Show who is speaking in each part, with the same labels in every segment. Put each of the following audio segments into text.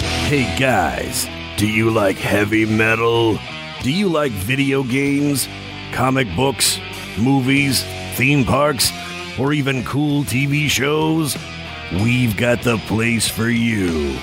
Speaker 1: Hey guys, do you like heavy metal? Do you like video games, comic books, movies, theme parks, or even cool TV shows? We've got the place for you.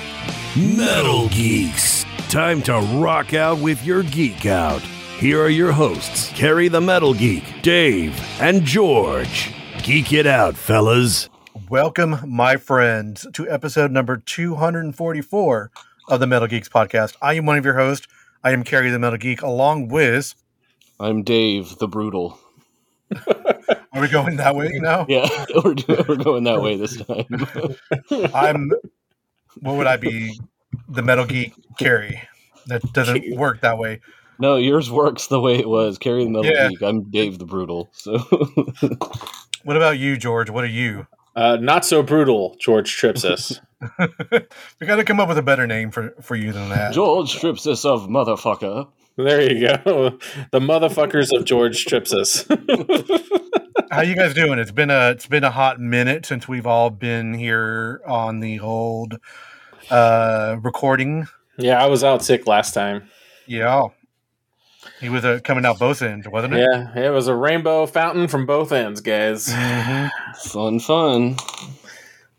Speaker 1: Metal Geeks! Time to rock out with your geek out. Here are your hosts, Carrie the Metal Geek, Dave, and George. Geek it out, fellas.
Speaker 2: Welcome, my friends, to episode number 244 of the Metal Geeks podcast. I am one of your hosts. I am Carrie the Metal Geek, along with.
Speaker 3: I'm Dave, the brutal.
Speaker 2: Are we going that way now?
Speaker 3: Yeah, we're, we're going that way this time.
Speaker 2: I'm. What would I be? The Metal Geek Carrie. That doesn't work that way.
Speaker 3: no, yours works the way it was. Carry the metal
Speaker 2: Yeah.
Speaker 3: geek. I'm Dave, the brutal. So
Speaker 2: What about you, George? What are you?
Speaker 4: Uh, not so brutal, George Tripsis.
Speaker 2: We got to come up with a better name for, for you than that.
Speaker 3: George strips us of motherfucker.
Speaker 4: there you go. The motherfuckers of George Tripsis.
Speaker 2: How you guys doing? It's been a it's been a hot minute since we've all been here on the old uh, recording.
Speaker 4: yeah, I was out sick last time.
Speaker 2: Yeah, he was uh, coming out both ends, wasn't it?
Speaker 4: Yeah, it was a rainbow fountain from both ends, guys.
Speaker 3: Fun, fun.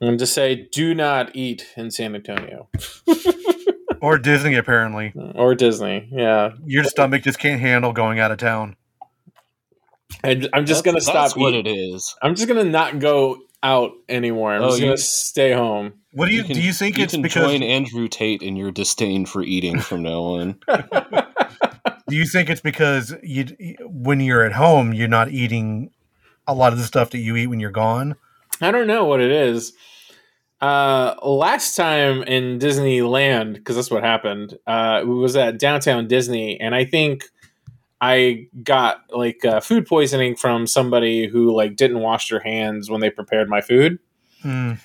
Speaker 4: I'm going to say do not eat in San Antonio
Speaker 2: or Disney apparently.
Speaker 4: or Disney. Yeah.
Speaker 2: Your stomach just can't handle going out of town.
Speaker 4: And I'm just going to
Speaker 3: That's- That's
Speaker 4: stop
Speaker 3: what
Speaker 4: eating.
Speaker 3: it is.
Speaker 4: I'm just going to not go out anywhere. I'm
Speaker 3: Oh,
Speaker 4: just going
Speaker 3: you-
Speaker 4: to stay home.
Speaker 2: What do you,
Speaker 3: can-
Speaker 2: do you think
Speaker 3: you
Speaker 2: it's
Speaker 3: can
Speaker 2: because
Speaker 3: join Andrew Tate in your disdain for eating from now on?
Speaker 2: do you think it's because you when you're at home you're not eating a lot of the stuff that you eat when you're gone?
Speaker 4: I don't know what it is. Uh, last time in Disneyland, because that's what happened, uh, it was at downtown Disney, and I think I got like uh, food poisoning from somebody who like didn't wash their hands when they prepared my food,
Speaker 2: Mm,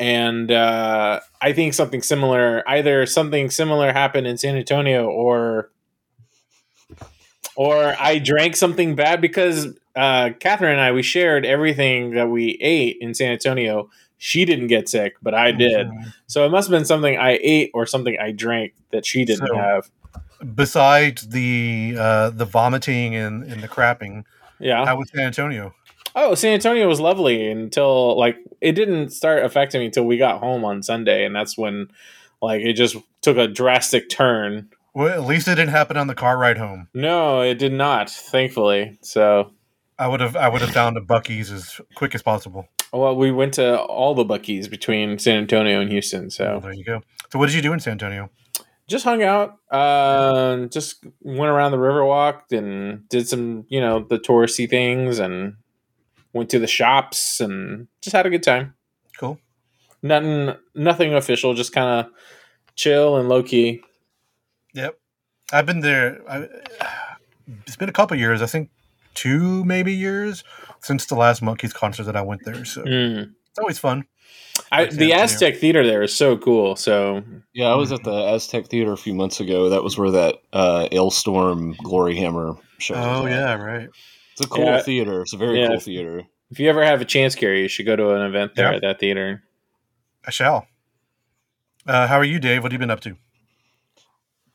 Speaker 4: and uh, I think something similar, either something similar happened in San Antonio, or or I drank something bad because uh, Catherine and I we shared everything that we ate in San Antonio. She didn't get sick, but I did. So it must have been something I ate or something I drank that she didn't
Speaker 2: So-
Speaker 4: have.
Speaker 2: Besides the uh, the vomiting and, and the crapping,
Speaker 4: Yeah.
Speaker 3: Uh-huh.
Speaker 2: how was San Antonio?
Speaker 4: Oh, San Antonio was lovely until like it didn't start affecting me until we got home on Sunday, and that's when like it just took a drastic turn.
Speaker 2: Well, at least it didn't happen on the car ride home.
Speaker 4: No, it did not, thankfully. So,
Speaker 2: I would have I would have found a Bucky's as quick as possible.
Speaker 4: well, we went to all the Buckies between San Antonio and Houston. So,
Speaker 2: There you go. So what did you do in San Antonio?
Speaker 4: just hung out, uh, just went around the river, walked, and did some, you know, the touristy things, and went to the shops, and just had a good time.
Speaker 2: Cool.
Speaker 4: Nothing, nothing official, just kind of chill and low key.
Speaker 2: Yep. I've been there. I, it's been a couple years, I think two maybe years since the last Monkeys concert that I went there. So
Speaker 4: Mm.
Speaker 2: it's always fun. Hmm.
Speaker 4: I,
Speaker 2: Like San
Speaker 4: the
Speaker 2: Antonio.
Speaker 4: Aztec Theater there is so cool. So
Speaker 3: Yeah, I was at the Aztec Theater a few months ago. That was where that uh, Ailstorm Glory Hammer show. was
Speaker 2: Oh
Speaker 3: at.
Speaker 2: yeah, right.
Speaker 3: it's a cool
Speaker 4: Yeah.
Speaker 3: theater. It's a very
Speaker 4: Yeah.
Speaker 3: cool theater.
Speaker 4: if you ever have a chance, Carrie, you should go to an event there
Speaker 2: Yeah.
Speaker 4: at that theater.
Speaker 2: I shall. Uh, how are you, Dave? What have you been up to?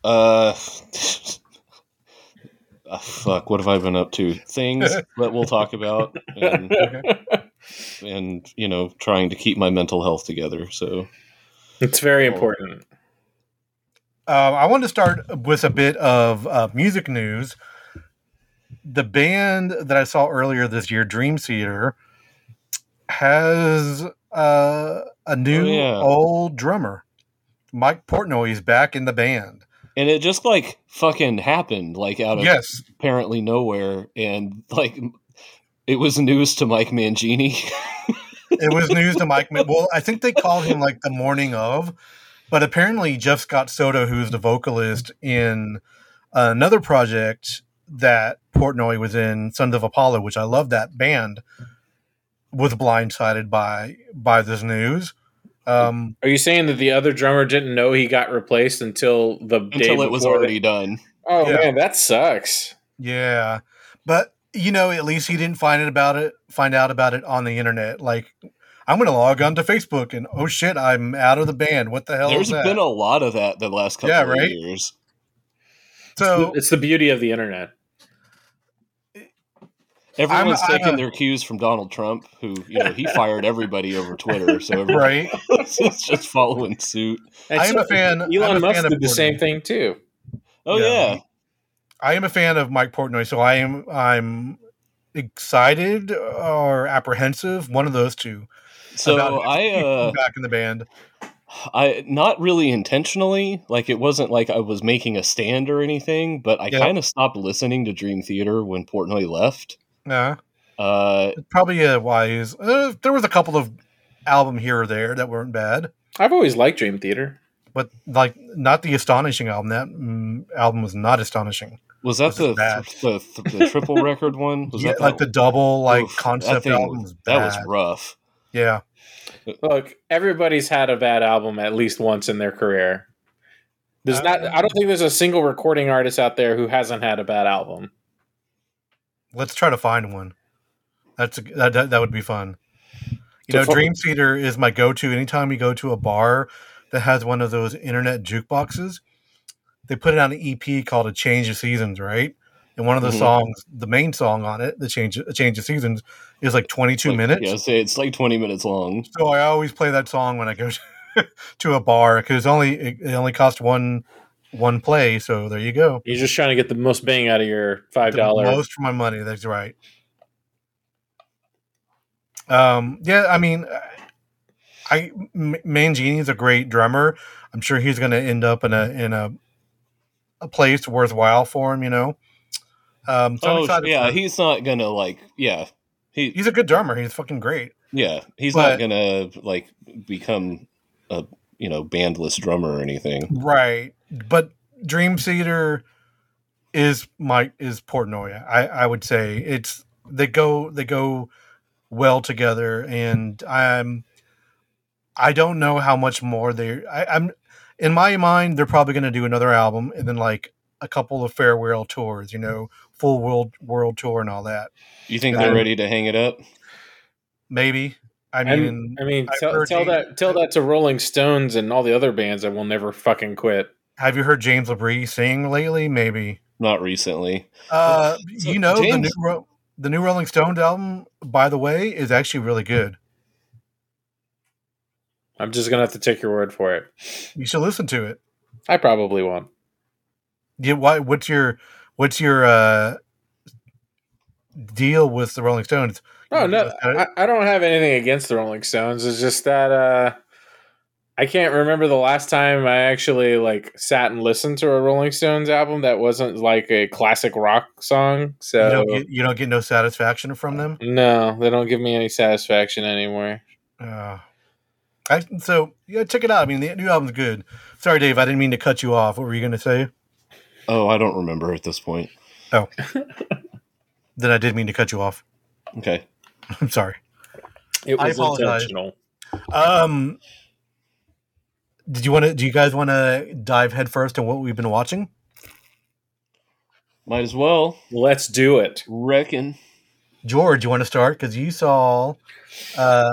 Speaker 3: Uh, ah, fuck. What have I been up to? Things that we'll talk about, and,
Speaker 2: Uh,
Speaker 3: and you know, trying to keep my mental health together. So
Speaker 4: It's very
Speaker 3: Cool.
Speaker 4: important.
Speaker 2: Um, I wanted to start with a bit of uh, music news. The band that I saw earlier this year, Dream Theater, has uh, a new
Speaker 3: Oh, yeah.
Speaker 2: old drummer. Mike Portnoy is back in the band.
Speaker 3: and it just like fucking happened, like out of
Speaker 2: Yes,
Speaker 3: apparently nowhere, and like it was news to Mike Mangini.
Speaker 2: it was news to Mike. Ma- Well, I think they called him like the morning of, but apparently Jeff Scott Soto, who's the vocalist in another project that Portnoy was in, Sons of Apollo, which I love that band, was blindsided by by this news. Um,
Speaker 4: Are you saying that the other drummer didn't know he got replaced until the day
Speaker 3: until it was
Speaker 4: before
Speaker 3: already done.
Speaker 4: Oh
Speaker 2: Yeah.
Speaker 4: man, that sucks.
Speaker 2: yeah, but you know, at least he didn't find it about it find out about it on the internet. Like I'm going to log on to Facebook and oh shit, I'm out of the band. What the hell
Speaker 3: There's
Speaker 2: is that?
Speaker 3: been a lot of that the last couple
Speaker 2: Yeah,
Speaker 3: of
Speaker 2: right?
Speaker 3: years.
Speaker 2: so
Speaker 5: it's the beauty of the internet.
Speaker 3: Everyone's
Speaker 2: I'm
Speaker 3: taking
Speaker 2: a-
Speaker 3: their cues from Donald Trump, who you know he fired everybody over Twitter, so everyone's
Speaker 2: right,
Speaker 3: just following suit.
Speaker 2: I am a fan. I'm
Speaker 4: Elon
Speaker 2: a
Speaker 4: Musk
Speaker 2: fan of
Speaker 4: did the
Speaker 2: Portnoy.
Speaker 4: same thing too.
Speaker 3: Oh
Speaker 2: Yeah.
Speaker 3: yeah,
Speaker 2: I am a fan of Mike Portnoy, so I am I'm excited or apprehensive, one of those two.
Speaker 3: so
Speaker 2: about his
Speaker 3: I uh,
Speaker 2: back in the band.
Speaker 3: I not really intentionally, like it wasn't like I was making a stand or anything, but I
Speaker 2: Yeah.
Speaker 3: kind of stopped listening to Dream Theater when Portnoy left.
Speaker 2: Yeah,
Speaker 3: Uh,
Speaker 2: probably a wise. Uh, there was a couple of album here or there that weren't bad,
Speaker 4: I've always liked Dream Theater.
Speaker 2: but like not the astonishing album. That mm, album was not astonishing.
Speaker 3: was that
Speaker 2: This is
Speaker 3: the
Speaker 2: bad.
Speaker 3: the, the, triple record one? Was
Speaker 2: Yeah,
Speaker 3: that
Speaker 2: like the double like
Speaker 3: Oof, that
Speaker 2: concept
Speaker 3: thing-
Speaker 2: album was bad.
Speaker 3: That was rough.
Speaker 2: yeah.
Speaker 4: Look, everybody's had a bad album at least once in their career. There's not.
Speaker 2: Uh,
Speaker 4: I don't think there's a single recording artist out there who hasn't had a bad album.
Speaker 2: Let's try to find one. That's a, that, that that would be fun. You
Speaker 4: To
Speaker 2: know,
Speaker 4: fo-
Speaker 2: Dream Theater is my go-to. Anytime we go to a bar that has one of those internet jukeboxes, they put it on an EP called "A Change of Seasons," right? And one of the
Speaker 3: Mhm.
Speaker 2: songs, the main song on it, "The Change A Change of Seasons," is like 22
Speaker 3: Like,
Speaker 2: minutes.
Speaker 3: Yeah, say it's like twenty minutes long.
Speaker 2: So I always play that song when I go to, to a bar because only it, it only costs one one play. So there you go.
Speaker 4: You're just trying to get the most bang out of your five
Speaker 2: the
Speaker 4: dollar.
Speaker 2: most for my money. That's right. Um, yeah, I mean, I M- Mangini's a great drummer. I'm sure he's going to end up in a in a a place worthwhile for him. You know. Um, so I'm
Speaker 3: oh
Speaker 2: excited
Speaker 3: yeah,
Speaker 2: for-
Speaker 3: he's not gonna like yeah he
Speaker 2: he's a good drummer. He's fucking great.
Speaker 3: yeah he's
Speaker 2: but-
Speaker 3: not gonna like become a you know bandless drummer or anything.
Speaker 2: Right. But Dream Theater is my is Portnoy. I I would say it's they go they go well together and I'm I don't know how much more they I, I'm in my mind they're probably gonna do another album and then like a couple of farewell tours, you know, full world world tour and all that.
Speaker 3: You think they're
Speaker 2: Um,
Speaker 3: ready to hang it up?
Speaker 2: Maybe. I
Speaker 4: I
Speaker 2: mean
Speaker 4: mean, I mean,
Speaker 2: I've
Speaker 4: tell,
Speaker 2: heard
Speaker 4: tell
Speaker 2: he-
Speaker 4: that tell that to Rolling Stones and all the other bands that will never fucking quit.
Speaker 2: have you heard James Labrie sing lately? Maybe.
Speaker 3: Not recently.
Speaker 2: Uh,
Speaker 3: So,
Speaker 2: you know the new
Speaker 3: James-
Speaker 2: Ro- the new Rolling Stones album, by the way, is actually really good.
Speaker 4: I'm just gonna have to take your word for it.
Speaker 2: You should listen to it.
Speaker 4: I probably won't.
Speaker 2: Yeah, why? What's your what's your uh, deal with the Rolling Stones?
Speaker 4: No,
Speaker 2: You
Speaker 4: Oh, no,
Speaker 2: just gotta-
Speaker 4: I, I don't have anything against the Rolling Stones. It's just that uh, I can't remember the last time I actually like sat and listened to a Rolling Stones album that wasn't like a classic rock song.
Speaker 2: you
Speaker 4: So
Speaker 2: don't get you don't get no satisfaction from them.
Speaker 4: no, they don't give me any satisfaction anymore.
Speaker 2: Uh, I, so yeah, check it out. I mean, the new album's good. Sorry, Dave, I didn't mean to cut you off. What were you going to say?
Speaker 3: Oh, I don't remember at this point.
Speaker 2: Then I did mean to cut you off.
Speaker 3: Okay.
Speaker 2: I'm sorry.
Speaker 4: It
Speaker 2: I
Speaker 4: was
Speaker 2: apologize.
Speaker 4: intentional.
Speaker 2: Um, did you want to? Do you guys want to dive headfirst on what we've been watching?
Speaker 3: Might as well.
Speaker 4: Let's do it.
Speaker 3: Reckon.
Speaker 2: George, you want to start because you saw uh,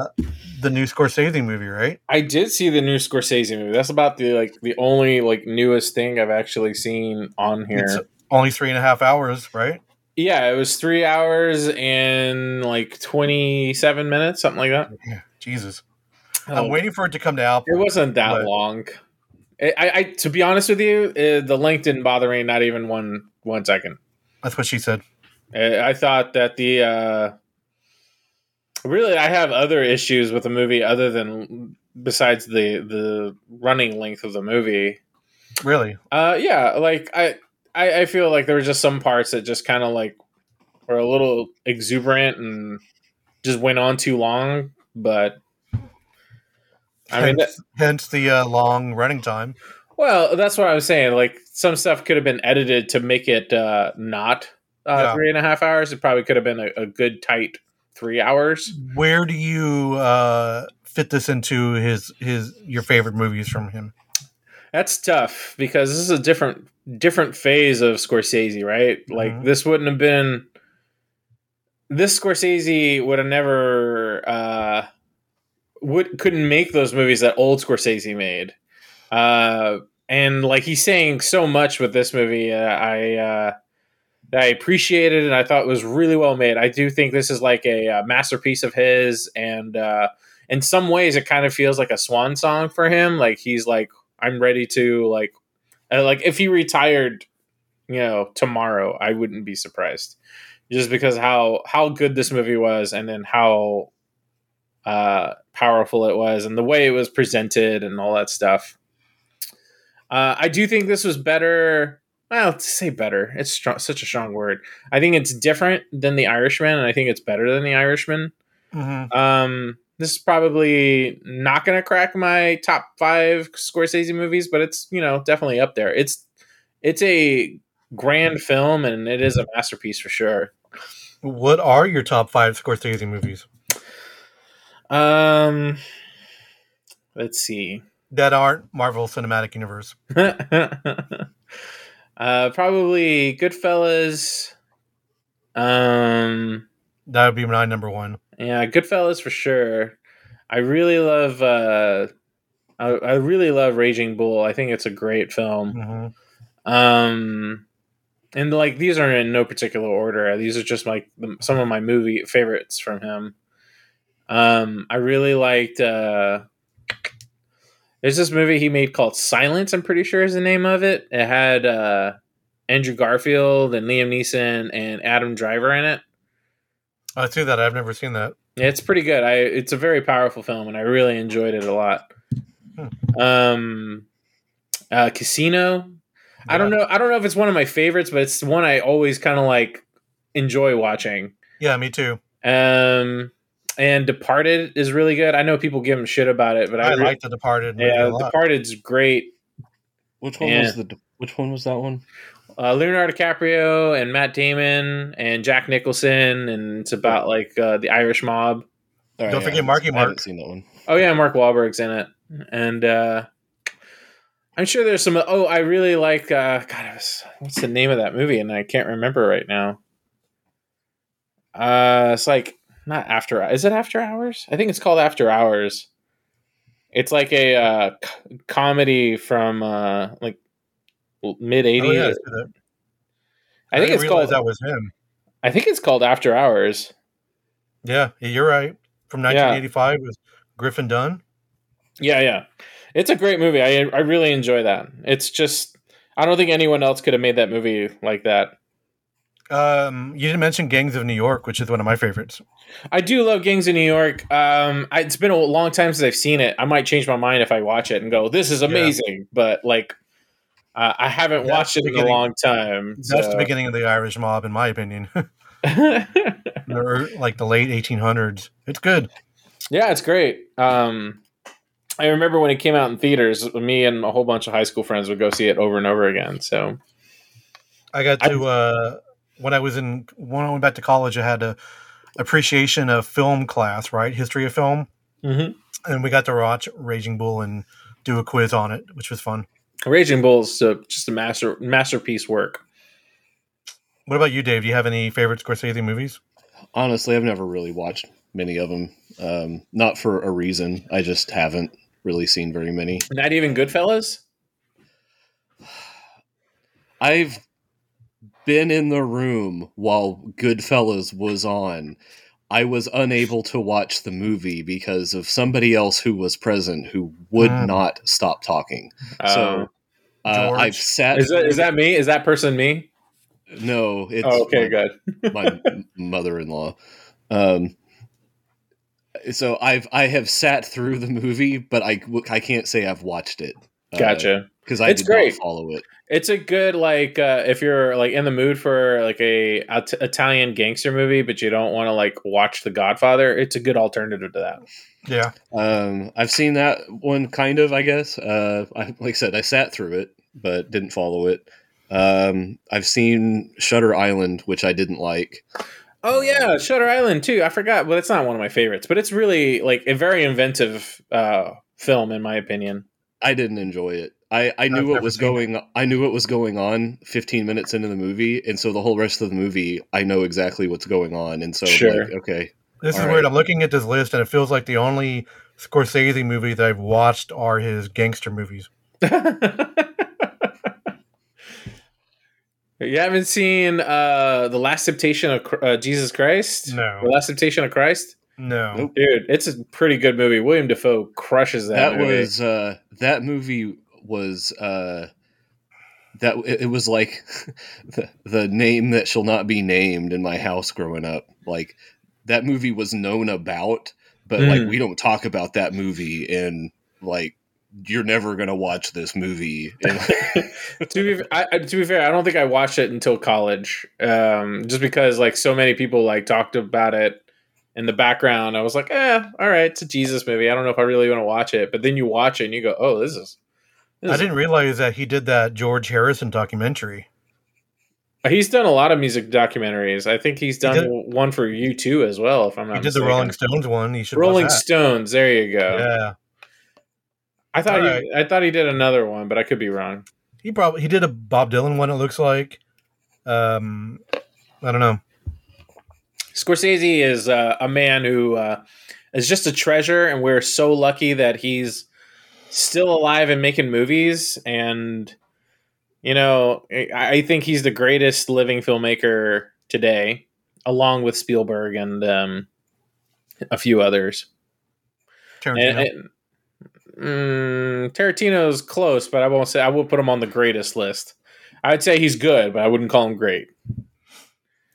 Speaker 2: the new Scorsese movie, right?
Speaker 4: I did see the new Scorsese movie. That's about the like the only like newest thing I've actually seen on here.
Speaker 2: It's only three and a half hours, right?
Speaker 4: yeah, it was three hours and like twenty seven minutes, something like that.
Speaker 2: Jesus,
Speaker 4: Oh.
Speaker 2: I'm waiting for it to come to Apple.
Speaker 4: It wasn't that
Speaker 2: But-
Speaker 4: long. I, I, I, to be honest with you, uh, the link didn't bother me not even one one second.
Speaker 2: That's what she said.
Speaker 4: Uh, I thought that the uh, really I have other issues with the movie other than besides the the running length of the movie.
Speaker 2: Really?
Speaker 4: Uh, yeah, like I, I, I feel like there were just some parts that just kind of like were a little exuberant and just went on too long. But I mean,
Speaker 2: hence, hence the uh, long running time.
Speaker 4: Well, that's what I was saying. Like some stuff could have been edited to make it uh, not uh,
Speaker 2: Yeah.
Speaker 4: three and a half hours. It probably could have been a, a good tight three hours.
Speaker 2: Where do you uh, fit this into his his your favorite movies from him?
Speaker 4: That's tough because this is a different different phase of Scorsese, right? Like
Speaker 2: Mhm.
Speaker 4: this wouldn't have been this Scorsese would have never uh, would couldn't make those movies that old Scorsese made. Uh, and like he's saying so much with this movie, uh, I uh, that I appreciated and I thought was really well made. I do think this is like a, uh masterpiece of his, and uh, in some ways, it kind of feels like a swan song for him. Like he's like, I'm ready to like, uh, like if he retired, you know, tomorrow, I wouldn't be surprised, just because how how good this movie was, and then how uh, powerful it was, and the way it was presented, and all that stuff. Uh, I do think this was better. Well, to say better, it's strong, such a strong word. I think it's different than The Irishman, and I think it's better than The Irishman.
Speaker 2: Mhm.
Speaker 4: Um, this is probably not going to crack my top five Scorsese movies, but it's you know definitely up there. It's it's a grand film and it is a masterpiece for sure.
Speaker 2: What are your top five Scorsese movies
Speaker 4: Um, let's see.
Speaker 2: that aren't Marvel Cinematic Universe?
Speaker 4: uh, probably Goodfellas. Um,
Speaker 2: That would be my number one.
Speaker 4: Yeah, Goodfellas for sure. I really love. Uh, I, I really love Raging Bull. I think it's a great film.
Speaker 2: hmm
Speaker 4: Um, and like these are in no particular order. These are just like the, some of my movie favorites from him. Um, I really liked. Uh, there's this movie he made called Silence. I'm pretty sure is the name of it. It had uh, Andrew Garfield and Liam Neeson and Adam Driver in it.
Speaker 2: I see that. I've never seen that.
Speaker 4: Yeah, it's pretty good. I it's a very powerful film, and I really enjoyed it a lot.
Speaker 2: Hmm.
Speaker 4: Um, uh, Casino. I don't know. I don't know if it's one of my favorites, but it's one I always kind of like enjoy watching.
Speaker 2: Yeah, me too.
Speaker 4: Um, and Departed is really good. I know people give him shit about it, but I,
Speaker 2: I,
Speaker 4: re-
Speaker 2: like The Departed. movie a
Speaker 4: yeah,
Speaker 2: lot.
Speaker 4: Departed's great.
Speaker 5: Which one
Speaker 4: Yeah.
Speaker 5: was the? Which one was that one?
Speaker 4: Uh, Leonardo DiCaprio and Matt Damon and Jack Nicholson, and it's about like uh, the Irish mob.
Speaker 5: All
Speaker 2: Don't forget
Speaker 5: I haven't-
Speaker 2: Marky
Speaker 5: I haven't
Speaker 2: Mark.
Speaker 5: seen that one.
Speaker 4: Oh yeah, Mark Wahlberg's in it, and uh, I'm sure there's some. Oh, I really like. Uh, God, it was, what's the name of that movie? And I can't remember right now. Uh, it's like not after. Is it After Hours? I think it's called After Hours. It's like a uh, c- comedy from uh, like mid '80s.
Speaker 2: Oh, yeah, I see that.
Speaker 4: I think
Speaker 2: didn't
Speaker 4: it's
Speaker 2: realize
Speaker 4: called.
Speaker 2: that was him.
Speaker 4: I think it's called After Hours.
Speaker 2: Yeah, yeah, you're right. From
Speaker 4: Yeah.
Speaker 2: 1985 was Griffin Dunn.
Speaker 4: Yeah, yeah. It's a great movie. I I really enjoy that. It's just I don't think anyone else could have made that movie like that.
Speaker 2: Um, you didn't mention Gangs of New York, which is one of my favorites.
Speaker 4: I do love Gangs of New York. Um, I, it's been a long time since I've seen it. I might change my mind if I watch it and go, "This is amazing," but like, uh, I haven't
Speaker 2: That's
Speaker 4: watched it
Speaker 2: the
Speaker 4: in a
Speaker 2: beginning.
Speaker 4: long time.
Speaker 2: That's the
Speaker 4: so-
Speaker 2: beginning of the Irish mob, in my opinion. The ear- like the late 1800s. It's good.
Speaker 4: yeah, it's great. Um, I remember when it came out in theaters, me and a whole bunch of high school friends would go see it over and over again. So
Speaker 2: I got
Speaker 4: I-
Speaker 2: to uh, when I was in when I went back to college, I had a appreciation of film class, right? History of film,
Speaker 4: Mhm.
Speaker 2: and we got to watch Raging Bull and do a quiz on it, which was fun.
Speaker 4: Raging Bull is uh, just a master masterpiece work.
Speaker 2: What about you, Dave? Do you have any favorite Scorsese movies?
Speaker 5: Honestly, I've never really watched many of them. Um, not for a reason. I just haven't really seen very many.
Speaker 4: Not even Goodfellas.
Speaker 5: I've been in the room while Goodfellas was on. I was unable to watch the movie because of somebody else who was present who would
Speaker 2: Mm.
Speaker 5: not stop talking.
Speaker 4: So
Speaker 5: So, Uh,
Speaker 2: George.
Speaker 5: I've sat.
Speaker 4: is that is that me? Is that person me?
Speaker 5: no? It's
Speaker 4: Oh,
Speaker 5: my-
Speaker 4: okay, good.
Speaker 5: my mother-in-law. Um, so I've I have sat through the movie, but I I can't say I've watched it.
Speaker 4: Gotcha.
Speaker 5: Because I
Speaker 4: It's
Speaker 5: did
Speaker 4: great.
Speaker 5: not follow it.
Speaker 4: uh, it's a good like uh, if you're like in the mood for like a It- Italian gangster movie, but you don't want to like watch The Godfather. It's a good alternative to that.
Speaker 2: Yeah,
Speaker 5: Um, I've seen that one kind of, I guess. Uh, I, like I said, I sat through it, but didn't follow it. Um, I've seen Shutter Island, which I didn't like.
Speaker 4: Oh yeah, Shutter Island too. I forgot. Well, it's not one of my favorites, but it's really like a very inventive uh, film in my opinion.
Speaker 5: I didn't enjoy it. I, I
Speaker 2: I've
Speaker 5: knew what
Speaker 2: never
Speaker 5: was
Speaker 2: seen it.
Speaker 5: going. I knew what was going on. Fifteen minutes into the movie, and so the whole rest of the movie, I know exactly what's going on. And so, I'm
Speaker 4: Sure.
Speaker 5: like, okay,
Speaker 2: this is
Speaker 5: All
Speaker 2: weird.
Speaker 5: right.
Speaker 2: I'm looking at this list, and it feels like the only Scorsese movie that I've watched are his gangster movies.
Speaker 4: you haven't seen uh, the Last Temptation of Cr- uh, Jesus Christ?
Speaker 2: No.
Speaker 4: the Last Temptation of Christ.
Speaker 2: No.
Speaker 3: Nope.
Speaker 4: Dude, it's a pretty good movie. William Defoe crushes that.
Speaker 3: that
Speaker 4: movie.
Speaker 3: was uh that movie was uh that it, it was like the, the name that shall not be named in my house growing up like that movie was known about but
Speaker 4: Mm.
Speaker 2: Hmm.
Speaker 3: like we don't talk about that movie and like you're never gonna watch this movie and,
Speaker 4: to be I, I- to be fair, I don't think I watched it until college, um, just because like so many people like talked about it in the background. I was like, eh, all right, it's a Jesus movie. I don't know if I really want to watch it, but then you watch it and you go, oh, this is. This
Speaker 2: I
Speaker 4: is-
Speaker 2: didn't realize that he did that George Harrison documentary.
Speaker 4: He's done a lot of music documentaries. I think he's done
Speaker 2: did-
Speaker 4: one for you too as well. If I'm not
Speaker 2: He did the
Speaker 4: mistaken.
Speaker 2: Rolling Stones one. You should watch
Speaker 4: Rolling
Speaker 2: that.
Speaker 4: Stones. There you go.
Speaker 2: Yeah,
Speaker 4: I thought
Speaker 2: All
Speaker 4: he,
Speaker 2: right.
Speaker 4: I thought he did another one, but I could be wrong.
Speaker 2: he probably he did a Bob Dylan one. It looks like. Um, I don't know.
Speaker 4: Scorsese is uh, a man who uh, is just a treasure, and we're so lucky that he's still alive and making movies. And you know, I, I think he's the greatest living filmmaker today, along with Spielberg and um, a few others.
Speaker 2: Tarantino.
Speaker 4: And, and- mm, Tarantino's close, but I won't say I will put him on the greatest list. I'd say he's good, but I wouldn't call him great.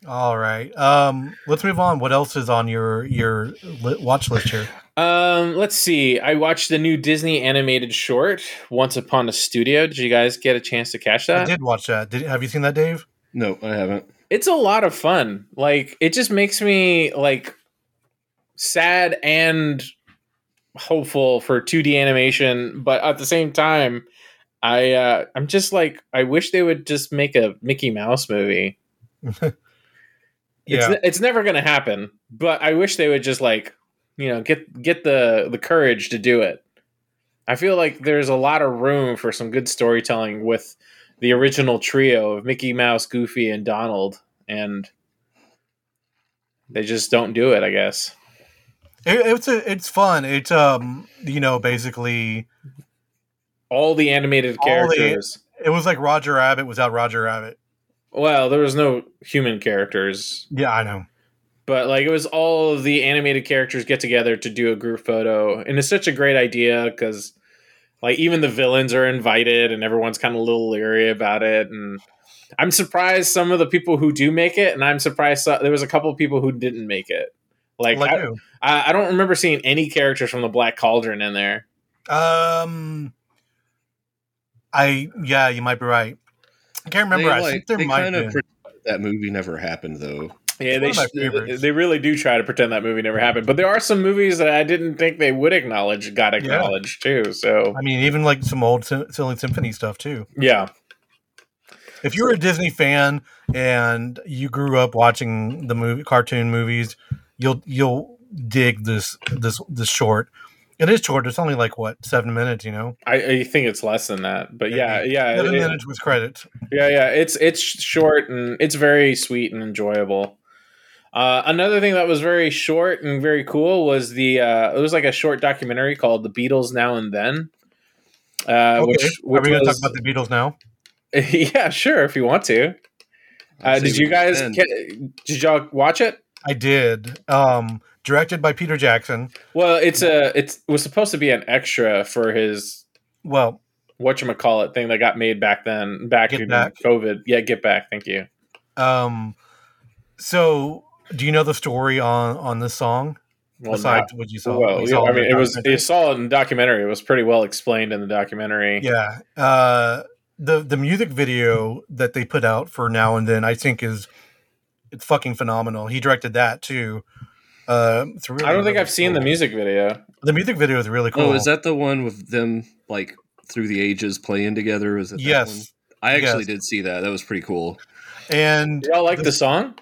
Speaker 2: All right. Um, let's move on. What else is on your your li- watch list here?
Speaker 4: Um, let's see. I watched the new Disney animated short, Once Upon a Studio. Did you guys get a chance to catch
Speaker 2: I
Speaker 4: that?
Speaker 2: did watch that. Did have you seen that, Dave?
Speaker 3: no i haven't
Speaker 4: It's a lot of fun. Like it just makes me like sad and hopeful for 2D animation, but at the same time, I uh, I'm just like I wish they would just make a Mickey Mouse movie. It's,
Speaker 2: Yeah.
Speaker 4: ne- it's never going to happen, but I wish they would just like, you know, get get the the courage to do it. I feel like there's a lot of room for some good storytelling with the original trio of Mickey Mouse, Goofy, and Donald, and they just don't do it, I guess.
Speaker 2: It, it's a, it's fun. It's um you know basically
Speaker 4: All the animated
Speaker 2: All the-
Speaker 4: characters.
Speaker 2: it was like Roger Rabbit without Roger Rabbit.
Speaker 4: well, there was no human characters
Speaker 2: Yeah, I know.
Speaker 4: but like it was all of the animated characters get together to do a group photo and it's such a great idea because like even the villains are invited and everyone's kind of a little leery about it and i'm surprised some of the people who do make it and i'm surprised so- there was a couple of people who didn't make it like,
Speaker 2: Like,
Speaker 4: I, I, I don't remember seeing any characters from the black cauldron in there
Speaker 2: who? um, I yeah, you might be right. I can't remember. I
Speaker 3: like,
Speaker 2: think there
Speaker 3: they
Speaker 2: might
Speaker 3: kinda
Speaker 2: have been.
Speaker 3: pretend that movie never happened though
Speaker 2: It's
Speaker 4: yeah they,
Speaker 2: one of my
Speaker 4: sh-
Speaker 2: favorites.
Speaker 4: they really do try to pretend that movie never happened but there are some movies that i didn't think they would acknowledge got acknowledged too so
Speaker 2: I mean, even like some old Sil- Silly Symphony stuff too.
Speaker 4: yeah
Speaker 2: If you were a Disney fan and you grew up watching the movie cartoon movies, you'll you'll dig this this this short. It is short. It's only like what seven minutes, you know.
Speaker 4: I, I think it's less than that, but yeah, yeah,
Speaker 2: Seven
Speaker 4: it-
Speaker 2: minutes with credits.
Speaker 4: yeah, yeah. It's it's short and it's very sweet and enjoyable. Uh, another thing that was very short and very cool was the uh, it was like a short documentary called "The Beatles Now and Then," uh,
Speaker 2: Okay.
Speaker 4: which,
Speaker 2: Are
Speaker 4: which
Speaker 2: we going to talk
Speaker 4: was,
Speaker 2: about the Beatles now?
Speaker 4: yeah, sure, if you want to. Uh,
Speaker 3: I'll
Speaker 4: did
Speaker 3: see
Speaker 4: you
Speaker 3: what
Speaker 4: guys
Speaker 3: then.
Speaker 4: ca- did y'all watch it?
Speaker 2: I did. Um, directed by Peter Jackson.
Speaker 4: Well, it's a it's it was supposed to be an extra for his
Speaker 2: Well,
Speaker 4: what call it thing that got made back then back
Speaker 2: Get
Speaker 4: in
Speaker 2: Back.
Speaker 4: COVID. Yeah, get back. Thank you.
Speaker 2: um, so do you know the story on on this song?
Speaker 4: Well,
Speaker 2: Besides what you saw,
Speaker 4: well,
Speaker 2: we
Speaker 4: yeah,
Speaker 2: saw
Speaker 4: I
Speaker 2: in
Speaker 4: mean,
Speaker 2: the
Speaker 4: it was
Speaker 2: documentary.
Speaker 4: you saw it in the documentary. It was pretty well explained in the documentary.
Speaker 2: Yeah. Uh, the the music video that they put out for now and then, I think is it's fucking phenomenal. He directed that too. Uh, it's really,
Speaker 4: I don't think
Speaker 2: really
Speaker 4: I've seen the
Speaker 2: cool.
Speaker 4: music video.
Speaker 2: The music video is really cool.
Speaker 3: oh is that the one with them like through the ages playing together is it that one?
Speaker 2: yes?
Speaker 3: i actually
Speaker 2: Yes.
Speaker 3: did see that that was pretty cool
Speaker 2: And
Speaker 4: Do y'all like the song?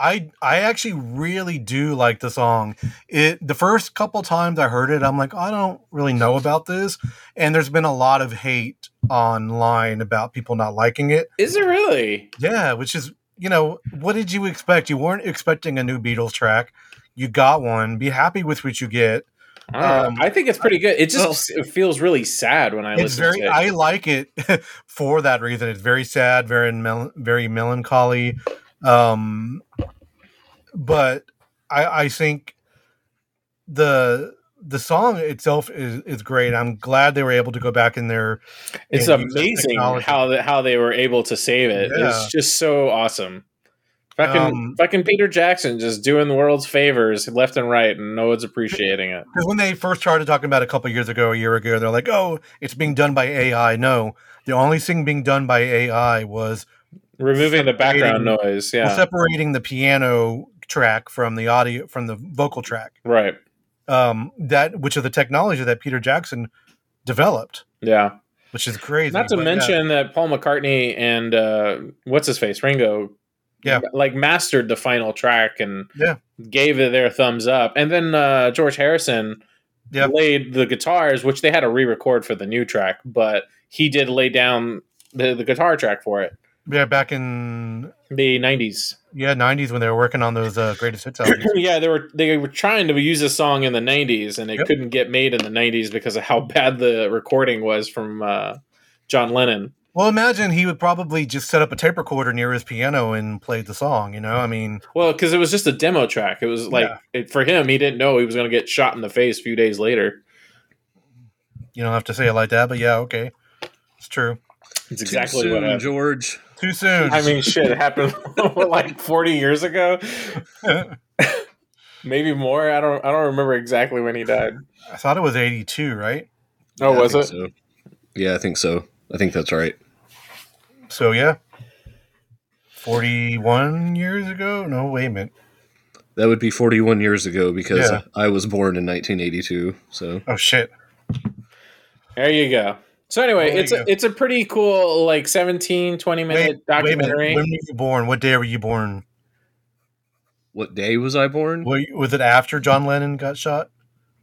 Speaker 2: I I actually really do like the song. It the first couple times I heard it, I'm like, I don't really know about this. And there's been a lot of hate online about people not liking it.
Speaker 4: Is it really?
Speaker 2: Yeah, which is you know what did you expect? You weren't expecting a new Beatles track. You got one. Be happy with what you get.
Speaker 4: I, don't know.
Speaker 2: Um,
Speaker 4: I think it's pretty good. It just it feels really sad when I
Speaker 2: it's
Speaker 4: listen
Speaker 2: very
Speaker 4: to it.
Speaker 2: i like it for that reason it's very sad very mel- very melancholy um but i i think the the song itself is is great i'm glad they were able to go back in there
Speaker 4: it's
Speaker 2: and use that
Speaker 4: amazing
Speaker 2: technology.
Speaker 4: how the, how they were able to save it.
Speaker 2: Yeah.
Speaker 4: It's just so awesome. Fucking
Speaker 2: Um,
Speaker 4: fucking Peter Jackson just doing the world's favors left and right, and no one's appreciating it.
Speaker 2: because when they first started talking about it a couple years ago a year ago they're like oh it's being done by ai no the only thing being done by ai was
Speaker 4: Removing the background
Speaker 2: Separating-
Speaker 4: noise,
Speaker 2: well,
Speaker 4: yeah,
Speaker 2: separating the piano track from the audio from the vocal track
Speaker 4: right,
Speaker 2: um, that which is the technology that Peter Jackson developed,
Speaker 4: yeah.
Speaker 2: which is crazy.
Speaker 4: Not to
Speaker 2: but yeah.
Speaker 4: mention that Paul McCartney and uh, what's his face Ringo,
Speaker 2: Yeah.
Speaker 4: like mastered the final track and
Speaker 2: Yeah.
Speaker 4: gave it their thumbs up. And then uh, George Harrison
Speaker 2: Yeah.
Speaker 4: laid the guitars, which they had to re-record for the new track, but he did lay down the, the guitar track for it.
Speaker 2: yeah, back in
Speaker 4: The '90s,
Speaker 2: yeah '90s when they were working on those uh, greatest hits albums.
Speaker 4: yeah, they were they were trying to use this song in the '90s, and it
Speaker 2: Yep.
Speaker 4: couldn't get made in the '90s because of how bad the recording was from uh, John Lennon.
Speaker 2: well, imagine he would probably just set up a tape recorder near his piano and played the song. You know, I mean,
Speaker 4: Well, because it was just a demo track. It was like
Speaker 2: Yeah.
Speaker 4: it, for him, he didn't know he was going to get shot in the face a few days later.
Speaker 2: you don't have to say it like that, but yeah, okay, it's true.
Speaker 4: It's
Speaker 5: Too
Speaker 4: exactly
Speaker 5: soon,
Speaker 4: what happened.
Speaker 5: George.
Speaker 2: Too soon.
Speaker 4: I mean, shit it happened like 40 years ago,
Speaker 2: I
Speaker 4: maybe more. I don't. I don't remember exactly when he died.
Speaker 2: thought it was '82, right?
Speaker 4: Oh,
Speaker 5: Yeah, I
Speaker 4: was
Speaker 5: think
Speaker 4: it?
Speaker 5: so. Yeah, I think so. I think that's right.
Speaker 2: So yeah, forty-one years ago. No, wait a minute.
Speaker 5: That would be 41 years ago because
Speaker 2: Yeah.
Speaker 5: I was born in 1982. So
Speaker 2: Oh shit.
Speaker 4: There you go. So anyway,
Speaker 2: There you
Speaker 4: it's a,
Speaker 2: go.
Speaker 4: it's a pretty cool like 17, 20
Speaker 2: Wait,
Speaker 4: minute
Speaker 2: wait a minute.
Speaker 4: documentary.
Speaker 2: When were you born? What day were you born?
Speaker 5: what day was I born?
Speaker 2: Were you- was it after John Lennon got shot?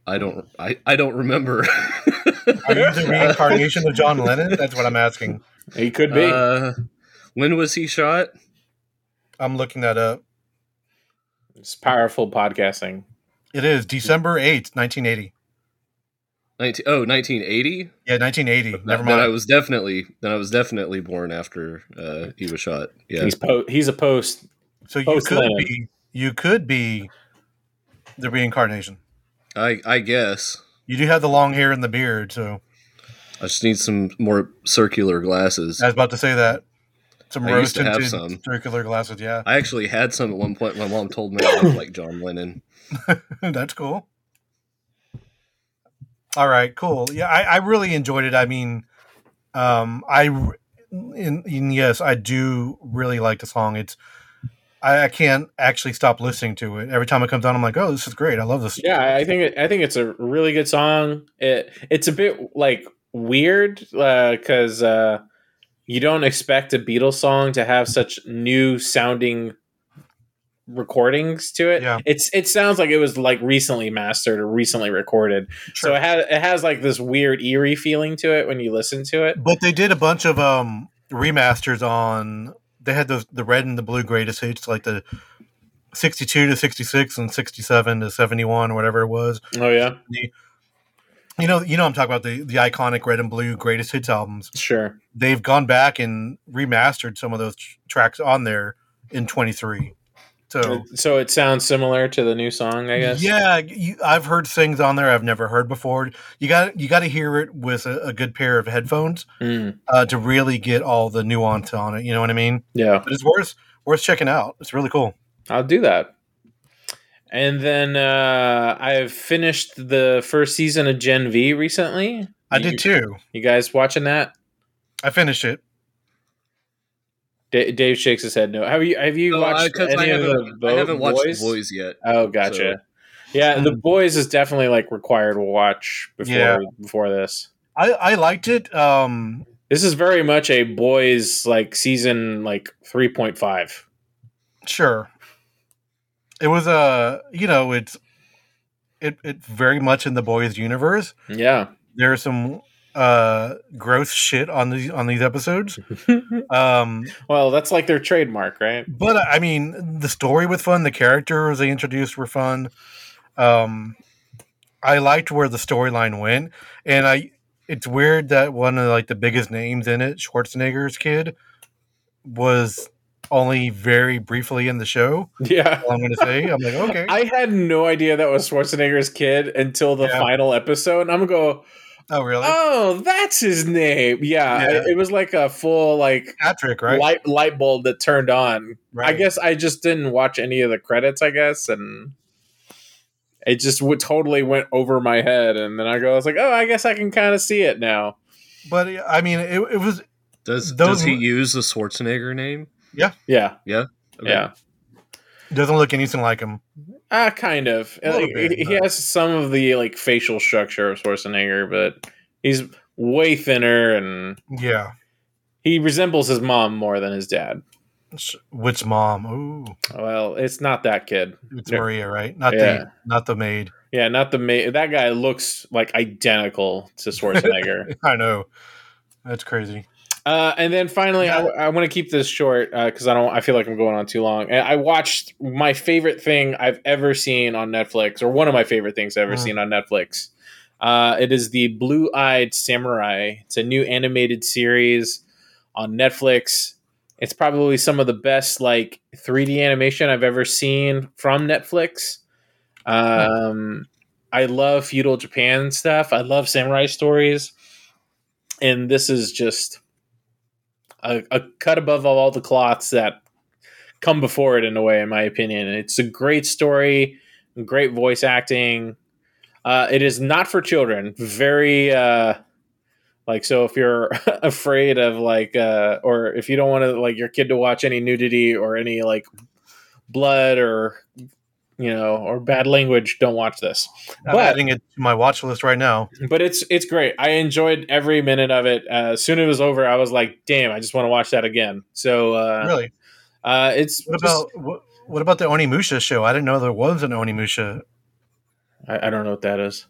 Speaker 5: I don't I, I don't remember.
Speaker 2: Are you the reincarnation of John Lennon? That's what I'm asking.
Speaker 4: He could be.
Speaker 5: Uh, when was he shot?
Speaker 2: I'm looking that up.
Speaker 4: it's powerful podcasting.
Speaker 2: It is December 8th, 1980.
Speaker 5: 19, oh, 1980?
Speaker 2: Yeah, 1980. Never
Speaker 5: Then I
Speaker 2: mind.
Speaker 5: was definitely then I was definitely born after uh, he was shot. Yeah.
Speaker 4: He's po- he's a post.
Speaker 2: So you
Speaker 4: post
Speaker 2: could
Speaker 4: Lennon.
Speaker 2: be you could be the reincarnation.
Speaker 5: I I guess
Speaker 2: You do have the long hair and the beard, so
Speaker 5: I just need some more circular glasses.
Speaker 2: I was about to say that. Some
Speaker 5: I
Speaker 2: roast
Speaker 5: used to have
Speaker 2: tinted
Speaker 5: some.
Speaker 2: circular glasses, yeah.
Speaker 5: I actually had some at one point. My mom told me I looked like John Lennon.
Speaker 2: That's cool. All right, cool. Yeah, I, I really enjoyed it. I mean, um, I r- in, in yes, I do really like the song. It's I, I can't actually stop listening to it. Every time it comes on, I'm like, oh, this is great. I love this.
Speaker 4: Yeah, I- I think it, I think it's a really good song. It it's a bit like weird because uh, you don't expect a Beatles song to have such new sounding recordings to it.
Speaker 2: Yeah.
Speaker 4: It's it sounds like it was like recently mastered or recently recorded. So
Speaker 2: Sure.
Speaker 4: it has it has like this weird eerie feeling to it when you listen to it.
Speaker 2: But they did a bunch of um remasters on. They had those the red and the blue greatest hits, like the '62 to '66 and '67 to '71, whatever it was.
Speaker 4: Oh yeah,
Speaker 2: You know, you know, I'm talking about the the iconic red and blue greatest hits albums.
Speaker 4: sure.
Speaker 2: they've gone back and remastered some of those tr- tracks on there in 23. So
Speaker 4: So it sounds similar to the new song, I guess.
Speaker 2: yeah, you, I've heard things on there I've never heard before. You got you got to hear it with a, a good pair of headphones
Speaker 4: Mm,
Speaker 2: uh, to really get all the nuance on it. You know what I mean?
Speaker 4: yeah.
Speaker 2: But it's worth worth checking out. It's really cool.
Speaker 4: I'll do that. And then uh, I've finished the first season of Gen V recently.
Speaker 2: I
Speaker 4: You-
Speaker 2: did too.
Speaker 4: You guys watching that?
Speaker 2: I finished it.
Speaker 4: Da- Dave shakes his head. No. Have you have you
Speaker 5: No, I,
Speaker 4: watched
Speaker 5: 'cause I
Speaker 4: any of the
Speaker 5: haven't,
Speaker 4: Bo-
Speaker 5: I haven't watched
Speaker 4: boys?
Speaker 5: the boys yet.
Speaker 4: Oh, gotcha. Yeah, the boys is definitely like required watch before
Speaker 2: Um, Yeah.
Speaker 4: before this.
Speaker 2: I, I liked it. Um,
Speaker 4: This is very much a boys like season like three point five.
Speaker 2: Sure. It was a you know it's it it very much in the boys universe.
Speaker 4: Yeah.
Speaker 2: there are some uh gross shit on these on these episodes um
Speaker 4: well, that's like their trademark, right?
Speaker 2: but i mean the story was fun the characters they introduced were fun um I liked where the storyline went, and I. It's weird that one of like the biggest names in it, Schwarzenegger's kid, was only very briefly in the show.
Speaker 4: Yeah.
Speaker 2: All I'm going to say, I'm like, okay,
Speaker 4: I had no idea that was Schwarzenegger's kid until the
Speaker 2: Yeah.
Speaker 4: final episode. And I'm gonna go,
Speaker 2: oh really?
Speaker 4: oh, that's his name. Yeah,
Speaker 2: Yeah.
Speaker 4: It, it was like a full like
Speaker 2: Patrick, right?
Speaker 4: light light bulb that turned on.
Speaker 2: right.
Speaker 4: I guess I just didn't watch any of the credits. I guess and it just w- totally went over my head. And then I go, I was like, oh, I guess I can kind of see it now.
Speaker 2: But I mean, it, it was
Speaker 5: Does
Speaker 2: Those-
Speaker 5: does he use the Schwarzenegger name?
Speaker 4: Yeah,
Speaker 5: Okay.
Speaker 4: yeah.
Speaker 2: doesn't look anything like him.
Speaker 4: Ah, kind of.
Speaker 2: A little
Speaker 4: Like,
Speaker 2: bit,
Speaker 4: he, he
Speaker 2: but-
Speaker 4: has some of the like facial structure of Schwarzenegger, but he's way thinner and
Speaker 2: Yeah.
Speaker 4: he resembles his mom more than his dad.
Speaker 2: Sh- Which mom? Ooh,
Speaker 4: Well, it's not that kid.
Speaker 2: it's
Speaker 4: Yeah.
Speaker 2: Maria, right? Not
Speaker 4: Yeah.
Speaker 2: the not the maid.
Speaker 4: Yeah, not the ma- that guy looks like identical to Schwarzenegger.
Speaker 2: I know. That's crazy.
Speaker 4: Uh, and then finally, I, I want to keep this short because I don't. I feel like I'm going on too long. And I watched my favorite thing I've ever seen on Netflix, or one of my favorite things I've ever
Speaker 2: Mm.
Speaker 4: seen on Netflix. Uh, it is the Blue Eyed Samurai. It's a new animated series on Netflix. It's probably some of the best like 3D animation I've ever seen from Netflix. Um, I love feudal Japan stuff. I love samurai stories, and this is just a, a cut above all the cloths that come before it in a way, in my opinion. And it's a great story, great voice acting. Uh, it is not for children. Very uh, like so, if you're afraid of like, uh, or if you don't want to like your kid to watch any nudity or any like blood or you know or bad language, don't watch this.
Speaker 2: I'm adding it to my watch list right now.
Speaker 4: But it's it's great. I enjoyed every minute of it. Uh, as soon as it was over, I was like, "Damn, I just want to watch that again." So uh,
Speaker 2: really?
Speaker 4: uh, it's
Speaker 2: What
Speaker 4: just-
Speaker 2: about what, what about the Onimusha show? I didn't know there was an Onimusha.
Speaker 4: I, I don't know what that is.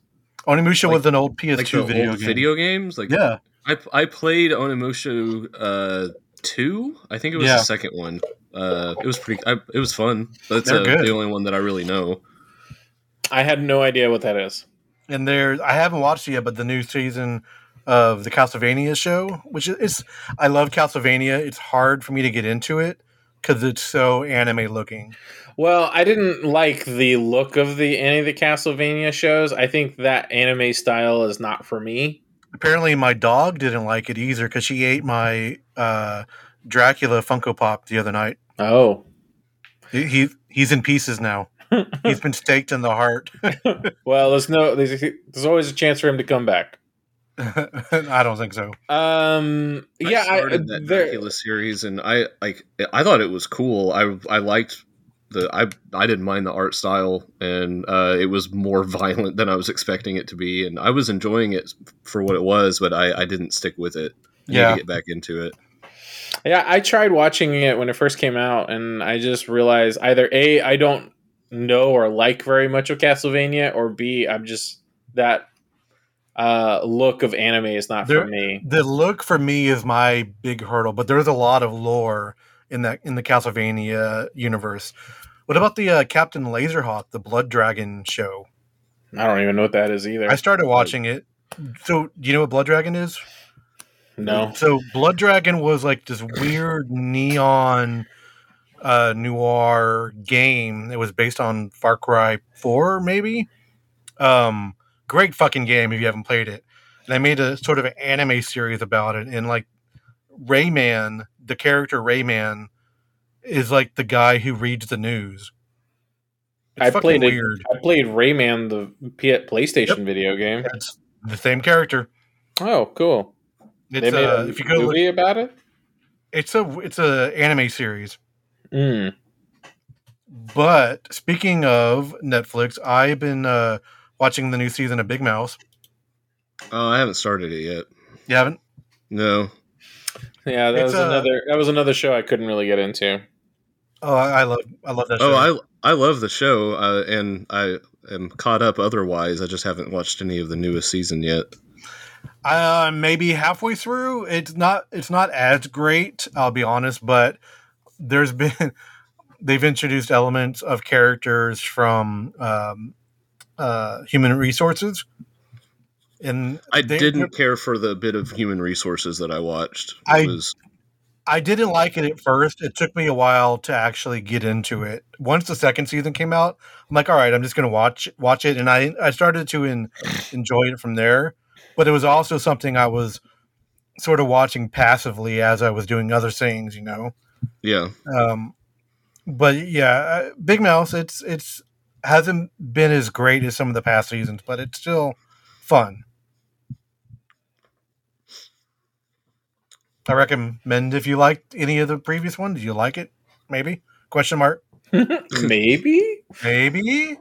Speaker 2: Onimusha
Speaker 5: Like-
Speaker 2: was an old PS2
Speaker 5: Like the
Speaker 2: video
Speaker 5: old
Speaker 2: game.
Speaker 5: video games. Like
Speaker 2: Yeah,
Speaker 5: I I played Onimusha uh two. I think it was
Speaker 2: Yeah.
Speaker 5: the second one. Uh, it was pretty. I, it was fun. That's
Speaker 2: They're
Speaker 5: uh,
Speaker 2: good.
Speaker 5: the only one that I really know.
Speaker 4: I had no idea what that is.
Speaker 2: and there I haven't watched it yet, but the new season of the Castlevania show, which is it's, I love Castlevania. It's hard for me to get into it because it's so anime looking.
Speaker 4: Well, I didn't like the look of the any of the Castlevania shows. I think that anime style is not for me.
Speaker 2: apparently my dog didn't like it either because she ate my uh, Dracula Funko Pop the other night.
Speaker 4: Oh,
Speaker 2: He, he he's in pieces now. he's been staked in the heart.
Speaker 4: well, there's no there's, there's always a chance for him to come back.
Speaker 2: I don't think so.
Speaker 4: Um, yeah,
Speaker 5: I started
Speaker 4: I,
Speaker 5: that
Speaker 4: there-
Speaker 5: Dracula series, and I like. I thought it was cool. I I liked the. I I didn't mind the art style, and uh, it was more violent than I was expecting it to be, and I was enjoying it for what it was, but I I didn't stick with it. I need
Speaker 2: Yeah.
Speaker 5: to get back into it.
Speaker 4: Yeah, I tried watching it when it first came out, and I just realized either a I don't know or like very much of Castlevania, or b I'm just that uh, look of anime is not
Speaker 2: There-
Speaker 4: for me.
Speaker 2: The look for me is my big hurdle, but there's a lot of lore in that in the Castlevania universe. What about the uh, Captain Laserhawk, the Blood Dragon show?
Speaker 4: I don't even know what that is either.
Speaker 2: I started watching it. So, do you know what Blood Dragon is?
Speaker 4: no.
Speaker 2: So Blood Dragon was like this weird neon uh noir game. It was based on Far Cry 4 maybe. Um great fucking game if you haven't played it. And I made a sort of an anime series about it and like Rayman, the character Rayman is like the guy who reads the news.
Speaker 4: I played it.
Speaker 2: weird.
Speaker 4: I played Rayman, the P- PlayStation video game.
Speaker 2: It's the same character.
Speaker 4: Oh, cool.
Speaker 2: It's uh, if you go look,
Speaker 4: movie about it.
Speaker 2: it's a it's a anime series.
Speaker 4: Mm.
Speaker 2: But speaking of Netflix, I've been uh, watching the new season of Big Mouth.
Speaker 5: Oh, I haven't started it yet.
Speaker 2: You haven't?
Speaker 5: No,
Speaker 4: Yeah, that
Speaker 2: It's uh,
Speaker 4: was
Speaker 2: a-
Speaker 4: another. That was another show I couldn't really get into.
Speaker 2: Oh, I, I love, I love that show.
Speaker 5: Oh, I I love the show, uh, and I am caught up. Otherwise, I just haven't watched any of the newest season yet.
Speaker 2: uh, maybe halfway through. It's not, it's not as great. I'll be honest, but there's been, they've introduced elements of characters from um, uh, human resources. And
Speaker 5: I
Speaker 2: they-
Speaker 5: didn't care for the bit of human resources that I watched. It
Speaker 2: I-
Speaker 5: was
Speaker 2: I didn't like it at first. It took me a while to actually get into it. Once the second season came out, I'm like, all right, I'm just going to watch watch it, and I I started to en enjoy it from there. But it was also something I was sort of watching passively as I was doing other things, you know.
Speaker 5: yeah.
Speaker 2: Um, but yeah, uh, Big Mouse, it's it's hasn't been as great as some of the past seasons, but it's still fun. I recommend if you liked any of the previous one. Did you like it? Maybe question mark.
Speaker 4: Maybe?
Speaker 2: Maybe.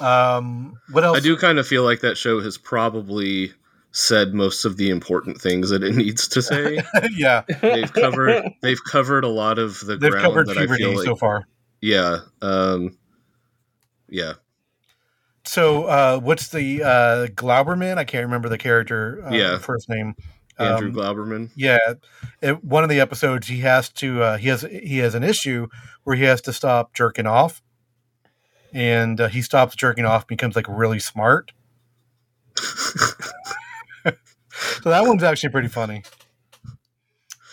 Speaker 2: Um. What else?
Speaker 5: I do kind of feel like that show has probably said most of the important things that it needs to say.
Speaker 2: yeah,
Speaker 5: they've covered they've covered a lot of the
Speaker 2: they've
Speaker 5: ground
Speaker 2: covered
Speaker 5: that I
Speaker 2: puberty
Speaker 5: feel like.
Speaker 2: so far.
Speaker 5: Yeah. Um yeah.
Speaker 2: So, uh, what's the uh, Glauberman? I can't remember the character. Uh,
Speaker 5: Yeah.
Speaker 2: first name.
Speaker 5: Andrew
Speaker 2: Um,
Speaker 5: Glauberman.
Speaker 2: Yeah, it, one of the episodes he has to uh, he has he has an issue where he has to stop jerking off, and uh, he stops jerking off and becomes like really smart. so that one's actually pretty funny.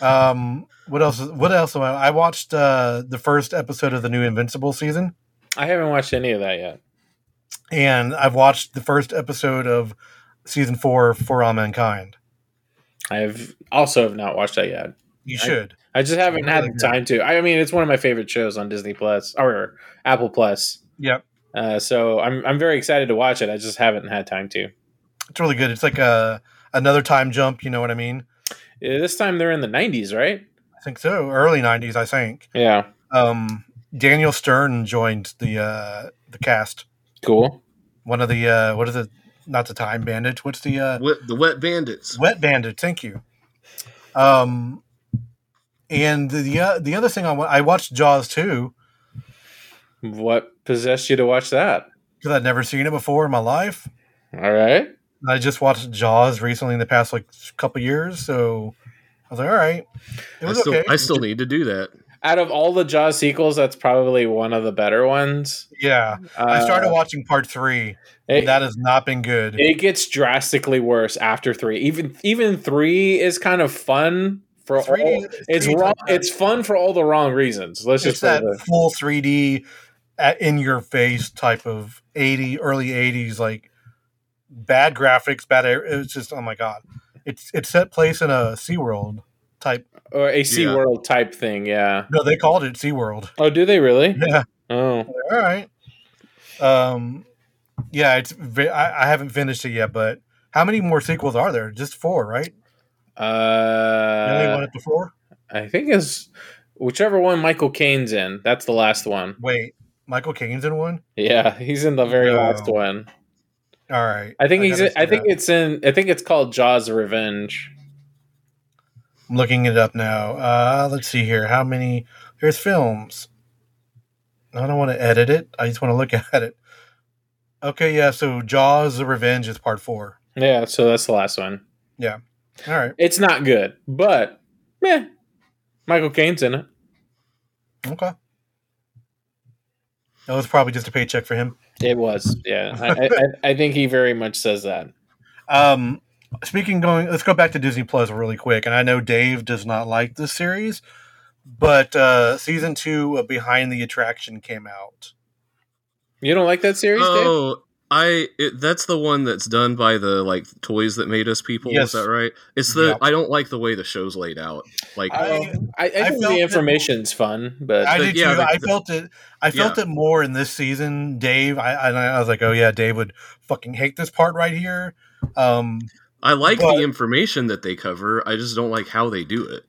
Speaker 2: Um, what else? is- What else? Am I, I watched uh, the first episode of the new Invincible season,
Speaker 4: I haven't watched any of that yet.
Speaker 2: and I've watched the first episode of season four for All Mankind.
Speaker 4: I have also have not watched that yet.
Speaker 2: You
Speaker 4: I-
Speaker 2: should.
Speaker 4: I just haven't had
Speaker 2: Really
Speaker 4: the
Speaker 2: good.
Speaker 4: time to. I mean, it's one of my favorite shows on Disney Plus or Apple Plus.
Speaker 2: yep.
Speaker 4: Uh, so I'm I'm very excited to watch it. I just haven't had time to.
Speaker 2: It's really good. It's like a another time jump. You know what I mean?
Speaker 4: Yeah, This time they're in the 90s, right?
Speaker 2: I think so. Early '90s, I think.
Speaker 4: Yeah.
Speaker 2: Um, Daniel Stern joined the uh, the cast.
Speaker 4: Cool.
Speaker 2: One of the uh, what is it? Not the Time Bandits. What's the uh,
Speaker 5: Wet, the Wet Bandits.
Speaker 2: Wet Bandit? Thank you. Um, and the the, uh, the other thing I wa- I watched Jaws too
Speaker 4: What possessed you to watch that?
Speaker 2: because I'd never seen it before in my life.
Speaker 4: All right.
Speaker 2: And I just watched Jaws recently in the past like couple years, so I was like, all right, it was
Speaker 5: I still
Speaker 2: okay.
Speaker 5: I still need to do that.
Speaker 4: Out of all the Jaws sequels, that's probably one of the better ones.
Speaker 2: yeah,
Speaker 4: Uh,
Speaker 2: I started watching part three.
Speaker 4: it,
Speaker 2: that has not been good.
Speaker 4: it gets drastically worse after three. Even even three is kind of fun for
Speaker 2: Three
Speaker 4: all.
Speaker 2: is-
Speaker 4: It's
Speaker 2: three is
Speaker 4: wrong.
Speaker 2: not bad.
Speaker 4: It's fun for all the wrong reasons. Let's
Speaker 2: it's
Speaker 4: just uh, put it
Speaker 2: that
Speaker 4: there.
Speaker 2: full 3D at, in your face type of 80 early 80s like bad graphics, bad air- it's just oh my god. It's it's set place in a SeaWorld type.
Speaker 4: or a
Speaker 5: Yeah.
Speaker 4: SeaWorld type thing. Yeah.
Speaker 2: No, they called it SeaWorld.
Speaker 4: Oh, do they really?
Speaker 2: Yeah.
Speaker 4: Oh,
Speaker 2: All right. Um yeah, it's ve- I, I haven't finished it yet, but how many more sequels are there? Just four, right? You only
Speaker 4: uh,
Speaker 2: went up to four?
Speaker 4: I think it's whichever one Michael Caine's in. That's the last one.
Speaker 2: Wait, Michael Caine's in one?
Speaker 4: Yeah, he's in the very
Speaker 2: No.
Speaker 4: last one.
Speaker 2: All right.
Speaker 4: I think he's.
Speaker 2: gotta
Speaker 4: In, I
Speaker 2: see
Speaker 4: think
Speaker 2: that.
Speaker 4: it's in. I think it's called Jaws: Revenge.
Speaker 2: I'm looking it up now. Uh, let's see here. How many? There's films. I don't want to edit it. I just want to look at it. Okay, yeah. So Jaws: The Revenge is part four.
Speaker 4: Yeah, so that's the last one.
Speaker 2: All right.
Speaker 4: It's not good, but meh. Michael Caine's in it.
Speaker 2: Okay. That was probably just a paycheck for him.
Speaker 4: It was. Yeah, I, I, I- I think he very much says that.
Speaker 2: Um, speaking going, let's go back to Disney Plus really quick. And I know Dave does not like this series, but uh, season two of Behind the Attraction came out.
Speaker 4: You don't like that series, Dave?
Speaker 5: Oh, I it, that's the one that's done by the like toys that made us people.
Speaker 2: Yes.
Speaker 5: Is that right? It's the
Speaker 2: Yeah.
Speaker 5: I don't like the way the show's laid out. Like
Speaker 2: I-
Speaker 4: I, I
Speaker 2: I
Speaker 4: think
Speaker 2: felt
Speaker 4: the
Speaker 2: that-
Speaker 4: information's fun, but
Speaker 2: I
Speaker 5: But
Speaker 2: did
Speaker 5: yeah,
Speaker 2: too.
Speaker 5: the-
Speaker 2: I
Speaker 5: the-
Speaker 2: felt it. I felt
Speaker 5: yeah.
Speaker 2: it more in this season, Dave. I, I I was like, oh yeah, Dave would fucking hate this part right here. Um,
Speaker 5: I like
Speaker 2: But-
Speaker 5: the information that they cover. I just don't like how they do it.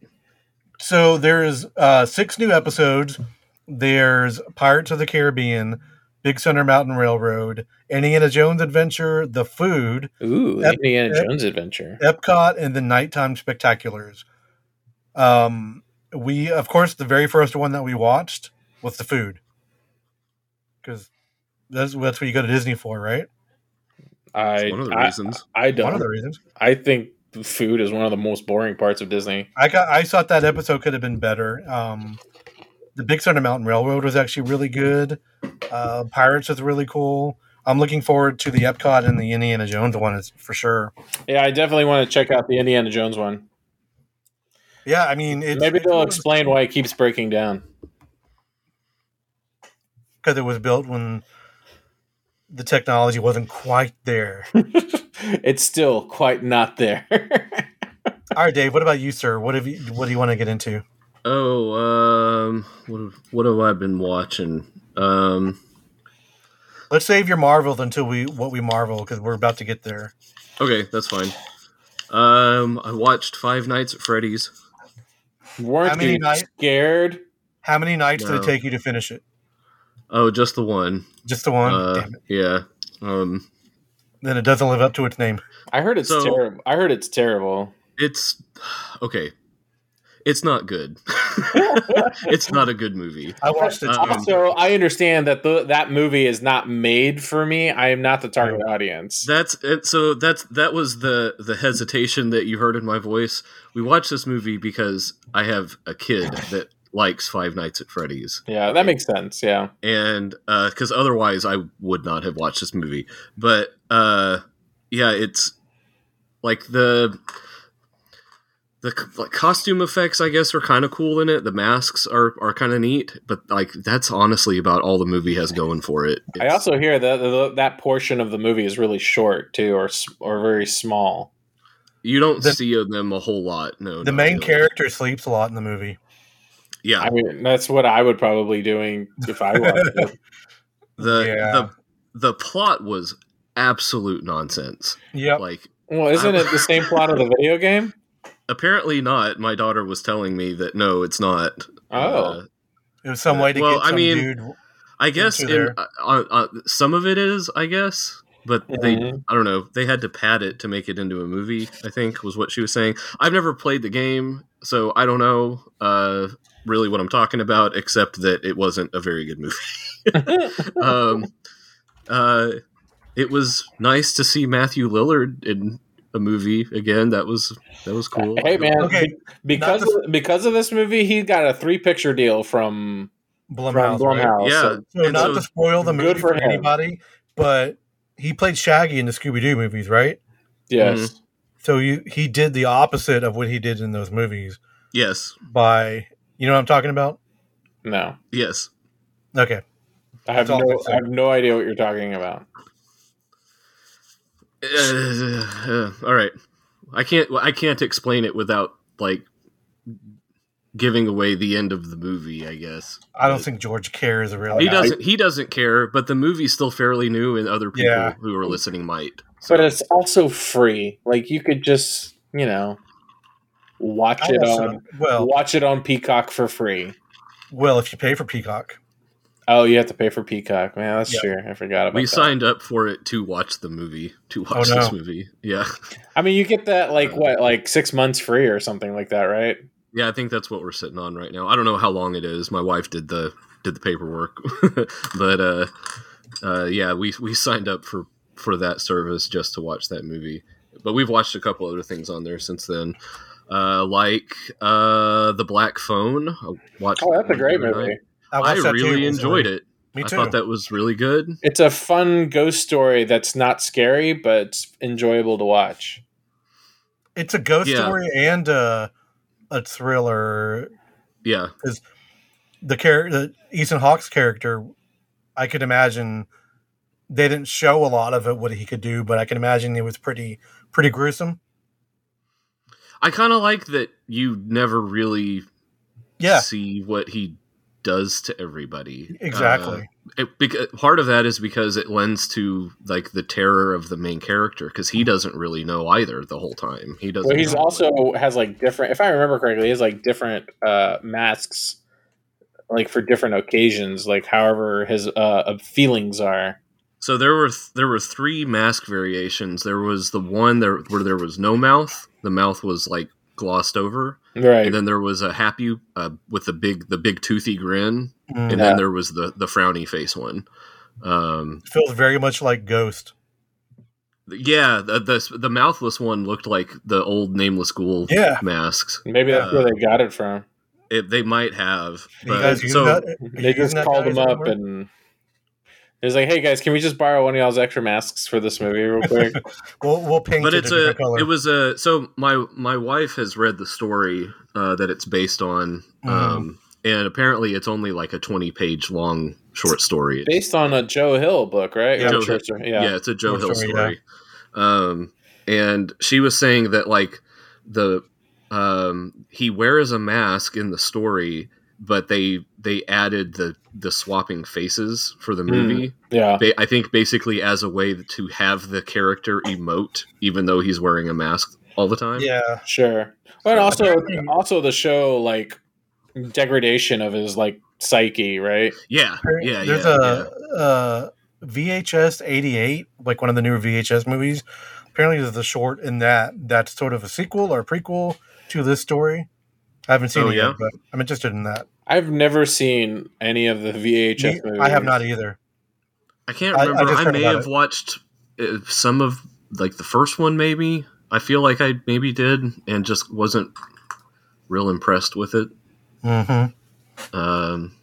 Speaker 2: so there's uh, six new episodes. There's Pirates of the Caribbean, Big Thunder Mountain Railroad, Indiana Jones Adventure, The Food,
Speaker 4: ooh, the
Speaker 2: Ep-
Speaker 4: Indiana
Speaker 2: ep-
Speaker 4: Jones adventure.
Speaker 2: Epcot, and the Nighttime Spectaculars. Um, we of course the very first one that we watched was The Food, because that's that's what you go to Disney for, right?
Speaker 4: I,
Speaker 5: It's one of the
Speaker 4: I,
Speaker 5: reasons.
Speaker 4: I
Speaker 2: One
Speaker 4: don't.
Speaker 2: of the reasons.
Speaker 4: I think food is one of the most boring parts of Disney.
Speaker 2: I got. I thought that episode could have been better. Um, the Big Thunder Mountain Railroad was actually really good. Uh, Pirates is really cool. I'm looking forward to the Epcot and the Indiana Jones one is for sure.
Speaker 4: Yeah, I definitely want to check out the Indiana Jones one.
Speaker 2: Yeah, I mean, it's,
Speaker 4: Maybe they'll explain why it keeps breaking down.
Speaker 2: because it was built when the technology wasn't quite there.
Speaker 4: it's still quite not there.
Speaker 2: All right, Dave. What about you, sir? What have you? What do you want to get into?
Speaker 5: Oh, um, what have, what have I been watching? Um,
Speaker 2: Let's save your marvels until we what we marvel because we're about to get there.
Speaker 5: okay, that's fine. Um, I watched Five Nights at Freddy's.
Speaker 4: Weren't
Speaker 2: How many
Speaker 4: you
Speaker 2: nights?
Speaker 4: scared?
Speaker 2: How many nights did
Speaker 5: No.
Speaker 2: it take you to finish it?
Speaker 5: Oh, just the one.
Speaker 2: Just the one.
Speaker 5: Uh,
Speaker 2: Damn it.
Speaker 5: yeah. Um,
Speaker 2: Then it doesn't live up to its name.
Speaker 4: I heard it's
Speaker 5: So-
Speaker 4: terrible. I heard it's terrible.
Speaker 5: it's okay. It's not good. it's not a good movie.
Speaker 2: I watched it.
Speaker 5: Um,
Speaker 2: too.
Speaker 4: Also, I understand that the, that movie is not made for me. I am not the target audience.
Speaker 5: That's it. So that's that was the the hesitation that you heard in my voice. We watched this movie because I have a kid that likes Five Nights at Freddy's,
Speaker 4: Yeah, that makes sense. Yeah,
Speaker 5: and because otherwise I would not have watched this movie. But uh, yeah, it's like the the c- like costume effects I guess are kind of cool in it. The masks are are kind of neat, but like that's honestly about all the movie has going for it.
Speaker 4: I
Speaker 5: It's-
Speaker 4: also hear that that- that portion of the movie is really short too, or s- or very small.
Speaker 5: you don't
Speaker 2: the-
Speaker 5: see them a whole lot. Oh, No,
Speaker 2: the
Speaker 5: not
Speaker 2: main
Speaker 5: really.
Speaker 2: character sleeps a lot in the movie.
Speaker 5: Yeah,
Speaker 4: I mean, that's what I would probably doing if I watched it.
Speaker 5: the
Speaker 2: Yeah.
Speaker 5: the the plot was absolute nonsense.
Speaker 2: Yep.
Speaker 5: Like
Speaker 4: Well, isn't it the same plot of the video game?
Speaker 5: apparently not. My daughter was telling me that no, it's not.
Speaker 4: Oh,
Speaker 5: Uh,
Speaker 2: It was some way to
Speaker 5: Well,
Speaker 2: get
Speaker 5: I
Speaker 2: some
Speaker 5: mean-
Speaker 2: dude.
Speaker 5: I guess
Speaker 2: Into
Speaker 5: in,
Speaker 2: there.
Speaker 5: uh, uh, some of it is. I guess, but they
Speaker 4: Mhm.
Speaker 5: I don't know. They had to pad it to make it into a movie. I think was what she was saying. I've never played the game, so I don't know. Uh, really what i'm talking about except that it wasn't a very good movie um, uh, it was nice to see matthew lillard in a movie again that was that was cool
Speaker 4: Oh, hey man,
Speaker 2: Okay,
Speaker 4: because
Speaker 2: not
Speaker 4: of, because of this movie, he got a three picture deal from
Speaker 2: Blumhouse.
Speaker 4: from
Speaker 2: right?
Speaker 4: Blumhouse.
Speaker 5: yeah
Speaker 2: So
Speaker 5: and
Speaker 2: not
Speaker 5: so-
Speaker 2: to spoil the
Speaker 4: good
Speaker 2: movie
Speaker 4: for
Speaker 2: for,
Speaker 4: him.
Speaker 2: anybody, but he played Shaggy in the Scooby Doo movies, right?
Speaker 4: Yes.
Speaker 5: Mm-hmm.
Speaker 2: So you, he did the opposite of what he did in those movies
Speaker 5: yes
Speaker 2: by you know what I'm talking about?
Speaker 4: No.
Speaker 5: yes
Speaker 2: Okay.
Speaker 4: I have
Speaker 2: That's all
Speaker 4: no
Speaker 2: I'm
Speaker 4: I
Speaker 2: saying.
Speaker 4: have no idea what you're talking about.
Speaker 5: Uh, uh, all right i can't i can't explain it without like giving away the end of the movie i guess
Speaker 2: I don't think George cares really.
Speaker 5: he doesn't he doesn't care but the movie's still fairly new and other people
Speaker 2: Yeah.
Speaker 5: who are listening might
Speaker 4: But it's also free. Like you could just, you know, watch
Speaker 2: I
Speaker 4: it
Speaker 2: also-
Speaker 4: on
Speaker 2: well,
Speaker 4: watch it on Peacock for free.
Speaker 2: well, if you pay for Peacock,
Speaker 4: Oh, you have to pay for Peacock. Man, that's
Speaker 2: Yeah.
Speaker 4: true. I forgot about
Speaker 5: we
Speaker 4: that.
Speaker 5: signed up for it to watch the movie to watch
Speaker 2: no.
Speaker 5: this movie yeah
Speaker 4: I mean, you get that like
Speaker 5: Uh,
Speaker 4: what, like six months free or something like that, right?
Speaker 5: yeah i think that's what we're sitting on right now i don't know how long it is my wife did the did the paperwork but uh uh yeah we we signed up for for that service just to watch that movie but we've watched a couple other things on there since then uh like uh the black phone I watched
Speaker 4: Oh, that's
Speaker 5: that
Speaker 4: a great
Speaker 5: the other night.
Speaker 4: movie.
Speaker 2: I,
Speaker 5: i
Speaker 2: watched that too
Speaker 5: really
Speaker 2: recently.
Speaker 5: enjoyed it
Speaker 2: Me
Speaker 5: i
Speaker 2: too.
Speaker 5: thought that was really good
Speaker 4: It's a fun ghost story that's not scary, but it's enjoyable to watch.
Speaker 2: it's a ghost
Speaker 5: Yeah.
Speaker 2: story and a, a thriller.
Speaker 5: yeah
Speaker 2: The character, Ethan Hawke's character, I could imagine they didn't show a lot of it what he could do, but I can imagine it was pretty pretty gruesome.
Speaker 5: i kind of like that you never really
Speaker 2: Yeah,
Speaker 5: see what he does to everybody.
Speaker 2: exactly.
Speaker 5: Uh, it, because, part of that is because it lends to like the terror of the main character because he doesn't really know either the whole time. He doesn't.
Speaker 4: Well, he's
Speaker 5: know,
Speaker 4: also
Speaker 5: like-
Speaker 4: has like different. If I remember correctly, he has like different uh, masks, like for different occasions, like however his uh, uh, feelings are.
Speaker 5: so there were th- there were three mask variations. There was the one there where there was no mouth. The mouth was like glossed over,
Speaker 4: Right.
Speaker 5: and then there was a happy uh, with the big the big toothy grin,
Speaker 2: Mm.
Speaker 5: and
Speaker 4: Yeah.
Speaker 5: then there was the the frowny face one. Um,
Speaker 2: It feels very much like Ghost.
Speaker 5: Yeah, the, the the mouthless one looked like the old nameless ghoul
Speaker 2: Yeah.
Speaker 5: masks.
Speaker 4: Maybe that's
Speaker 5: uh,
Speaker 4: where they got it from.
Speaker 5: It, they might have.
Speaker 2: You
Speaker 5: But,
Speaker 2: guys use
Speaker 5: so
Speaker 2: that?
Speaker 4: They
Speaker 2: Using
Speaker 4: just
Speaker 2: that
Speaker 4: called him
Speaker 2: guy's
Speaker 4: up
Speaker 2: word?
Speaker 4: and It was like, hey guys, can we just borrow one of y'all's extra masks for this movie real quick?
Speaker 2: We'll we'll paint
Speaker 5: but
Speaker 2: it
Speaker 5: it's
Speaker 2: a
Speaker 5: a
Speaker 2: different color.
Speaker 5: it was a so my my wife has read the story uh, that it's based on
Speaker 2: Mm-hmm.
Speaker 5: um, and apparently it's only like a 20 page long short story It's-
Speaker 4: Based on a Joe Hill book, right?
Speaker 5: Yeah.
Speaker 4: Or
Speaker 5: Joe
Speaker 4: Church-
Speaker 5: yeah.
Speaker 4: yeah.
Speaker 5: it's a joe
Speaker 2: Short
Speaker 5: hill
Speaker 2: story,
Speaker 5: story um, and she was saying that like the um, he wears a mask in the story but they they added the the swapping faces for the
Speaker 4: Mm.
Speaker 5: movie
Speaker 4: yeah.
Speaker 5: ba- I think basically as a way to have the character emote, even though he's wearing a mask all the time.
Speaker 2: yeah.
Speaker 4: Sure. But also also the show like degradation of his like psyche, right?
Speaker 5: yeah, yeah.
Speaker 2: There's
Speaker 5: yeah,
Speaker 2: a Uh, VHS 88, like one of the newer VHS movies. Apparently, there's a short in that that's sort of a sequel or prequel to this story. I haven't seen
Speaker 5: Oh,
Speaker 2: it
Speaker 5: yeah?
Speaker 2: yet, but I'm interested in that.
Speaker 4: I've never seen any of the VHS movies.
Speaker 2: I have not either.
Speaker 5: I can't
Speaker 2: I- I
Speaker 5: remember.
Speaker 2: just
Speaker 5: I,
Speaker 2: heard
Speaker 5: may
Speaker 2: about
Speaker 5: have
Speaker 2: it.
Speaker 5: watched uh, some of like the first one, maybe. I feel like I maybe did, and just wasn't real impressed with it.
Speaker 2: hmm
Speaker 5: Um,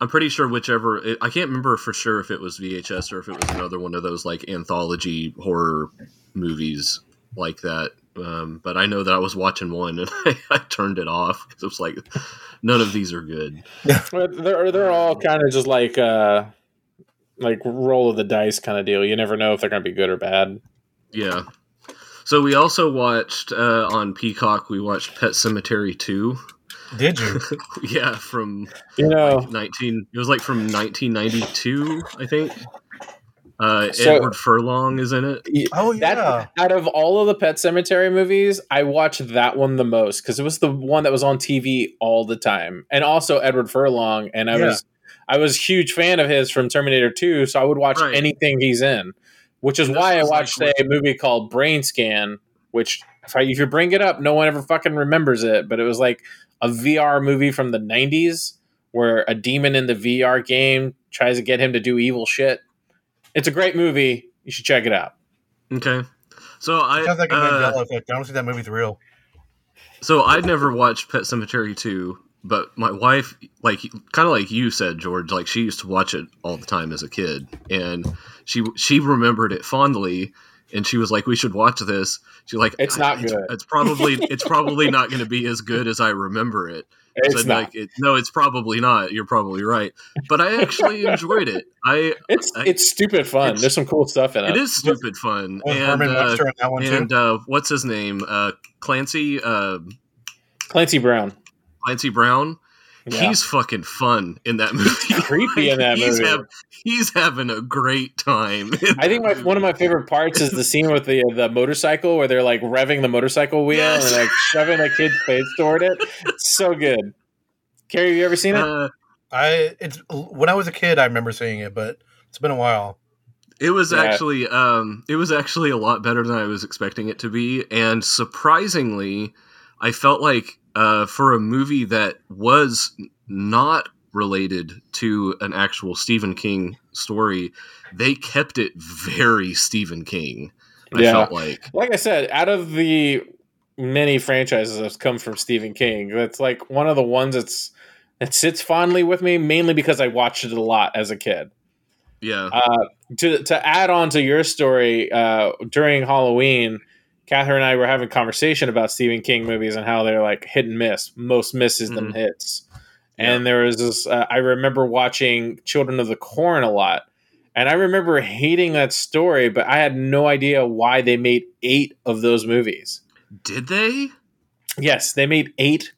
Speaker 5: I'm pretty sure whichever it, I can't remember for sure if it was VHS or if it was another one of those like anthology horror movies like that. Um, but I know that I was watching one and I, I turned it off because it was like none of these are good.
Speaker 4: But they're they're all kind of just like uh like roll of the dice kind of deal. You never know if they're gonna be good or bad.
Speaker 5: Yeah. So we also watched uh, on Peacock. We watched Pet Cemetery Two.
Speaker 2: Did you?
Speaker 5: yeah, from
Speaker 4: You know,
Speaker 5: nineteen. It was like from 1992, I think. Uh,
Speaker 4: So-
Speaker 5: Edward Furlong is in it.
Speaker 2: Oh,
Speaker 4: that
Speaker 2: yeah.
Speaker 4: out of all of the Pet Cemetery movies, I watched that one the most because it was the one that was on TV all the time, and also Edward Furlong. And I
Speaker 2: Yeah.
Speaker 4: was I was a huge fan of his from Terminator Two, so I would watch
Speaker 5: Right.
Speaker 4: anything he's in, which is
Speaker 5: And this
Speaker 4: why I
Speaker 5: was, like,
Speaker 4: watched a movie called Brain Scan, which if, I, if you bring it up, no one ever fucking remembers it, but it was like a VR movie from the '90s where a demon in the VR game tries to get him to do evil shit. It's a great movie. You should check it out.
Speaker 5: Okay. So I
Speaker 2: Sounds like a
Speaker 5: uh,
Speaker 2: Mandela effect. I don't think that movie's real.
Speaker 5: so I'd never watched Pet Cemetery 2, but my wife like kind of like you said George, like she used to watch it all the time as a kid and she she remembered it fondly and she was like we should watch this. She's like
Speaker 4: It's
Speaker 5: "I-
Speaker 4: not
Speaker 5: it's,
Speaker 4: good."
Speaker 5: It's probably it's probably not going to be as good as I remember it.
Speaker 4: It's
Speaker 5: So,
Speaker 4: not.
Speaker 5: like it, no, it's probably not. You're probably right. But I actually enjoyed it. I
Speaker 4: It's
Speaker 5: I-
Speaker 4: it's stupid fun.
Speaker 5: it's-
Speaker 4: There's some cool stuff in it.
Speaker 5: it is stupid fun
Speaker 2: Was
Speaker 4: Oh,
Speaker 5: and
Speaker 2: Herman
Speaker 5: uh,
Speaker 2: Webster in that one
Speaker 5: and
Speaker 2: too?
Speaker 5: uh, what's his name? Uh, Clancy uh,
Speaker 4: Clancy Brown.
Speaker 5: Clancy Brown.
Speaker 4: Yeah.
Speaker 5: He's fucking fun in that movie.
Speaker 4: creepy in that
Speaker 5: he's
Speaker 4: movie.
Speaker 5: he's having a great time. in
Speaker 4: I think my,
Speaker 5: that
Speaker 4: one of my
Speaker 5: movie.
Speaker 4: favorite parts is the scene with the the motorcycle where they're like revving the motorcycle wheel
Speaker 5: Yes.
Speaker 4: and like shoving a kid's face toward it. So good. Carrie, have you ever seen it?
Speaker 5: Uh,
Speaker 2: I it's when I was a kid, I remember seeing it, but it's been a while.
Speaker 5: it was
Speaker 4: Yeah.
Speaker 5: actually um, it was actually a lot better than I was expecting it to be, and surprisingly, I felt like uh, for a movie that was not related to an actual Stephen King story, they kept it very Stephen King. I
Speaker 4: Yeah.
Speaker 5: felt like
Speaker 4: like I said, out of the many franchises that's come from Stephen King, that's like one of the ones that's that sits fondly with me, mainly because I watched it a lot as a kid.
Speaker 5: yeah.
Speaker 4: Uh, to to add on to your story, uh, during Halloween, Catherine and I were having conversation about Stephen King movies and how they're like hit and miss, most misses than
Speaker 5: Mhm.
Speaker 4: hits. And there was this. Uh, I remember watching Children of the Corn a lot, and I remember hating that story, but I had no idea why they made eight of those movies.
Speaker 5: Did they?
Speaker 4: Yes, they made eight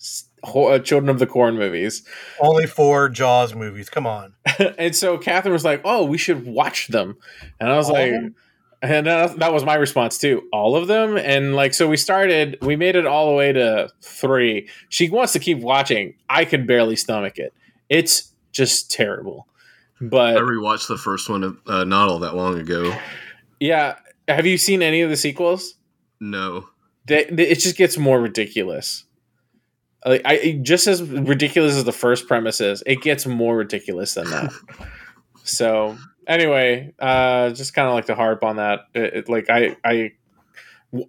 Speaker 4: s- ho- uh, Children of the Corn movies.
Speaker 2: Only four Jaws movies. Come on.
Speaker 4: and so Catherine was like, "Oh, we should watch them," and I was
Speaker 2: All of
Speaker 4: like,
Speaker 2: them?
Speaker 4: and that, that was my response too, all of them. And like, so we started, we made it all the way to three. She wants to keep watching. I can barely stomach it. It's just terrible.
Speaker 5: I
Speaker 4: But
Speaker 5: rewatched the first one uh, not all that long ago.
Speaker 4: yeah, have you seen any of the sequels?
Speaker 5: No.
Speaker 4: They, they- it just gets more ridiculous. Like, I it- just as ridiculous as the first premise is, it gets more ridiculous than that. so anyway, uh, just kind of like to harp on that. It- it- like I, I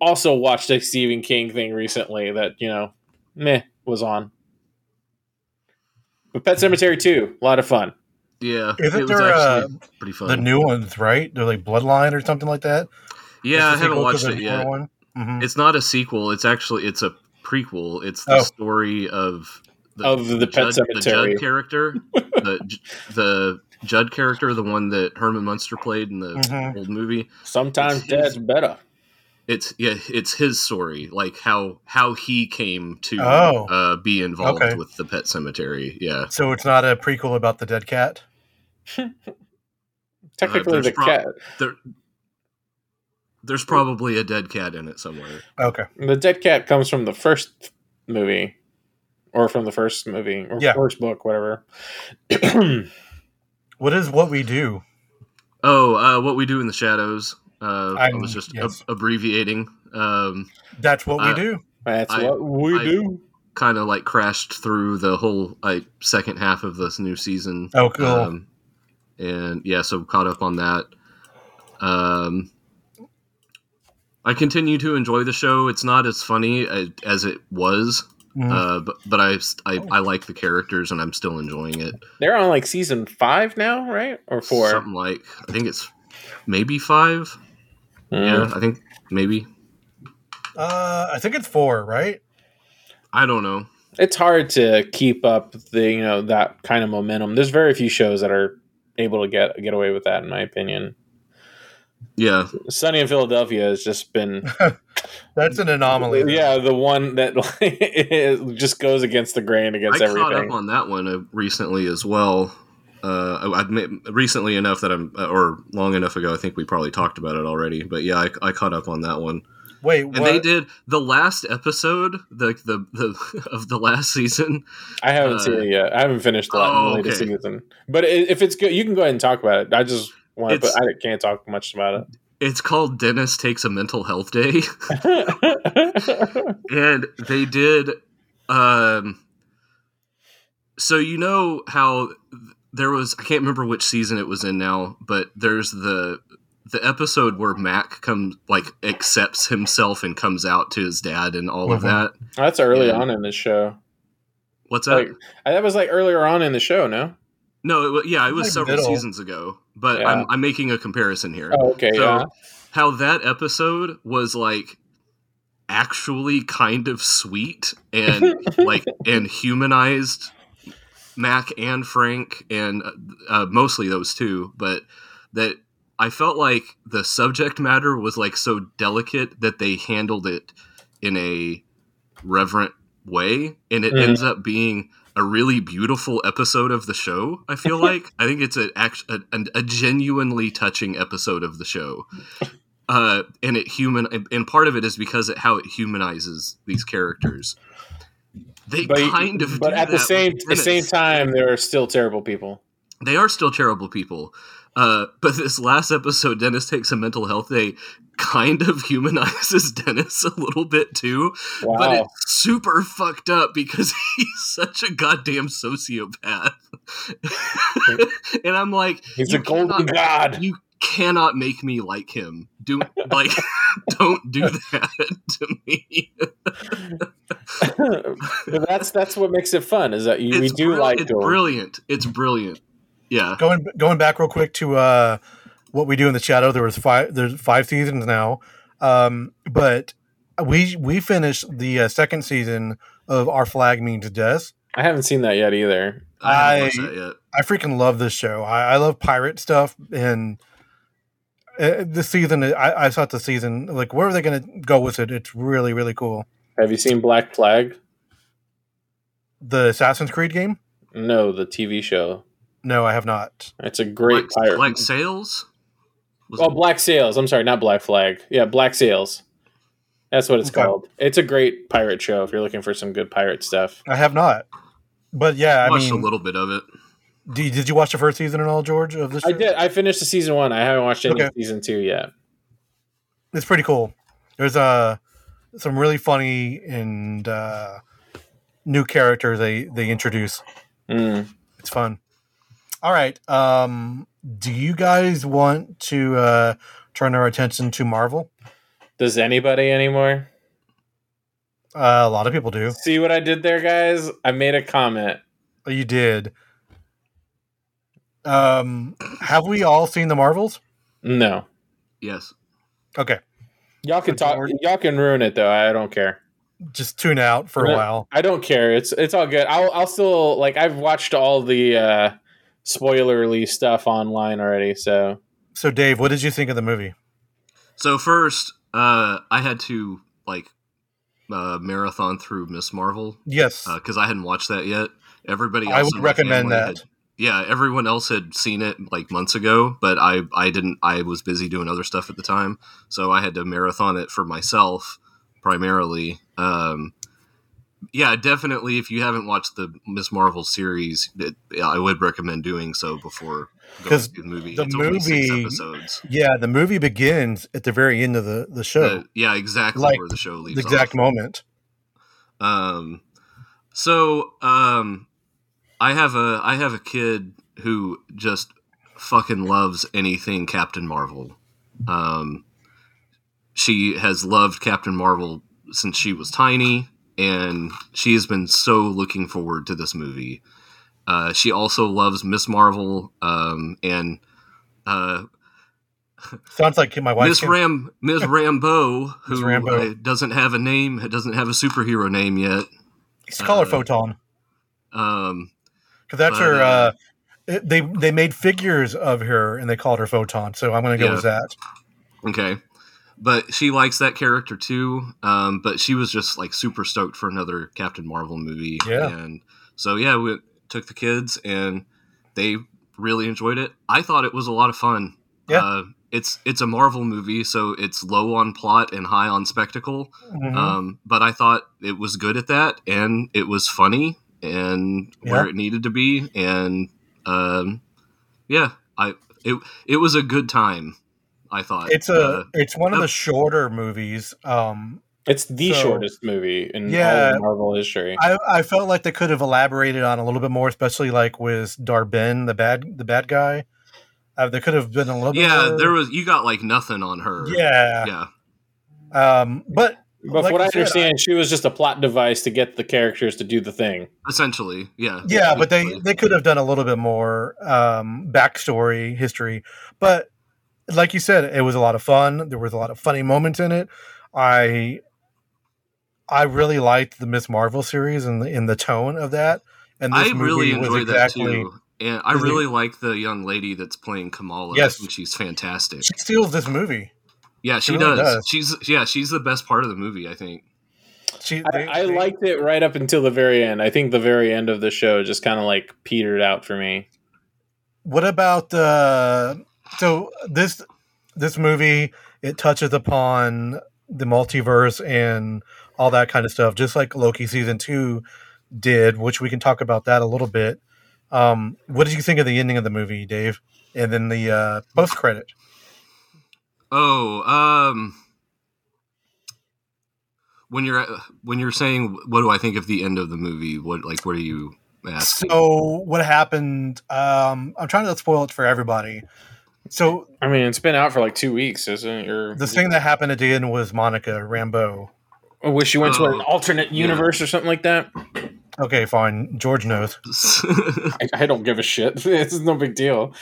Speaker 4: also watched a Stephen King thing recently that you know, meh was on. But Pet Cemetery Two, a lot of fun.
Speaker 5: Yeah,
Speaker 2: Isn't
Speaker 5: it was
Speaker 2: there, uh,
Speaker 5: actually pretty fun.
Speaker 2: The new ones, right? They're like Bloodline or something like that.
Speaker 5: yeah, I
Speaker 2: It's the
Speaker 5: haven't
Speaker 2: sequel to
Speaker 5: watched
Speaker 2: the
Speaker 5: it
Speaker 2: newer
Speaker 5: yet.
Speaker 2: One. Mhm.
Speaker 5: It's not a sequel. It's actually it's a prequel. It's the
Speaker 2: Oh.
Speaker 5: story of
Speaker 4: Of the
Speaker 5: Judd,
Speaker 4: Pet
Speaker 5: the
Speaker 4: Sematary.
Speaker 5: Judd character, the J- the Judd character, the one that Herman Munster played in the
Speaker 2: Mhm.
Speaker 5: old movie.
Speaker 4: Sometimes
Speaker 5: It's-
Speaker 4: dead's better.
Speaker 5: It's yeah, it's his story, like how how he came to
Speaker 2: Oh.
Speaker 5: uh, be involved
Speaker 2: Okay.
Speaker 5: with the Pet Cemetery. Yeah,
Speaker 2: So it's not a prequel about the dead cat.
Speaker 4: Technically,
Speaker 5: there's
Speaker 4: the
Speaker 5: prob-
Speaker 4: cat,
Speaker 5: there's probably a dead cat in it somewhere.
Speaker 2: Okay.
Speaker 4: the dead cat comes from the first movie, or from the first movie, or
Speaker 2: Yeah.
Speaker 4: first book, whatever.
Speaker 2: What is what we do?
Speaker 5: Oh, uh, what we do in the shadows. Uh, I
Speaker 2: I'm-
Speaker 5: was just
Speaker 2: yes.
Speaker 5: ab- abbreviating. Um,
Speaker 2: That's what we
Speaker 5: Uh,
Speaker 2: do.
Speaker 4: That's
Speaker 5: I-
Speaker 4: what we
Speaker 5: I-
Speaker 4: do.
Speaker 5: kind of like crashed through the whole like second half of this new season.
Speaker 2: Oh, cool.
Speaker 5: Um, and yeah, so caught up on that. Um, I continue to enjoy the show. It's not as funny uh, as it was,
Speaker 2: Mhm.
Speaker 5: uh, but, but I, s- I I like the characters and I'm still enjoying it.
Speaker 4: They're on like season five now, right? Or four?
Speaker 5: Something like I think it's maybe five.
Speaker 4: Mm.
Speaker 5: Yeah, I think maybe.
Speaker 2: Uh, I think it's four, right?
Speaker 5: I don't know.
Speaker 4: It's hard to keep up the you know that kind of momentum. There's very few shows that are able to get get away with that, in my opinion.
Speaker 5: Yeah,
Speaker 4: Sunny in Philadelphia has just been
Speaker 2: That's an anomaly.
Speaker 4: yeah the one that it just goes against the grain against
Speaker 5: I
Speaker 4: everything.
Speaker 5: caught up on that one uh, recently as well. Uh, I- I've ma- recently enough that I'm, uh, or long enough ago, I think we probably talked about it already. But yeah, I, I caught up on that one,
Speaker 2: Wait,
Speaker 5: and
Speaker 2: what?
Speaker 5: they did the last episode, the the, the of the last season.
Speaker 4: I haven't
Speaker 5: Uh,
Speaker 4: seen it yet. I haven't finished the
Speaker 5: oh,
Speaker 4: latest
Speaker 5: okay.
Speaker 4: season. But i- if it's good, you can go ahead and talk about it. I just want to.
Speaker 5: It's-
Speaker 4: But I can't talk much about
Speaker 5: It's called Dennis Takes a Mental Health Day,
Speaker 4: it.
Speaker 5: and they did. Um, so you know how there was I can't remember which season it was in now, but there's the the episode where Mac comes like accepts himself and comes out to his dad and all of
Speaker 2: Mhm.
Speaker 5: that.
Speaker 4: That's early
Speaker 5: Yeah.
Speaker 4: on in the show.
Speaker 5: What's that?
Speaker 4: Like, that was like earlier on in the show. No.
Speaker 5: no, it, wa- yeah, it was
Speaker 2: Like
Speaker 5: several
Speaker 2: middle.
Speaker 5: seasons ago, but
Speaker 4: Yeah.
Speaker 5: I'm, I'm making a comparison here.
Speaker 4: Oh, okay.
Speaker 5: So,
Speaker 4: yeah.
Speaker 5: how that episode was like actually kind of sweet and like and humanized Mac and Frank and uh, uh, mostly those two, but that I felt like the subject matter was like so delicate that they handled it in a reverent way, and it
Speaker 4: Mhm.
Speaker 5: ends up being a really beautiful episode of the show. I feel like I think it's a, act- a, an- a genuinely touching episode of the show, uh, and it human and- and part of it is because of how it humanizes these characters. They
Speaker 4: But,
Speaker 5: kind of,
Speaker 4: but
Speaker 5: do
Speaker 4: at
Speaker 5: that
Speaker 4: the
Speaker 5: with
Speaker 4: same the same
Speaker 5: Dennis
Speaker 4: time, there are still terrible people.
Speaker 5: they are still terrible people. Uh, but this last episode, Dennis takes a mental health day, kind of humanizes Dennis a little bit too.
Speaker 4: Wow.
Speaker 5: But it's super fucked up because he's such a goddamn sociopath. and I'm like,
Speaker 4: He's
Speaker 5: you
Speaker 4: a golden
Speaker 5: cannot-
Speaker 4: god.
Speaker 5: you cannot make me like him. Do like, don't do that to me.
Speaker 4: But that's that's what makes it fun. Is that you, we
Speaker 5: It's
Speaker 4: do
Speaker 5: brill-
Speaker 4: like
Speaker 5: it's
Speaker 4: to
Speaker 5: brilliant. It's brilliant. Yeah.
Speaker 2: going going back real quick to uh, what we do in the shadow. There was five. There's five seasons now, um, but we we finished the uh, second season of Our Flag Means Death.
Speaker 4: I haven't seen that yet either.
Speaker 5: I
Speaker 2: I-
Speaker 5: haven't watched that yet.
Speaker 2: I freaking love this show. I, I love pirate stuff, and uh, this season, I, I thought the season like where are they going to go with it? It's really really cool.
Speaker 4: Have you seen Black Flag?
Speaker 2: The Assassin's Creed game?
Speaker 4: No, the TV show.
Speaker 2: No, I have not.
Speaker 4: It's a great
Speaker 5: like,
Speaker 4: pirate.
Speaker 5: like sales. Was
Speaker 4: oh, Black Sails. I'm sorry, not Black Flag. Yeah, Black Sails. That's what it's
Speaker 2: Okay.
Speaker 4: called. It's a great pirate show if you're looking for some good pirate stuff.
Speaker 2: I have not. But yeah,
Speaker 5: I
Speaker 2: I
Speaker 5: watched a
Speaker 2: mean,
Speaker 5: little bit of it.
Speaker 2: did, did you watch the first season at all, George? Of this,
Speaker 4: I
Speaker 2: show?
Speaker 4: did. I finished the season one. I haven't watched any
Speaker 2: Okay.
Speaker 4: season two yet.
Speaker 2: It's pretty cool. There's uh, some really funny and uh, new characters they they introduce.
Speaker 4: Mm.
Speaker 2: It's fun. All right. Um, do you guys want to uh, turn our attention to Marvel?
Speaker 4: Does anybody anymore
Speaker 2: Uh, a lot of people do.
Speaker 4: see what I did there, guys? I made a comment.
Speaker 2: You did. Um, have we all seen the Marvels?
Speaker 4: No,
Speaker 5: Yes.
Speaker 2: Okay,
Speaker 4: y'all can talk.
Speaker 2: Jordan.
Speaker 4: Y'all can ruin it though. I don't care.
Speaker 2: just tune out for a
Speaker 4: Yeah.
Speaker 2: while.
Speaker 4: I don't care. It's it's all good. I'll I'll still like I've watched all the uh spoilerly stuff online already, so
Speaker 2: So, Dave, what did you think of the movie?
Speaker 5: So first, uh, I had to like uh, marathon through Miss Marvel
Speaker 2: Yes,
Speaker 5: because uh, I hadn't watched that yet. Everybody, else
Speaker 2: I
Speaker 5: in
Speaker 2: would
Speaker 5: my
Speaker 2: recommend
Speaker 5: family
Speaker 2: that.
Speaker 5: had- yeah, everyone else had seen it like months ago, but I I didn't. I was busy doing other stuff at the time, so I had to marathon it for myself primarily. Um, yeah, definitely. If you haven't watched the Miss Marvel series, it, yeah, I would recommend doing so before going
Speaker 2: 'Cause
Speaker 5: to the movie.
Speaker 2: the
Speaker 5: it's only six
Speaker 2: movie-
Speaker 5: episodes.
Speaker 2: Yeah, the movie begins at the very end of the the show,
Speaker 5: The- yeah, exactly
Speaker 2: Like,
Speaker 5: where the show leaves
Speaker 2: the exact
Speaker 5: off.
Speaker 2: moment.
Speaker 5: Um, so um, I have a I have a kid who just fucking loves anything Captain Marvel. Um, she has loved Captain Marvel since she was tiny, and she has been so looking forward to this movie. Uh, she also loves Miss Marvel, um, and uh,
Speaker 2: Sounds like my wife.
Speaker 5: Miss Ram Miss Rambo,
Speaker 2: Miss
Speaker 5: who
Speaker 2: Rambo.
Speaker 5: uh, doesn't have a name, doesn't have a superhero name yet.
Speaker 2: Let's call her
Speaker 5: uh,
Speaker 2: Photon
Speaker 5: Um,
Speaker 2: because that's her.
Speaker 5: uh,
Speaker 2: Uh, it- they they made figures of her and they called her Photon. So I'm going to go
Speaker 5: Yeah.
Speaker 2: with that.
Speaker 5: okay, but she likes that character too. Um, but she was just like super stoked for another Captain Marvel movie.
Speaker 2: Yeah.
Speaker 5: and so yeah, we took the kids and they really enjoyed it. I thought it was a lot of fun.
Speaker 2: Yeah.
Speaker 5: Uh, it's it's a Marvel movie, so it's low on plot and high on spectacle.
Speaker 2: Mhm.
Speaker 5: Um, but I thought it was good at that, and it was funny, and where
Speaker 2: Yeah.
Speaker 5: it needed to be, and um, yeah, I it it was a good time. I thought
Speaker 2: it's a
Speaker 5: Uh,
Speaker 2: it's one of
Speaker 5: uh,
Speaker 2: the shorter movies. Um,
Speaker 4: it's the
Speaker 2: So-
Speaker 4: shortest movie in all
Speaker 2: Yeah.
Speaker 4: of Marvel history.
Speaker 2: I, I felt like they could have elaborated on a little bit more, especially like with Darbin, the bad the bad guy. Uh, they could have been a little bit
Speaker 5: yeah,
Speaker 2: more-
Speaker 5: there was you got like nothing on her.
Speaker 2: yeah.
Speaker 5: yeah,
Speaker 2: Um, but
Speaker 4: But
Speaker 2: like
Speaker 4: from what I
Speaker 2: you said,
Speaker 4: understand, she was just a plot device to get the characters to do the thing.
Speaker 5: essentially, yeah,
Speaker 2: yeah, but they
Speaker 5: Basically.
Speaker 2: they could have done a little bit more um, backstory history. But like you said, it was a lot of fun. There was a lot of funny moments in it. I I really liked the Miss Marvel series and the, and the tone of that. And this
Speaker 5: I really
Speaker 2: movie was
Speaker 5: enjoyed
Speaker 2: exactly,
Speaker 5: that too. And I
Speaker 2: Disney-
Speaker 5: really like the young lady that's playing Kamala.
Speaker 2: Yes.
Speaker 5: and she's fantastic.
Speaker 2: She steals this movie.
Speaker 5: Yeah, she,
Speaker 2: really
Speaker 5: does.
Speaker 2: does.
Speaker 5: She's yeah, she's the best part of the movie. I think.
Speaker 2: She, they-
Speaker 4: I, I
Speaker 2: they-
Speaker 4: liked it right up until the very end. I think the very end of the show just kind of like petered out for me.
Speaker 2: What about uh, so this this movie? It touches upon the multiverse and all that kind of stuff, just like Loki season two did, which we can talk about that a little bit. Um, what did you think of the ending of the movie, Dave? And then the uh, post credit.
Speaker 5: Oh, um, when you're uh, when you're saying what do I think of the end of the movie? What like what are you asking?
Speaker 2: So what happened? Um, I'm trying to spoil it for everybody. So
Speaker 4: I mean, it's been out for like two weeks, isn't it? Or
Speaker 2: the thing that happened at the end was Monica Rambeau.
Speaker 4: I wish you went to an
Speaker 5: Oh,
Speaker 4: alternate
Speaker 5: yeah.
Speaker 4: universe or something like that.
Speaker 2: Okay, fine. George knows.
Speaker 4: I, I don't give a shit. it's no big deal.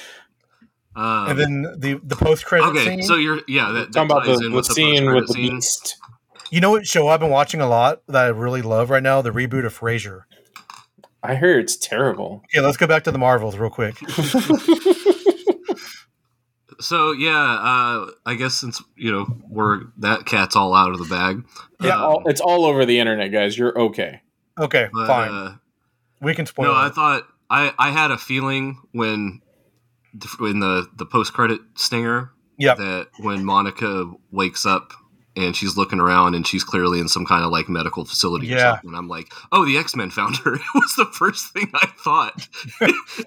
Speaker 5: um,
Speaker 2: And then the the post credit.
Speaker 5: okay,
Speaker 2: scene.
Speaker 5: so you're yeah that, that
Speaker 4: Talking about
Speaker 5: ties
Speaker 4: the,
Speaker 5: in
Speaker 4: the
Speaker 5: with the
Speaker 4: scene
Speaker 5: post-credit
Speaker 4: with the
Speaker 5: scene.
Speaker 4: beast.
Speaker 2: You know what show I've been watching a lot that I really love right now? The reboot of Frasier.
Speaker 4: I hear it's terrible.
Speaker 2: Okay, let's go back to the Marvels real quick.
Speaker 5: So yeah, uh, I guess since you know we're that cat's all out of the bag.
Speaker 2: Yeah,
Speaker 5: Um,
Speaker 4: All- it's all over the internet, guys. You're okay.
Speaker 2: Okay,
Speaker 5: but,
Speaker 2: fine.
Speaker 5: uh,
Speaker 2: We can spoil
Speaker 5: No, I
Speaker 2: it.
Speaker 5: thought I, I had a feeling when in the the post credit stinger
Speaker 2: Yep.
Speaker 5: that when Monica wakes up and she's looking around and she's clearly in some kind of like medical facility or
Speaker 2: Yeah.
Speaker 5: something and I'm like, "Oh, the X-Men found her." It was the first thing I thought.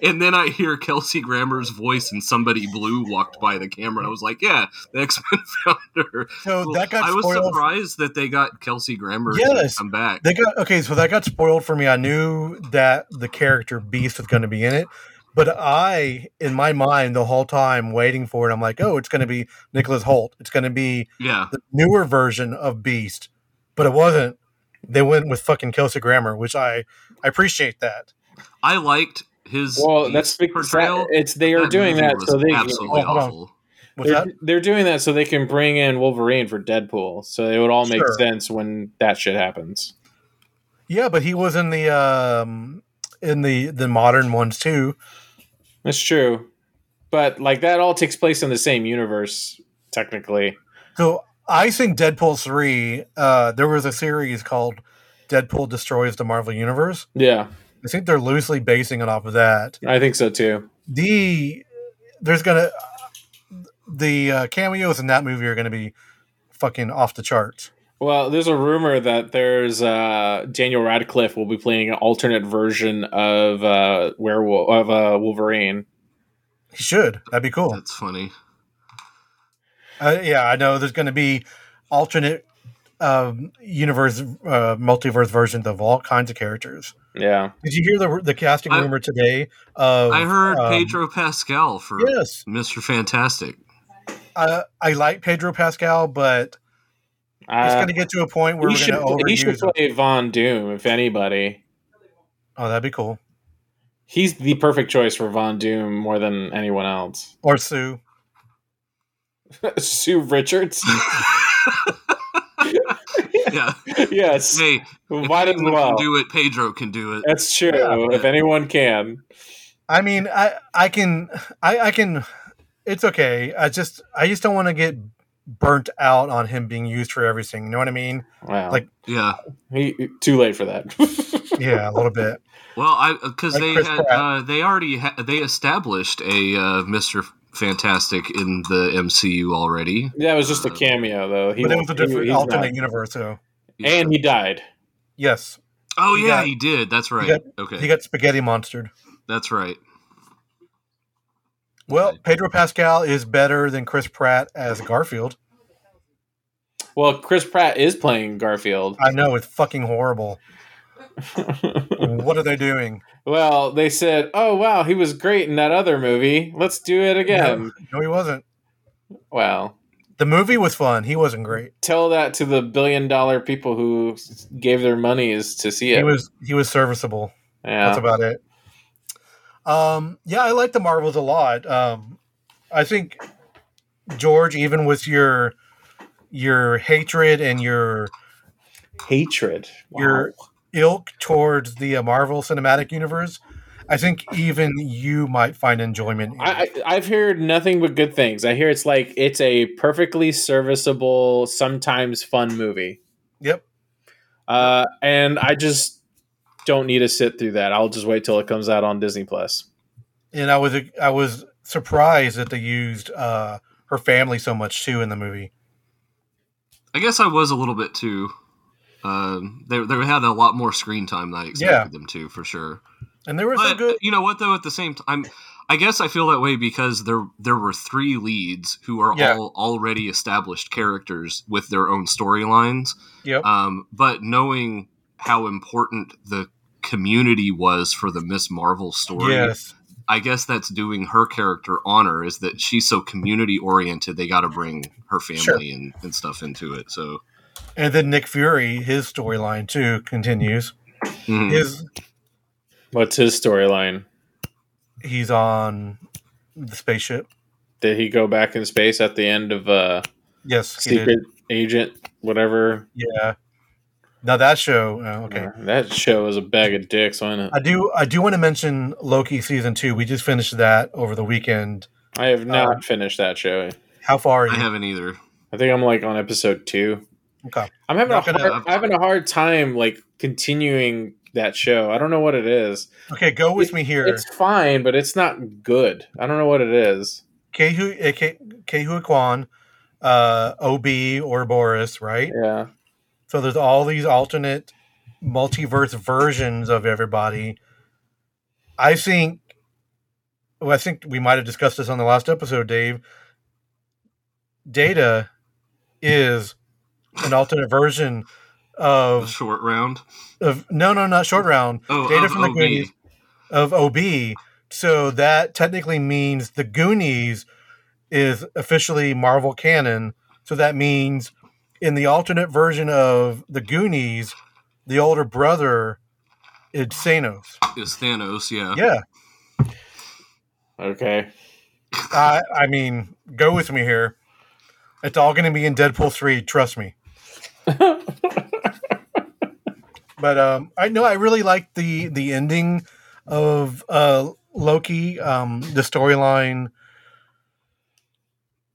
Speaker 5: and then I hear Kelsey Grammer's voice and somebody blue walked by the camera and I was like, "Yeah, the X-Men found her."
Speaker 2: So
Speaker 5: Well,
Speaker 2: that got
Speaker 5: I was
Speaker 2: spoiled.
Speaker 5: surprised that they got Kelsey Grammer to
Speaker 2: Yes.
Speaker 5: come back.
Speaker 2: They got okay, so that got spoiled for me. I knew that the character Beast was going to be in it, but I, in my mind, the whole time waiting for it, I'm like, oh, it's going to be Nicholas Holt. It's going to be
Speaker 5: yeah.
Speaker 2: the newer version of Beast, but it wasn't. They went with fucking Kelsey Grammer, which I I appreciate that.
Speaker 5: I liked his
Speaker 4: Well, that's
Speaker 5: his
Speaker 4: because that, it's they are
Speaker 5: that
Speaker 4: doing
Speaker 5: movie
Speaker 4: that
Speaker 5: was
Speaker 4: so they oh, can,
Speaker 5: absolutely
Speaker 2: hold on.
Speaker 5: awful.
Speaker 2: What's
Speaker 4: they're,
Speaker 2: that?
Speaker 4: they're doing that so they can bring in Wolverine for Deadpool. So it would all make
Speaker 2: Sure.
Speaker 4: sense when that shit happens.
Speaker 2: Yeah, but he was in the um in the the modern ones too.
Speaker 4: That's true. But like that all takes place in the same universe technically.
Speaker 2: So I think Deadpool three. Uh, there was a series called Deadpool Destroys the Marvel Universe.
Speaker 4: Yeah,
Speaker 2: I think they're loosely basing it off of that.
Speaker 4: I think so too.
Speaker 2: The there's gonna the uh, cameos in that movie are gonna be fucking off the charts.
Speaker 4: Well, there's a rumor that there's uh, Daniel Radcliffe will be playing an alternate version of uh, werewolf of uh, Wolverine.
Speaker 2: He should. That'd be cool.
Speaker 5: That's funny.
Speaker 2: Uh, yeah, I know. There's going to be alternate um, universe, uh, multiverse versions of all kinds of characters.
Speaker 4: Yeah,
Speaker 2: Did you hear the the casting
Speaker 5: I-
Speaker 2: rumor today? Of
Speaker 5: I heard
Speaker 2: um,
Speaker 5: Pedro Pascal for
Speaker 2: Yes,
Speaker 5: Mr. Fantastic.
Speaker 2: I, I like Pedro Pascal, but it's
Speaker 4: uh,
Speaker 2: going to get to a point where
Speaker 4: he
Speaker 2: we're
Speaker 4: should
Speaker 2: going to
Speaker 4: he should
Speaker 2: overuse. it.
Speaker 4: play Von Doom if anybody.
Speaker 2: Oh, that'd be cool.
Speaker 4: He's the perfect choice for Von Doom more than anyone else.
Speaker 2: Or Sue.
Speaker 4: Sue Richards.
Speaker 5: Yeah.
Speaker 4: yes,
Speaker 5: Hey, if
Speaker 4: might as
Speaker 5: anyone
Speaker 4: well.
Speaker 5: can do it, Pedro can do it.
Speaker 4: That's true. If anyone can,
Speaker 2: I mean, I I can I I can. It's okay. I just I just don't want to get burnt out on him being used for everything. You know what I mean?
Speaker 4: wow,
Speaker 2: Like-
Speaker 5: Yeah.
Speaker 4: he, too late for that.
Speaker 2: Yeah, a little bit.
Speaker 5: Well, I because
Speaker 2: Like
Speaker 5: they
Speaker 2: Chris
Speaker 5: had
Speaker 2: Pratt.
Speaker 5: uh, they already ha- they established a uh, Mr. Fantastic in the MCU already.
Speaker 4: That was just a cameo, though. He
Speaker 2: but it was a
Speaker 4: he-
Speaker 2: different
Speaker 4: he's not.
Speaker 2: alternate universe, so
Speaker 4: and he died.
Speaker 2: yes.
Speaker 5: oh
Speaker 2: he
Speaker 5: yeah,
Speaker 2: got-
Speaker 5: he did. That's right.
Speaker 2: got-
Speaker 5: okay,
Speaker 2: He got spaghetti monstered.
Speaker 5: that's right.
Speaker 2: Well,
Speaker 5: Right.
Speaker 2: Pedro Pascal is better than Chris Pratt as Garfield.
Speaker 4: Well, Chris Pratt is playing Garfield.
Speaker 2: I know it's fucking horrible. Uh, what are they doing?
Speaker 4: well, they said, "Oh wow, he was great in that other movie. Let's do it again."
Speaker 2: No, he wasn't.
Speaker 4: Well,
Speaker 2: The movie was fun. He wasn't great.
Speaker 4: tell that to the billion-dollar people who s- gave their monies to see it.
Speaker 2: He was he was serviceable. That's
Speaker 4: yeah,
Speaker 2: about it. Um, yeah, I like the Marvels a lot. Um, I think George, even with your your hatred and your
Speaker 4: hatred. Wow.
Speaker 2: You're- ilk towards the uh, Marvel Cinematic Universe, I think even you might find enjoyment. In it.
Speaker 4: I, I- I've heard nothing but good things. I hear it's like it's a perfectly serviceable, sometimes fun movie.
Speaker 2: Yep.
Speaker 4: Uh, and I just don't need to sit through that. I'll just wait till it comes out on Disney Plus.
Speaker 2: and I was I was surprised that they used uh, her family so much too in the movie.
Speaker 5: I guess I was a little bit too. Um, they they had a lot more screen time than I expected
Speaker 2: Yeah.
Speaker 5: them to for sure.
Speaker 2: And there was some
Speaker 5: But
Speaker 2: good.
Speaker 5: you know what though? At the same time, I guess I feel that way because there there were three leads who are
Speaker 2: Yeah.
Speaker 5: all already established characters with their own storylines.
Speaker 2: Yep.
Speaker 5: Um, but knowing how important the community was for the Miss Marvel story,
Speaker 2: Yes,
Speaker 5: I guess that's doing her character honor. Is that she's so community oriented? They got to bring her family
Speaker 2: Sure.
Speaker 5: and, and stuff into it. So
Speaker 2: and then Nick Fury, his storyline too continues.
Speaker 5: mhm.
Speaker 2: His
Speaker 4: What's his storyline?
Speaker 2: he's on the spaceship.
Speaker 4: Did he go back in space at the end of uh,
Speaker 2: Yes, he did.
Speaker 4: Secret Agent, whatever? Uh,
Speaker 2: Yeah. Now that show. Oh, okay.
Speaker 4: That show is a bag of dicks, wasn't
Speaker 2: I
Speaker 4: it?
Speaker 2: do. I do want to mention Loki season two. We just finished that over the weekend.
Speaker 4: I have not finished that show.
Speaker 2: How far are
Speaker 5: I
Speaker 2: you?
Speaker 5: haven't either.
Speaker 4: I think I'm like on episode two.
Speaker 2: okay.
Speaker 4: I'm having a
Speaker 2: Not
Speaker 4: hard,
Speaker 2: gonna-
Speaker 4: I'm having a hard time like continuing that show. I don't know what it is.
Speaker 2: Okay. Go with me here.
Speaker 4: It's fine, but it's not good. I don't know what it is.
Speaker 2: Kehu eh, Ke- Kehu Kwan, uh, Ob or Boris, right?
Speaker 4: Yeah,
Speaker 2: So there's all these alternate multiverse versions of everybody. I think well, I think we might have discussed this on the last episode, Dave. Data is an alternate version
Speaker 5: The
Speaker 2: of
Speaker 5: short round.
Speaker 2: of no no not short round
Speaker 5: Oh,
Speaker 2: Data
Speaker 5: of
Speaker 2: from the
Speaker 5: OB.
Speaker 2: Goonies. of OB. So that technically means the Goonies is officially Marvel canon. So that means in the alternate version of the Goonies, the older brother is Thanos.
Speaker 5: is Thanos. Yeah.
Speaker 2: Yeah.
Speaker 4: Okay.
Speaker 2: I, I mean, go with me here. It's all going to be in Deadpool three. Trust me. but um, I know I really liked the the ending of uh, Loki. Um, the storyline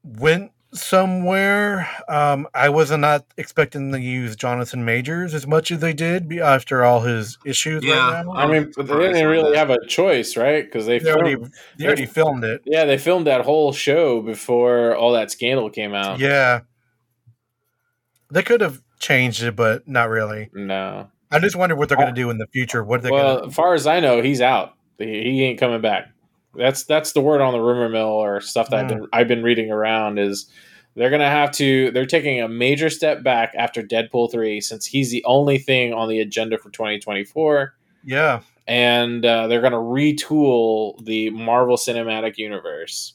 Speaker 2: went somewhere. Um, I was not expecting to use Jonathan Majors as much as they did be- after all his issues.
Speaker 5: Yeah.
Speaker 2: right now.
Speaker 4: I mean, but they didn't really have a choice, right? Because they
Speaker 2: they already
Speaker 4: filmed,
Speaker 2: they already filmed it.
Speaker 4: yeah they filmed that whole show before all that scandal came out.
Speaker 2: Yeah, they could have changed it, but not really.
Speaker 4: No.
Speaker 2: I just wonder what they're going to do in the future. What are they
Speaker 4: Well,
Speaker 2: going
Speaker 4: as far as I know, he's out. He, he ain't coming back. That's that's the word on the rumor mill or stuff that I've, been, I've been reading around is they're gonna have to. They're taking a major step back after Deadpool three since he's the only thing on the agenda for 2024,
Speaker 2: Yeah,
Speaker 4: and uh, they're gonna retool the Marvel Cinematic Universe.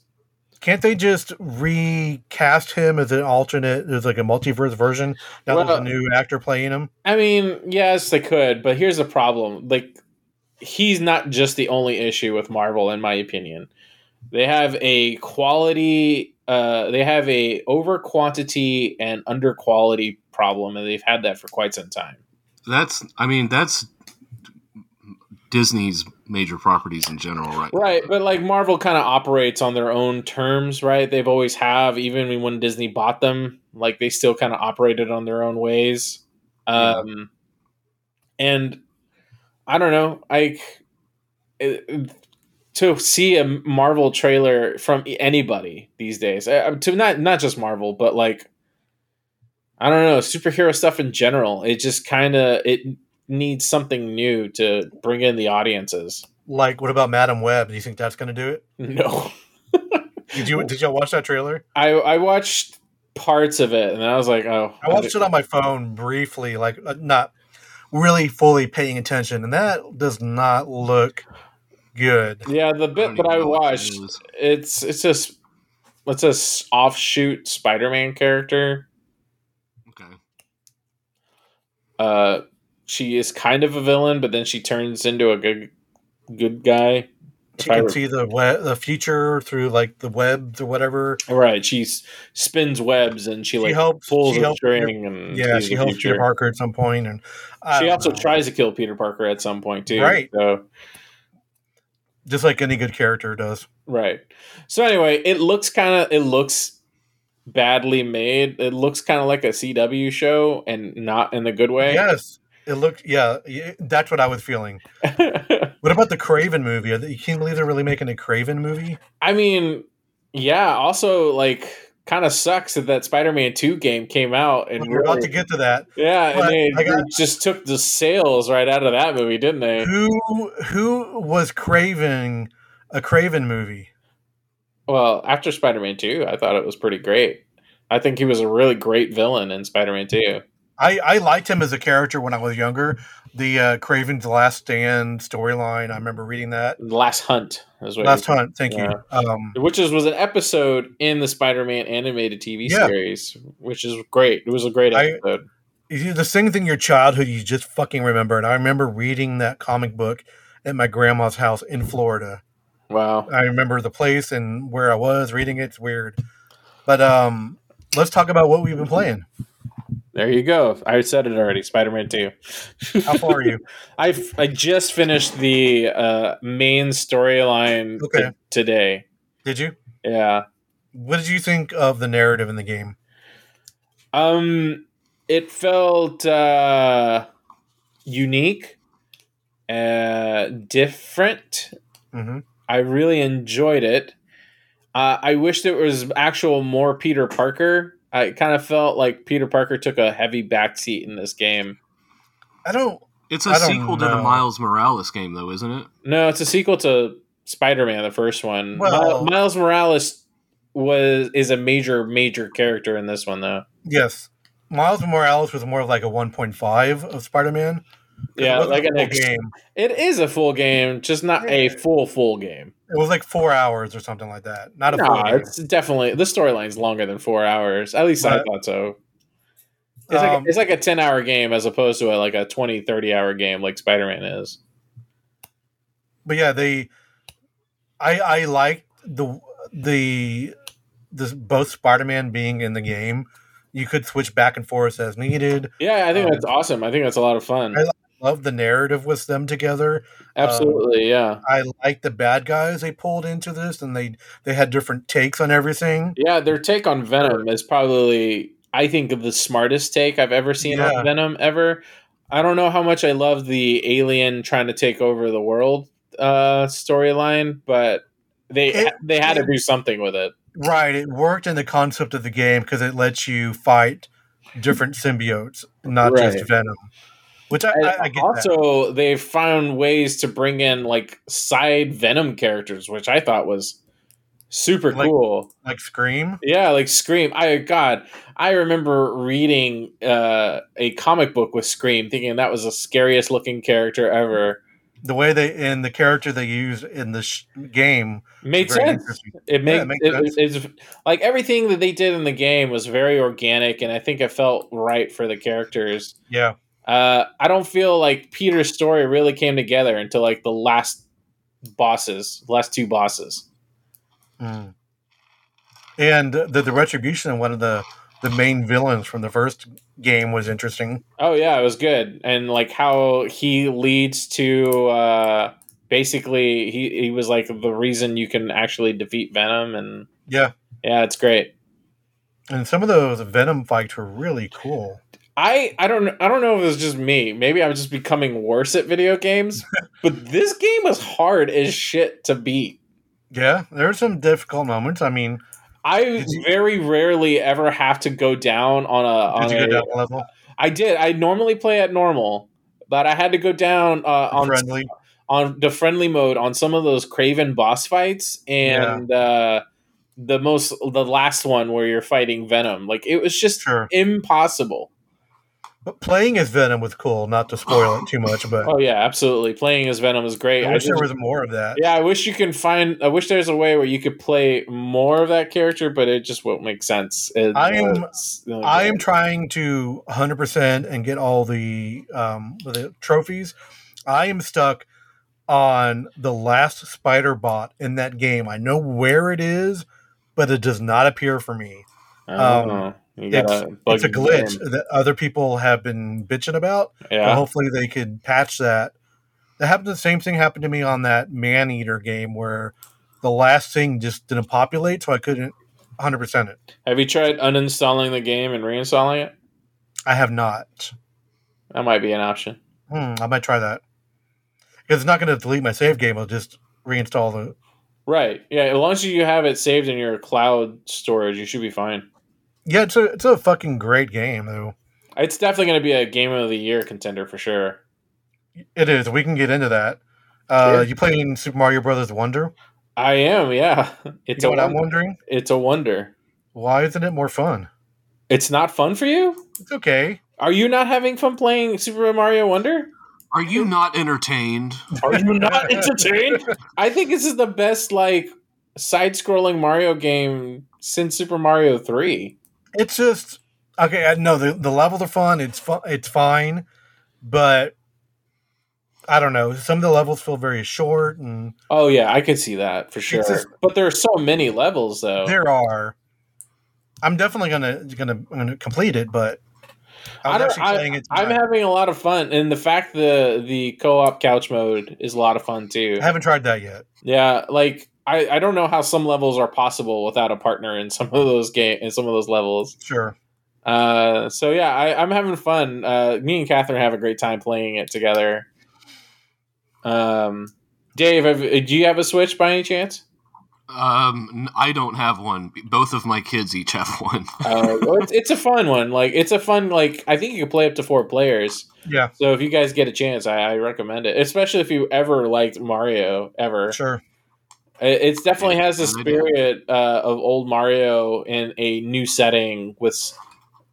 Speaker 2: can't they just recast him as an alternate? There's like a multiverse version now. there's
Speaker 4: Well-
Speaker 2: a new actor playing him.
Speaker 4: I mean, yes, they could, but here's the problem. Like, he's not just the only issue with Marvel, in my opinion. They have a quality, uh, they have a over quantity and under quality problem, and they've had that for quite some time.
Speaker 5: That's I mean that's Disney's major properties in general, right?
Speaker 4: Right, but like Marvel kind of operates on their own terms, right? They've always have, even when Disney bought them, like they still kind of operated on their own ways. Um, And I don't know, like it- to see a Marvel trailer from anybody these days, uh, to not not just Marvel, but like I don't know, superhero stuff in general. It just kind of it needs something new to bring in the audiences.
Speaker 2: Like, what about Madam Web? Do you think that's going to do it?
Speaker 4: No.
Speaker 2: Did you did y'all watch that trailer?
Speaker 4: I I watched parts of it and I was like, oh,
Speaker 2: I watched it on my phone briefly, like uh, not really fully paying attention, and that does not look good.
Speaker 4: Yeah, the bit that I watched, it's it's just it's a s- offshoot Spider-Man character.
Speaker 5: Okay.
Speaker 4: Uh, she is kind of a villain, but then she turns into a good good guy.
Speaker 2: She
Speaker 4: If I
Speaker 2: can
Speaker 4: re-
Speaker 2: see the web, the future through like the webs or whatever.
Speaker 4: Right, she s- spins webs and she,
Speaker 2: She
Speaker 4: like
Speaker 2: helps-
Speaker 4: pulls
Speaker 2: she
Speaker 4: a
Speaker 2: helps
Speaker 4: string and
Speaker 2: Yeah,
Speaker 4: sees
Speaker 2: she
Speaker 4: the
Speaker 2: helps Peter
Speaker 4: future.
Speaker 2: Parker at some point, and uh, I
Speaker 4: She
Speaker 2: don't
Speaker 4: also
Speaker 2: know.
Speaker 4: tries to kill Peter Parker at some point too.
Speaker 2: Right.
Speaker 4: So
Speaker 2: just like any good character does.
Speaker 4: Right. So anyway, it looks kind of it looks badly made. It looks kind of like a CW show and not in the good way.
Speaker 2: Yes, it looked. Yeah, y- that's what I was feeling. What about the Craven movie? Are they- You can't believe they're really making a Craven movie.
Speaker 4: I mean, yeah, also like kind of sucks that that Spider-Man 2 game came out and
Speaker 2: We're about
Speaker 4: really-
Speaker 2: to get to that.
Speaker 4: yeah,
Speaker 2: but
Speaker 4: and they
Speaker 2: I got-
Speaker 4: they just took the sales right out of that movie, didn't they?
Speaker 2: Who who was craving a Craven movie?
Speaker 4: Well, after Spider-Man 2, I thought it was pretty great. I think he was a really great villain in Spider-Man 2.
Speaker 2: I, I liked him as a character when I was younger. The uh, Craven's Last Stand storyline. I remember reading that.
Speaker 4: Last Hunt is what
Speaker 2: Last
Speaker 4: he-
Speaker 2: Hunt. Thank
Speaker 4: Yeah.
Speaker 2: you. Um,
Speaker 4: which is was an episode in the Spider-Man animated TV
Speaker 2: Yeah.
Speaker 4: series, which is great. It was a great
Speaker 2: I-
Speaker 4: episode.
Speaker 2: you- the things in your childhood you just fucking remember. And I remember reading that comic book at my grandma's house in Florida.
Speaker 4: wow.
Speaker 2: I remember the place and where I was reading it. It's weird. But um, let's talk about what we've been playing.
Speaker 4: There you go. I said it already. Spider-Man 2.
Speaker 2: How far are you?
Speaker 4: I I just finished the uh, main storyline
Speaker 2: Okay.
Speaker 4: t- today.
Speaker 2: Did you?
Speaker 4: Yeah.
Speaker 2: What did you think of the narrative in the game?
Speaker 4: Um it felt uh unique uh different
Speaker 2: hmm
Speaker 4: I really enjoyed it. Uh, I wish there was actual more Peter Parker. I kind of felt like Peter Parker took a heavy backseat in this game.
Speaker 2: I don't.
Speaker 5: It's
Speaker 2: I
Speaker 5: a
Speaker 2: don't
Speaker 5: sequel to the
Speaker 2: know.
Speaker 5: Miles Morales game, though, isn't it?
Speaker 4: No, it's a sequel to Spider-Man, the first one.
Speaker 2: Well-
Speaker 4: Mi- Miles Morales was is a major major character in this one though.
Speaker 2: Yes, Miles Morales was more of like a 1.5 of Spider-Man.
Speaker 4: Yeah,
Speaker 2: it wasn't
Speaker 4: like
Speaker 2: a
Speaker 4: an
Speaker 2: full
Speaker 4: ex-
Speaker 2: game.
Speaker 4: it is a full game, just not a full full game.
Speaker 2: It was like four hours or something like that. Not a full
Speaker 4: No,
Speaker 2: game.
Speaker 4: it's definitely the storyline's longer than four hours. At least I
Speaker 2: But-
Speaker 4: thought so. It's, like,
Speaker 2: Um,
Speaker 4: it's like a 10 hour game as opposed to a, like a 20, 30 hour game like Spider Man is.
Speaker 2: but yeah, they I I liked the the the both Spider-Man being in the game. You could switch back and forth as needed.
Speaker 4: Yeah, I think
Speaker 2: Um,
Speaker 4: that's awesome. I think that's a lot of fun.
Speaker 2: I- um, Love the narrative with them together.
Speaker 4: Absolutely, yeah.
Speaker 2: I like the bad guys they pulled into this, and they they had different takes on everything.
Speaker 4: Yeah, their take on Venom is probably, I think, the smartest take I've ever seen
Speaker 2: Yeah.
Speaker 4: on Venom ever. I don't know how much I love the alien trying to take over the world uh, storyline, but they
Speaker 2: It-
Speaker 4: they had to
Speaker 2: it-
Speaker 4: do something with it.
Speaker 2: Right, it worked in the concept of the game because it lets you fight different symbiotes, not just
Speaker 4: Right.
Speaker 2: Venom. Which I, I, I get that.
Speaker 4: also, they found ways to bring in like side Venom characters, which I thought was super
Speaker 2: Like-
Speaker 4: cool.
Speaker 2: like Scream.
Speaker 4: Yeah, like Scream. I God, I remember reading uh, a comic book with Scream, thinking that was the scariest looking character ever.
Speaker 2: The way they and the character they used in the sh- game
Speaker 4: Made
Speaker 2: very
Speaker 4: sense.
Speaker 2: interesting.
Speaker 4: It made
Speaker 2: it makes
Speaker 4: it,
Speaker 2: sense.
Speaker 4: It's, like everything that they did in the game was very organic, and I think it felt right for the characters.
Speaker 2: Yeah,
Speaker 4: Uh, I don't feel like Peter's story really came together until like the last bosses, last two bosses.
Speaker 2: Mm. and the the retribution of one of the the main villains from the first game was interesting.
Speaker 4: Oh yeah, it was good, and like how he leads to uh, basically he he was like the reason you can actually defeat Venom, and
Speaker 2: Yeah,
Speaker 4: yeah, it's great.
Speaker 2: and some of those Venom fights were really cool.
Speaker 4: I I don't I don't know if it was just me. Maybe I'm just becoming worse at video games, but this game was hard as shit to beat.
Speaker 2: Yeah, there were some difficult moments. I mean,
Speaker 4: I
Speaker 2: Did you-
Speaker 4: very rarely ever have to go down on a on
Speaker 2: did you go
Speaker 4: a-
Speaker 2: down a level
Speaker 4: I did. I normally play at normal, but I had to go down uh, on
Speaker 2: friendly?
Speaker 4: on the friendly mode on some of those Craven boss fights and uh, the most the last one where you're fighting Venom. Like it was just
Speaker 2: Sure.
Speaker 4: impossible.
Speaker 2: But playing as Venom was cool. Not to spoil it too much, but
Speaker 4: Oh yeah, absolutely. Playing as Venom is great.
Speaker 2: I
Speaker 4: I
Speaker 2: wish there
Speaker 4: just-
Speaker 2: was more of that.
Speaker 4: yeah, I wish you can find. I wish there's a way where you could play more of that character, but it just won't make sense. It- uh,
Speaker 2: I am-
Speaker 4: it's- like,
Speaker 2: I am trying to 100% and get all the um, the trophies. I am stuck on the last spider bot in that game. I know where it is, but it does not appear for me.
Speaker 4: I
Speaker 2: um,
Speaker 4: don't know. You
Speaker 2: it's-
Speaker 4: gotta bug
Speaker 2: it's a
Speaker 4: the
Speaker 2: glitch
Speaker 4: game.
Speaker 2: that other people have been bitching about. But
Speaker 4: Yeah.
Speaker 2: hopefully they could patch that. That happened. The same thing happened to me on that man eater game where the last thing just didn't populate, so I couldn't 100% it.
Speaker 4: Have you tried uninstalling the game and reinstalling it?
Speaker 2: I have not.
Speaker 4: That might be an option.
Speaker 2: Hmm, I might try that. Because it's not going to delete my save game. I'll just reinstall the.
Speaker 4: Right. Yeah. As long as you have it saved in your cloud storage, you should be fine.
Speaker 2: Yeah, it's a it's a fucking great game though.
Speaker 4: It's definitely going to be a game of the year contender for sure.
Speaker 2: It is. We can get into that. Uh, You playing Super Mario Brothers Wonder?
Speaker 4: I am. Yeah.
Speaker 2: You
Speaker 4: It's
Speaker 2: know
Speaker 4: a
Speaker 2: what I'm
Speaker 4: wonder.
Speaker 2: wondering?
Speaker 4: It's a wonder.
Speaker 2: Why isn't it more fun?
Speaker 4: It's not fun for you.
Speaker 2: It's okay.
Speaker 4: Are you not having fun playing Super Mario Wonder?
Speaker 5: Are you not entertained?
Speaker 4: Are you not entertained? I think this is the best like side-scrolling Mario game since Super Mario Three.
Speaker 2: It's just okay. I know the the levels are fun. It's fun. It's fine, but I don't know. Some of the levels feel very short, and
Speaker 4: Oh yeah, I could see that for sure.
Speaker 2: just-
Speaker 4: but there are so many levels though.
Speaker 2: there are. I'm definitely gonna gonna gonna complete it, but
Speaker 4: I
Speaker 2: I'm
Speaker 4: don't-
Speaker 2: actually
Speaker 4: I-
Speaker 2: playing it.
Speaker 4: I'm
Speaker 2: tonight.
Speaker 4: having a lot of fun, and the fact the the co-op couch mode is a lot of fun too.
Speaker 2: I haven't tried that yet.
Speaker 4: Yeah, like I, I don't know how some levels are possible without a partner in some of those game in some of those levels.
Speaker 2: Sure.
Speaker 4: Uh, so yeah, I, I'm having fun. Uh, me and Catherine have a great time playing it together. Um, Dave, have, do you have a Switch by any chance?
Speaker 5: Um, n- I don't have one. Both of my kids each have one.
Speaker 4: Uh, well, it's, it's a fun one. Like it's a fun like I think you can play up to four players.
Speaker 2: Yeah.
Speaker 4: So if you guys get a chance, I, I recommend it, especially if you ever liked Mario ever.
Speaker 2: Sure.
Speaker 4: It it's definitely
Speaker 5: Yeah,
Speaker 4: has the
Speaker 5: I do.
Speaker 4: spirit uh, of old Mario in a new setting. With s-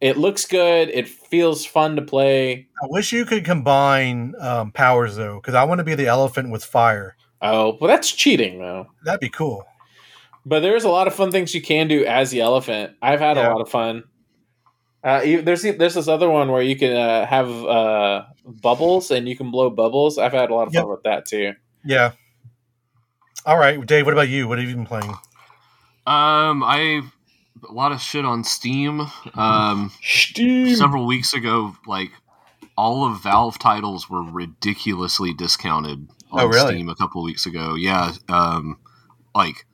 Speaker 4: it looks good, it feels fun to play.
Speaker 2: I wish you could combine um, powers though, because I want to be the elephant with fire.
Speaker 4: Oh, well, that's cheating though.
Speaker 2: That'd be cool.
Speaker 4: But there's a lot of fun things you can do as the elephant. I've had
Speaker 2: Yeah.
Speaker 4: a lot of fun. Uh, you- there's the- there's this other one where you can uh, have uh, bubbles and you can blow bubbles. I've had a lot of
Speaker 2: Yep.
Speaker 4: fun with that too.
Speaker 2: Yeah. All right, Dave. What about you? What have you been playing?
Speaker 5: Um, I a lot of shit on Steam. Um,
Speaker 4: Steam.
Speaker 5: several weeks ago, like all of Valve titles were ridiculously discounted on
Speaker 2: Oh, really?
Speaker 5: Steam a couple weeks ago. Yeah, um, like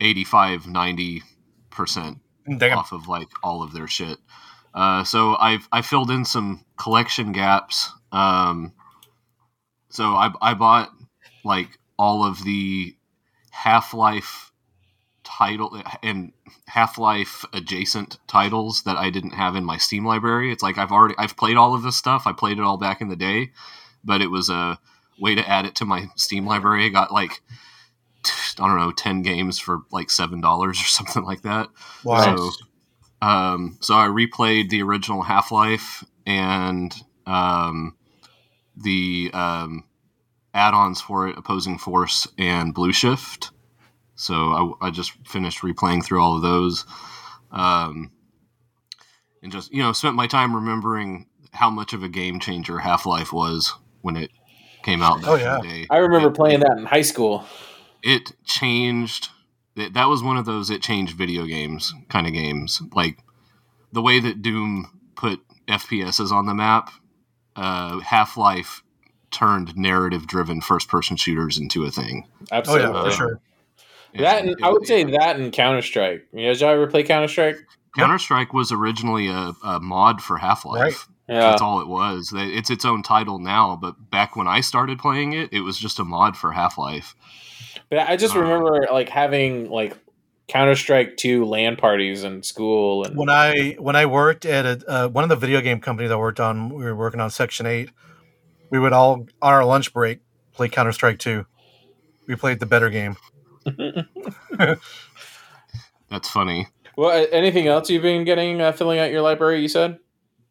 Speaker 5: 85, 90 percent
Speaker 2: Damn.
Speaker 5: off of like all of their shit. Uh, so I've I filled in some collection gaps. Um, so I I bought like all of the Half Life title and Half Life adjacent titles that I didn't have in my Steam library. It's like I've already I've played all of this stuff. I played it all back in the day, but it was a way to add it to my Steam library. I got like I don't know ten games for like seven dollars or something like that.
Speaker 2: Wow.
Speaker 5: So, um, so I replayed the original Half Life and um, the um, add-ons for it, Opposing Force and Blue Shift. So I, I just finished replaying through all of those, um, and just you know spent my time remembering how much of a game changer Half Life was when it came out. Back
Speaker 2: Oh,
Speaker 5: in the
Speaker 2: yeah.
Speaker 5: day.
Speaker 4: I remember
Speaker 5: It-
Speaker 4: playing that in high school.
Speaker 2: Oh,
Speaker 5: it changed that that was one of those it changed video games kind of games like the way that doom put fps's on the map uh, half-life turned narrative driven first person shooters into a thing
Speaker 2: Oh
Speaker 4: Absolutely.
Speaker 2: yeah,
Speaker 5: uh,
Speaker 2: for sure.
Speaker 4: That and I would say that and Counter Strike. You guys, y'all ever play Counter Strike?
Speaker 5: counter-strike was originally a, a mod for half-life
Speaker 2: Right.
Speaker 4: Yeah.
Speaker 5: That's all it was. They- It's its own title now, but back when I started playing it, it was just a mod for Half Life.
Speaker 4: But I just
Speaker 2: Um,
Speaker 5: Uh,
Speaker 4: remember like having like Counter Strike two LAN parties in school and
Speaker 2: when I when I worked at a, uh, one of the video game companies I worked on, we were working on Section Eight. We would all on our lunch break play Counter Strike Two. We played the better game.
Speaker 5: That's funny.
Speaker 4: well, anything else you've been getting uh, filling out your library? You said.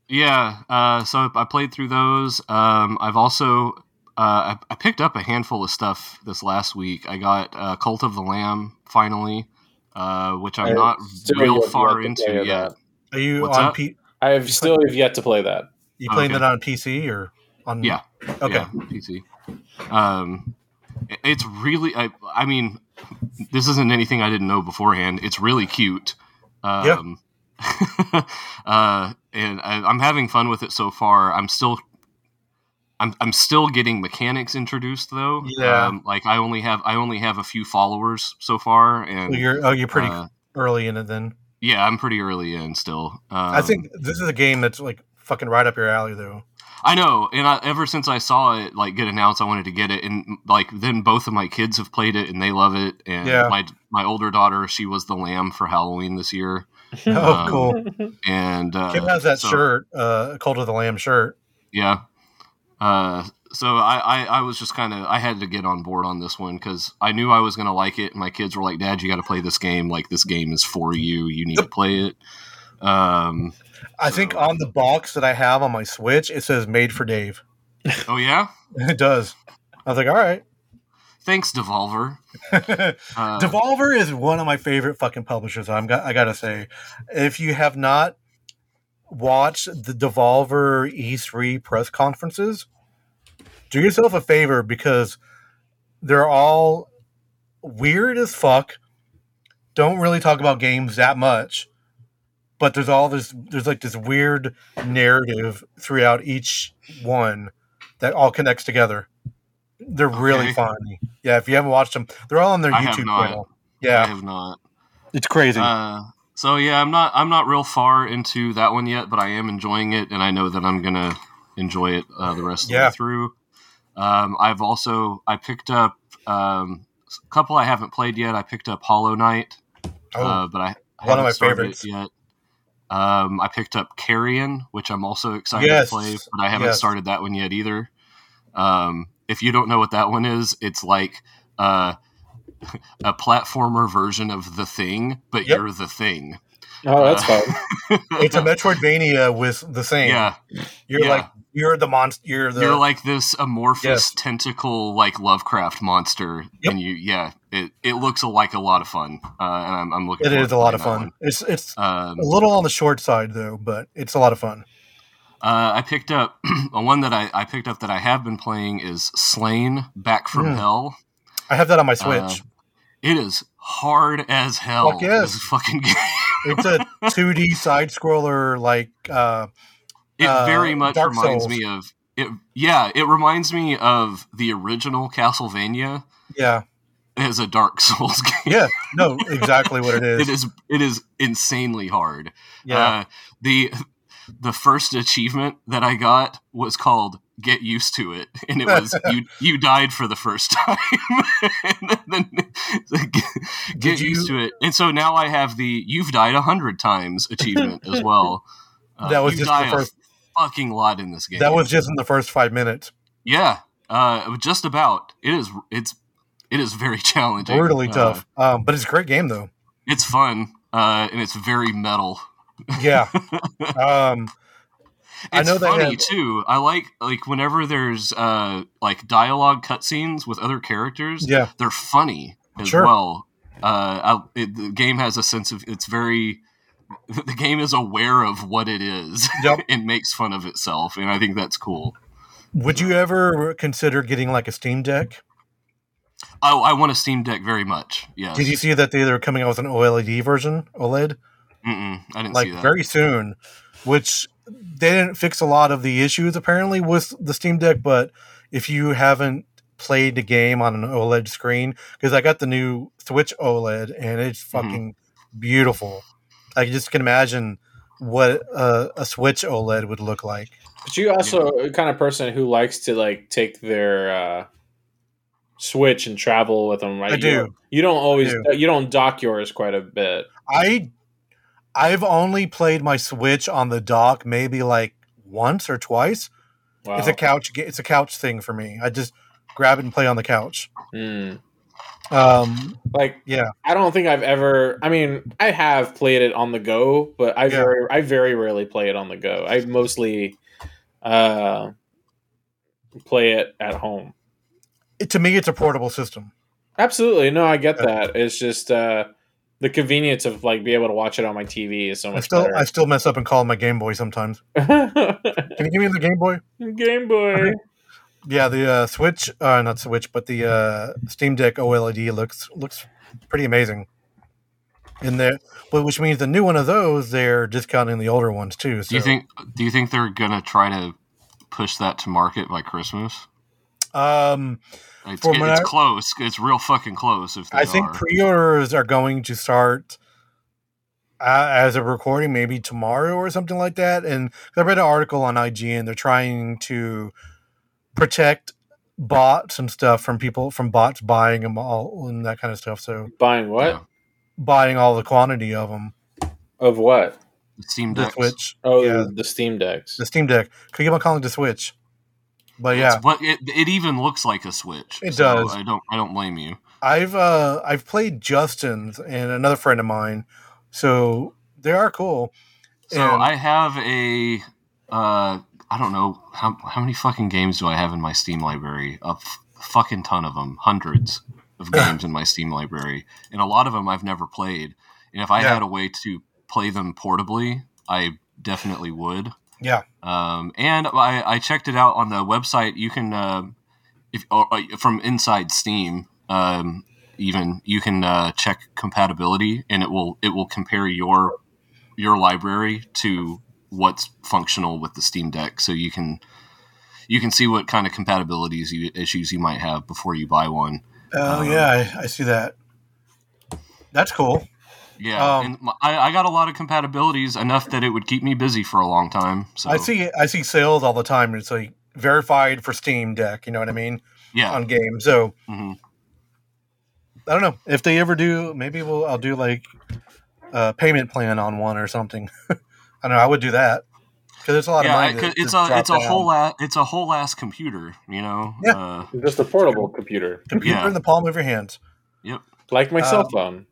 Speaker 5: Yeah, uh, so I played through those. Um, I've also uh, I, I picked up a handful of stuff this last week. I got uh, Cult of the Lamb finally, uh, which I'm
Speaker 4: I
Speaker 5: not
Speaker 4: still
Speaker 5: real
Speaker 4: yet-
Speaker 5: far
Speaker 4: yet to
Speaker 5: into
Speaker 4: play
Speaker 5: yet.
Speaker 4: that.
Speaker 2: Are you
Speaker 5: What's
Speaker 2: on
Speaker 5: that?
Speaker 2: P-
Speaker 4: I have still have yet to play that.
Speaker 2: you
Speaker 5: Oh,
Speaker 2: playing
Speaker 5: okay.
Speaker 2: that on PC or on?
Speaker 5: Yeah.
Speaker 2: Okay.
Speaker 5: Yeah, PC. Um, it- it's really I I mean, this isn't anything I didn't know beforehand. It's really cute. Um, uh, and I, I'm having fun with it so far. I'm still. I'm, I'm still getting mechanics introduced though.
Speaker 2: Yeah.
Speaker 5: Um, like I only have I only have a few followers so far, and
Speaker 2: So you're oh you're pretty
Speaker 5: uh,
Speaker 2: early in it then.
Speaker 5: yeah, I'm pretty early in still. Um,
Speaker 2: I think this is a game that's like fucking right up your alley though.
Speaker 5: I know, and I, ever since I saw it like get announced, I wanted to get it, and like then both of my kids have played it and they love it. And
Speaker 2: Yeah.
Speaker 5: my my older daughter, she was the lamb for Halloween this year,
Speaker 2: Oh
Speaker 5: Um,
Speaker 2: cool.
Speaker 5: and uh,
Speaker 2: Kim has that
Speaker 5: so-
Speaker 2: shirt, uh, Cold of the Lamb shirt.
Speaker 5: Yeah. Uh, so I, I I was just kind of I had to get on board on this one because I knew I was gonna like it. And my kids were like, "Dad, you got to play this game. Like this game is for you. You need to play it." Um.
Speaker 2: I think
Speaker 5: So-
Speaker 2: on the box that I have on my Switch, it says "Made for Dave."
Speaker 5: Oh yeah.
Speaker 2: It does. I was like, all right.
Speaker 5: Thanks, Devolver. Uh,
Speaker 2: Devolver is one of my favorite fucking publishers. I'm got, I gotta say, if you have not watched the Devolver E3 press conferences, do yourself a favor because they're all weird as fuck. Don't really talk about games that much, but there's all this there's like this weird narrative throughout each one that all connects together. They're really
Speaker 5: Okay.
Speaker 2: funny. Yeah, if you haven't watched them, they're all on their
Speaker 5: I have
Speaker 2: YouTube
Speaker 5: not.
Speaker 2: channel.
Speaker 5: I
Speaker 2: Yeah,
Speaker 5: have not.
Speaker 2: it's crazy.
Speaker 5: Uh, so yeah, I'm not I'm not real far into that one yet, but I am enjoying it, and I know that I'm gonna enjoy it uh, the rest of the
Speaker 2: Yeah.
Speaker 5: way through. Um, I've also I picked up um, a couple I haven't played yet. I picked up Hollow Knight,
Speaker 2: oh,
Speaker 5: uh, but I
Speaker 2: one of
Speaker 5: haven't
Speaker 2: my
Speaker 5: started
Speaker 2: favorites.
Speaker 5: it yet. Um, I picked up Carrion, which I'm also excited
Speaker 2: Yes,
Speaker 5: to play, but I haven't
Speaker 2: yes.
Speaker 5: started that one yet either. Um, if you don't know what that one is, it's like uh, a platformer version of The Thing, but
Speaker 2: Yep.
Speaker 5: you're The Thing.
Speaker 4: Oh, that's
Speaker 5: Uh,
Speaker 4: fun.
Speaker 2: it's a Metroidvania with the same.
Speaker 5: Yeah,
Speaker 2: you're
Speaker 5: yeah.
Speaker 2: like you're the monster. You're the
Speaker 5: you're like this amorphous
Speaker 2: Yes.
Speaker 5: tentacle, like Lovecraft monster,
Speaker 2: Yep.
Speaker 5: and you, yeah, it, it looks like a lot of fun, uh, and I'm, I'm looking.
Speaker 2: it
Speaker 5: forward
Speaker 2: is
Speaker 5: to
Speaker 2: a lot of
Speaker 5: playing
Speaker 2: fun. It's it's
Speaker 5: that one. Um,
Speaker 2: a little on the short side though, but it's a lot of fun.
Speaker 5: uh, I picked up a one that I, I picked up that I have been playing is Slain Back from
Speaker 2: Mm.
Speaker 5: Hell.
Speaker 2: I have that
Speaker 5: Uh,
Speaker 2: on my Switch.
Speaker 5: It is hard as hell.
Speaker 2: Fuck yes.
Speaker 5: This fucking game.
Speaker 2: it's a 2D side scroller like uh,
Speaker 5: It
Speaker 2: Uh,
Speaker 5: very much
Speaker 2: Dark
Speaker 5: reminds
Speaker 2: Souls.
Speaker 5: me of it. Yeah, it reminds me of the original Castlevania
Speaker 2: yeah
Speaker 5: as a Dark Souls game.
Speaker 2: yeah no exactly what it is.
Speaker 5: It is it is insanely hard.
Speaker 2: yeah
Speaker 5: Uh, the the first achievement that I got was called "Get Used to It," and it was you you died for the first time. and then, then- get
Speaker 2: Did you-
Speaker 5: used to it, and so now I have the "You've died a hundred times" achievement as well. Uh,
Speaker 2: That was
Speaker 5: you
Speaker 2: just
Speaker 5: die
Speaker 2: the
Speaker 5: a
Speaker 2: first-
Speaker 5: fucking lot in this game.
Speaker 2: that was just in the first five minutes.
Speaker 5: yeah, uh, just about. It is it's it is very challenging,
Speaker 2: Brutally
Speaker 5: Uh,
Speaker 2: tough, um, but it's a great game though.
Speaker 5: It's fun uh, and it's very metal.
Speaker 2: Yeah. um, I
Speaker 5: It's
Speaker 2: know they
Speaker 5: funny
Speaker 2: have-
Speaker 5: too. I like like whenever there's uh like dialogue cutscenes with other characters,
Speaker 2: yeah.
Speaker 5: they're funny as
Speaker 2: Sure.
Speaker 5: well. Uh, I, it, the game has a sense of it's very. The game is aware of what it is.
Speaker 2: Yep.
Speaker 5: it makes fun of itself, and I think that's cool.
Speaker 2: Would you ever consider getting like a Steam Deck?
Speaker 5: Oh, I want a Steam Deck very much. Yes.
Speaker 2: Did you see that they they were coming out with an OLED version, OLED,
Speaker 5: Mm-mm, I didn't
Speaker 2: like
Speaker 5: see that.
Speaker 2: very soon, which they didn't fix a lot of the issues apparently with the Steam Deck. But if you haven't played the game on an OLED screen, because I got the new Switch OLED and it's
Speaker 5: Mm-hmm.
Speaker 2: fucking beautiful. I just can imagine what uh, a Switch OLED would look like.
Speaker 4: But you also a kind of person who likes to like take their uh, Switch and travel with them, right?
Speaker 2: I
Speaker 4: You
Speaker 2: do.
Speaker 4: don't- You don't always
Speaker 2: do.
Speaker 4: you don't dock yours quite a bit.
Speaker 2: I I've only played my Switch on the dock maybe like once or twice.
Speaker 4: Wow.
Speaker 2: It's a couch. ga- It's a couch thing for me. I just grab it and play on the couch.
Speaker 4: Mm.
Speaker 2: Um,
Speaker 4: Like
Speaker 2: yeah,
Speaker 4: I don't think I've ever. I mean, I have played it on the go, but I
Speaker 2: Yeah.
Speaker 4: very, I very rarely play it on the go. I mostly uh, play it at home.
Speaker 2: it, to me, it's a portable system.
Speaker 4: Absolutely, no, I get
Speaker 2: Yeah.
Speaker 4: that. It's just uh, the convenience of like being able to watch it on my TV is so
Speaker 2: I
Speaker 4: much
Speaker 2: still I
Speaker 4: better.
Speaker 2: still mess up and call my Game Boy sometimes. Can you give me the Game Boy?
Speaker 4: Game Boy.
Speaker 2: Yeah, the uh, Switch, uh, not Switch, but the uh, Steam Deck OLED looks looks pretty amazing. In there, but which means the new one of those, they're discounting the older ones too. So
Speaker 5: Do you think Do you think they're gonna try to push that to market by Christmas?
Speaker 2: Um,
Speaker 5: It's,
Speaker 2: From what
Speaker 5: it's
Speaker 2: I-
Speaker 5: close. It's real fucking close. If they
Speaker 2: I think
Speaker 5: are.
Speaker 2: pre-orders are going to start uh, as a recording, maybe tomorrow or something like that. And I read an article on IGN. They're trying to protect bots and stuff from people from bots buying them all and that kind of stuff. So
Speaker 4: Buying what
Speaker 5: Yeah.
Speaker 2: buying all the quantity of them,
Speaker 4: of what?
Speaker 5: The Steam
Speaker 2: the
Speaker 5: Deck.
Speaker 2: Switch,
Speaker 4: Oh,
Speaker 2: Yeah.
Speaker 4: the Steam decks.
Speaker 2: the Steam Deck. Could keep on calling it the Switch, but yeah,
Speaker 5: It's what it, it even looks like a Switch.
Speaker 2: It
Speaker 5: so
Speaker 2: does.
Speaker 5: I don't. I don't blame you.
Speaker 2: I've uh I've played Justin's and another friend of mine, so they are cool.
Speaker 5: So
Speaker 2: And-
Speaker 5: I have a. Uh, I don't know how how many fucking games do I have in my Steam library? A f- fucking ton of them, hundreds of games in my Steam library, and a lot of them I've never played. And if I
Speaker 2: Yeah.
Speaker 5: had a way to play them portably, I definitely would.
Speaker 2: Yeah.
Speaker 5: Um, and I, I checked it out on the website. You can, uh, if or, uh, from inside Steam, um, even you can uh, check compatibility, and it will it will compare your your library to what's functional with the Steam Deck, so you can you can see what kind of compatibilities you, issues you might have before you buy one.
Speaker 2: Oh
Speaker 5: Um,
Speaker 2: yeah, I, I see that. That's cool.
Speaker 5: Yeah,
Speaker 2: Um,
Speaker 5: and my- I, I got a lot of compatibilities enough that it would keep me busy for a long time. So
Speaker 2: I see I see sales all the time. It's like verified for Steam Deck. You know what I mean
Speaker 5: Yeah.
Speaker 2: on games. So
Speaker 5: hmm
Speaker 2: I don't know if they ever do. Maybe we'll I'll do like a payment plan on one or something. I know I would do that because it's a lot
Speaker 5: yeah, I-
Speaker 2: of money.
Speaker 5: 'cause
Speaker 2: to-
Speaker 5: it's
Speaker 2: to
Speaker 5: a
Speaker 2: drop
Speaker 5: it's a
Speaker 2: down.
Speaker 5: whole ass, it's a whole ass computer, you know.
Speaker 2: Yeah.
Speaker 5: Uh,
Speaker 4: Just a portable computer,
Speaker 2: computer
Speaker 5: yeah.
Speaker 2: in the palm of your hands.
Speaker 4: like my
Speaker 2: Um,
Speaker 4: cell phone.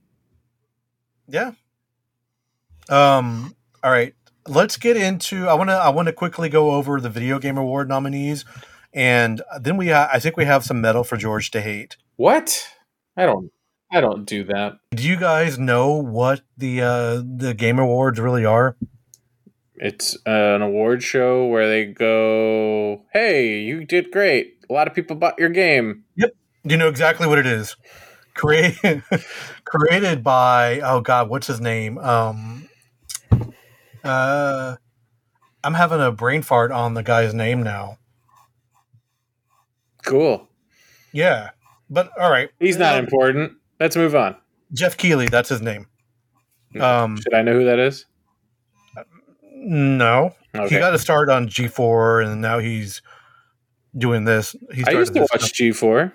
Speaker 2: Yeah. Um. All right. Let's get into. I want to. I want to quickly go over the video game award nominees, and then we. Uh, I think we have some metal for George to hate.
Speaker 4: What? I don't. I don't do that.
Speaker 2: Do you guys know what the uh, the game awards really are?
Speaker 4: It's uh, an award show where they go, "Hey, you did great. A lot of people bought your game."
Speaker 2: You know exactly what it is. Created created by oh god, what's his name? Um uh I'm having a brain fart on the guy's name now.
Speaker 4: Cool.
Speaker 2: Yeah. But all right. Uh,
Speaker 4: He's not important. Let's move on.
Speaker 2: Jeff Keeley, that's his name.
Speaker 4: Hmm.
Speaker 2: Um
Speaker 4: Should I know who that is?
Speaker 2: no.
Speaker 4: Okay.
Speaker 2: He got to start on G4 and now he's doing this. He
Speaker 4: I
Speaker 2: started
Speaker 4: used to
Speaker 2: this
Speaker 4: watch G4.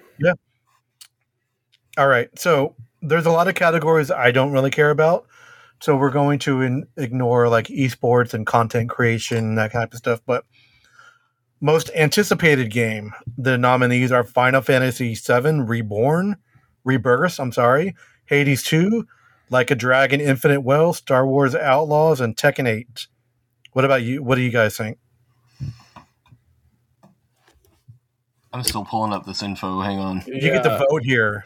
Speaker 2: All right. So there's a lot of categories I don't really care about. So we're going to in, ignore like esports and content creation, that type of stuff. But most anticipated game, the nominees are Final Fantasy VII Reborn, Rebirth, I'm sorry, Hades 2, Like a Dragon Infinite Well, Star Wars Outlaws, and Tekken 8. What about you? What do you guys think?
Speaker 5: I'm still pulling up this info. Hang on.
Speaker 2: You get to vote here.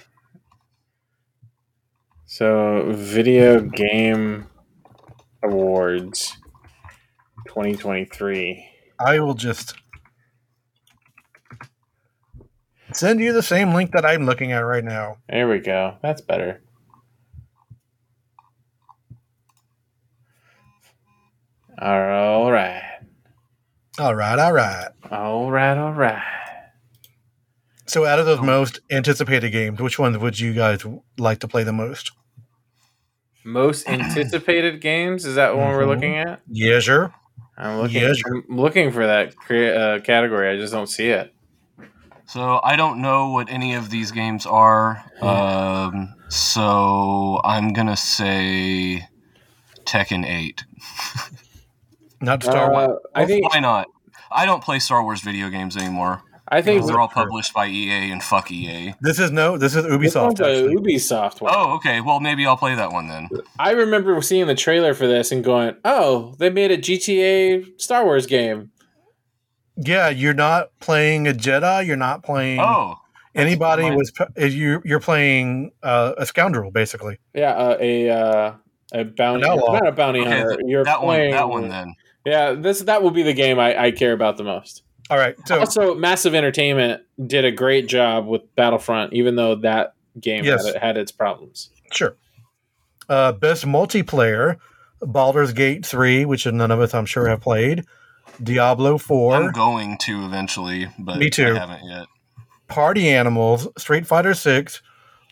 Speaker 4: So, video game awards 2023.
Speaker 2: I will just send you the same link that I'm looking at right now.
Speaker 4: There we go. That's better. All right.
Speaker 2: All right, all right.
Speaker 4: All right. All right.
Speaker 2: So, out of those most anticipated games, which ones would you guys like to play the most?
Speaker 4: Most anticipated games? Is that what we're
Speaker 2: Mhm.
Speaker 4: looking at?
Speaker 2: Yeah, sure.
Speaker 4: I'm looking.
Speaker 2: Yes, sure.
Speaker 4: I'm looking for that crea- uh, category. I just don't see it.
Speaker 5: So I don't know what any of these games are. Um, so I'm gonna say Tekken Eight.
Speaker 2: Not Star Wars.
Speaker 4: Uh, I think.
Speaker 5: Why not? I don't play Star Wars video games anymore.
Speaker 4: I think
Speaker 5: Those are all published by EA and fuck E EA.
Speaker 2: This is no. This is
Speaker 4: this one's
Speaker 2: Ubisoft.
Speaker 4: a
Speaker 2: actually.
Speaker 4: Ubisoft one.
Speaker 5: Oh, okay. Well, maybe I'll play that one then.
Speaker 4: I remember seeing the trailer for this and going, "Oh, they made a GTA Star Wars game."
Speaker 2: Yeah, you're not playing a Jedi. You're not playing
Speaker 5: Oh,
Speaker 2: anybody.
Speaker 5: Mine.
Speaker 2: Was you? You're playing uh, a scoundrel, basically.
Speaker 4: Yeah, uh, a uh, a bounty.
Speaker 2: An outlaw.
Speaker 4: Not a bounty
Speaker 5: Okay,
Speaker 4: hunter. You're
Speaker 5: that one.
Speaker 4: playing
Speaker 5: That one then.
Speaker 4: Yeah, this that will be the game I, I care about the most.
Speaker 2: All right. So
Speaker 4: also, Massive Entertainment did a great job with Battlefront, even though that game
Speaker 2: Yes.
Speaker 4: had, had its problems.
Speaker 2: sure. Uh, best multiplayer: Baldur's Gate three, which none of us, I'm sure, have played. Diablo
Speaker 5: I'm
Speaker 2: four,
Speaker 5: going to eventually, but
Speaker 2: Me too.
Speaker 5: I haven't yet.
Speaker 2: Party Animals, Street Fighter six,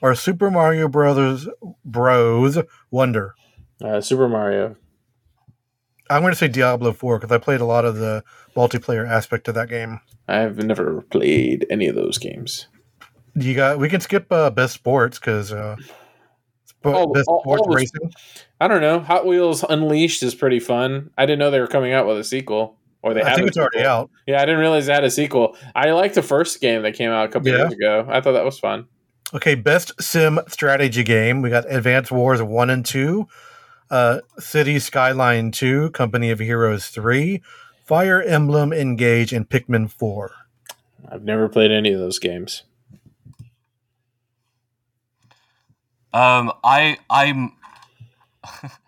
Speaker 2: or Super Mario Brothers Bros Wonder.
Speaker 4: Uh, Super Mario.
Speaker 2: I'm going to say Diablo 4 because I played a lot of the multiplayer aspect of that game.
Speaker 4: I've never played any of those games.
Speaker 2: You got we can skip uh, best sports because uh, spo-
Speaker 4: Oh,
Speaker 2: best
Speaker 4: oh,
Speaker 2: sports
Speaker 4: oh,
Speaker 2: racing.
Speaker 4: I don't know. Hot Wheels Unleashed is pretty fun. I didn't know they were coming out with a sequel, or they
Speaker 2: I
Speaker 4: have.
Speaker 2: think
Speaker 4: a
Speaker 2: it's already
Speaker 4: sequel.
Speaker 2: out.
Speaker 4: Yeah, I didn't realize they had a sequel. I liked the first game that came out a couple
Speaker 2: Yeah.
Speaker 4: years ago. I thought that was fun.
Speaker 2: Okay, best sim strategy game. We got Advanced Wars one and two, uh, City Skyline two, Company of Heroes three, Fire Emblem Engage, and Pikmin four.
Speaker 4: I've never played any of those games.
Speaker 5: Um, I I'm.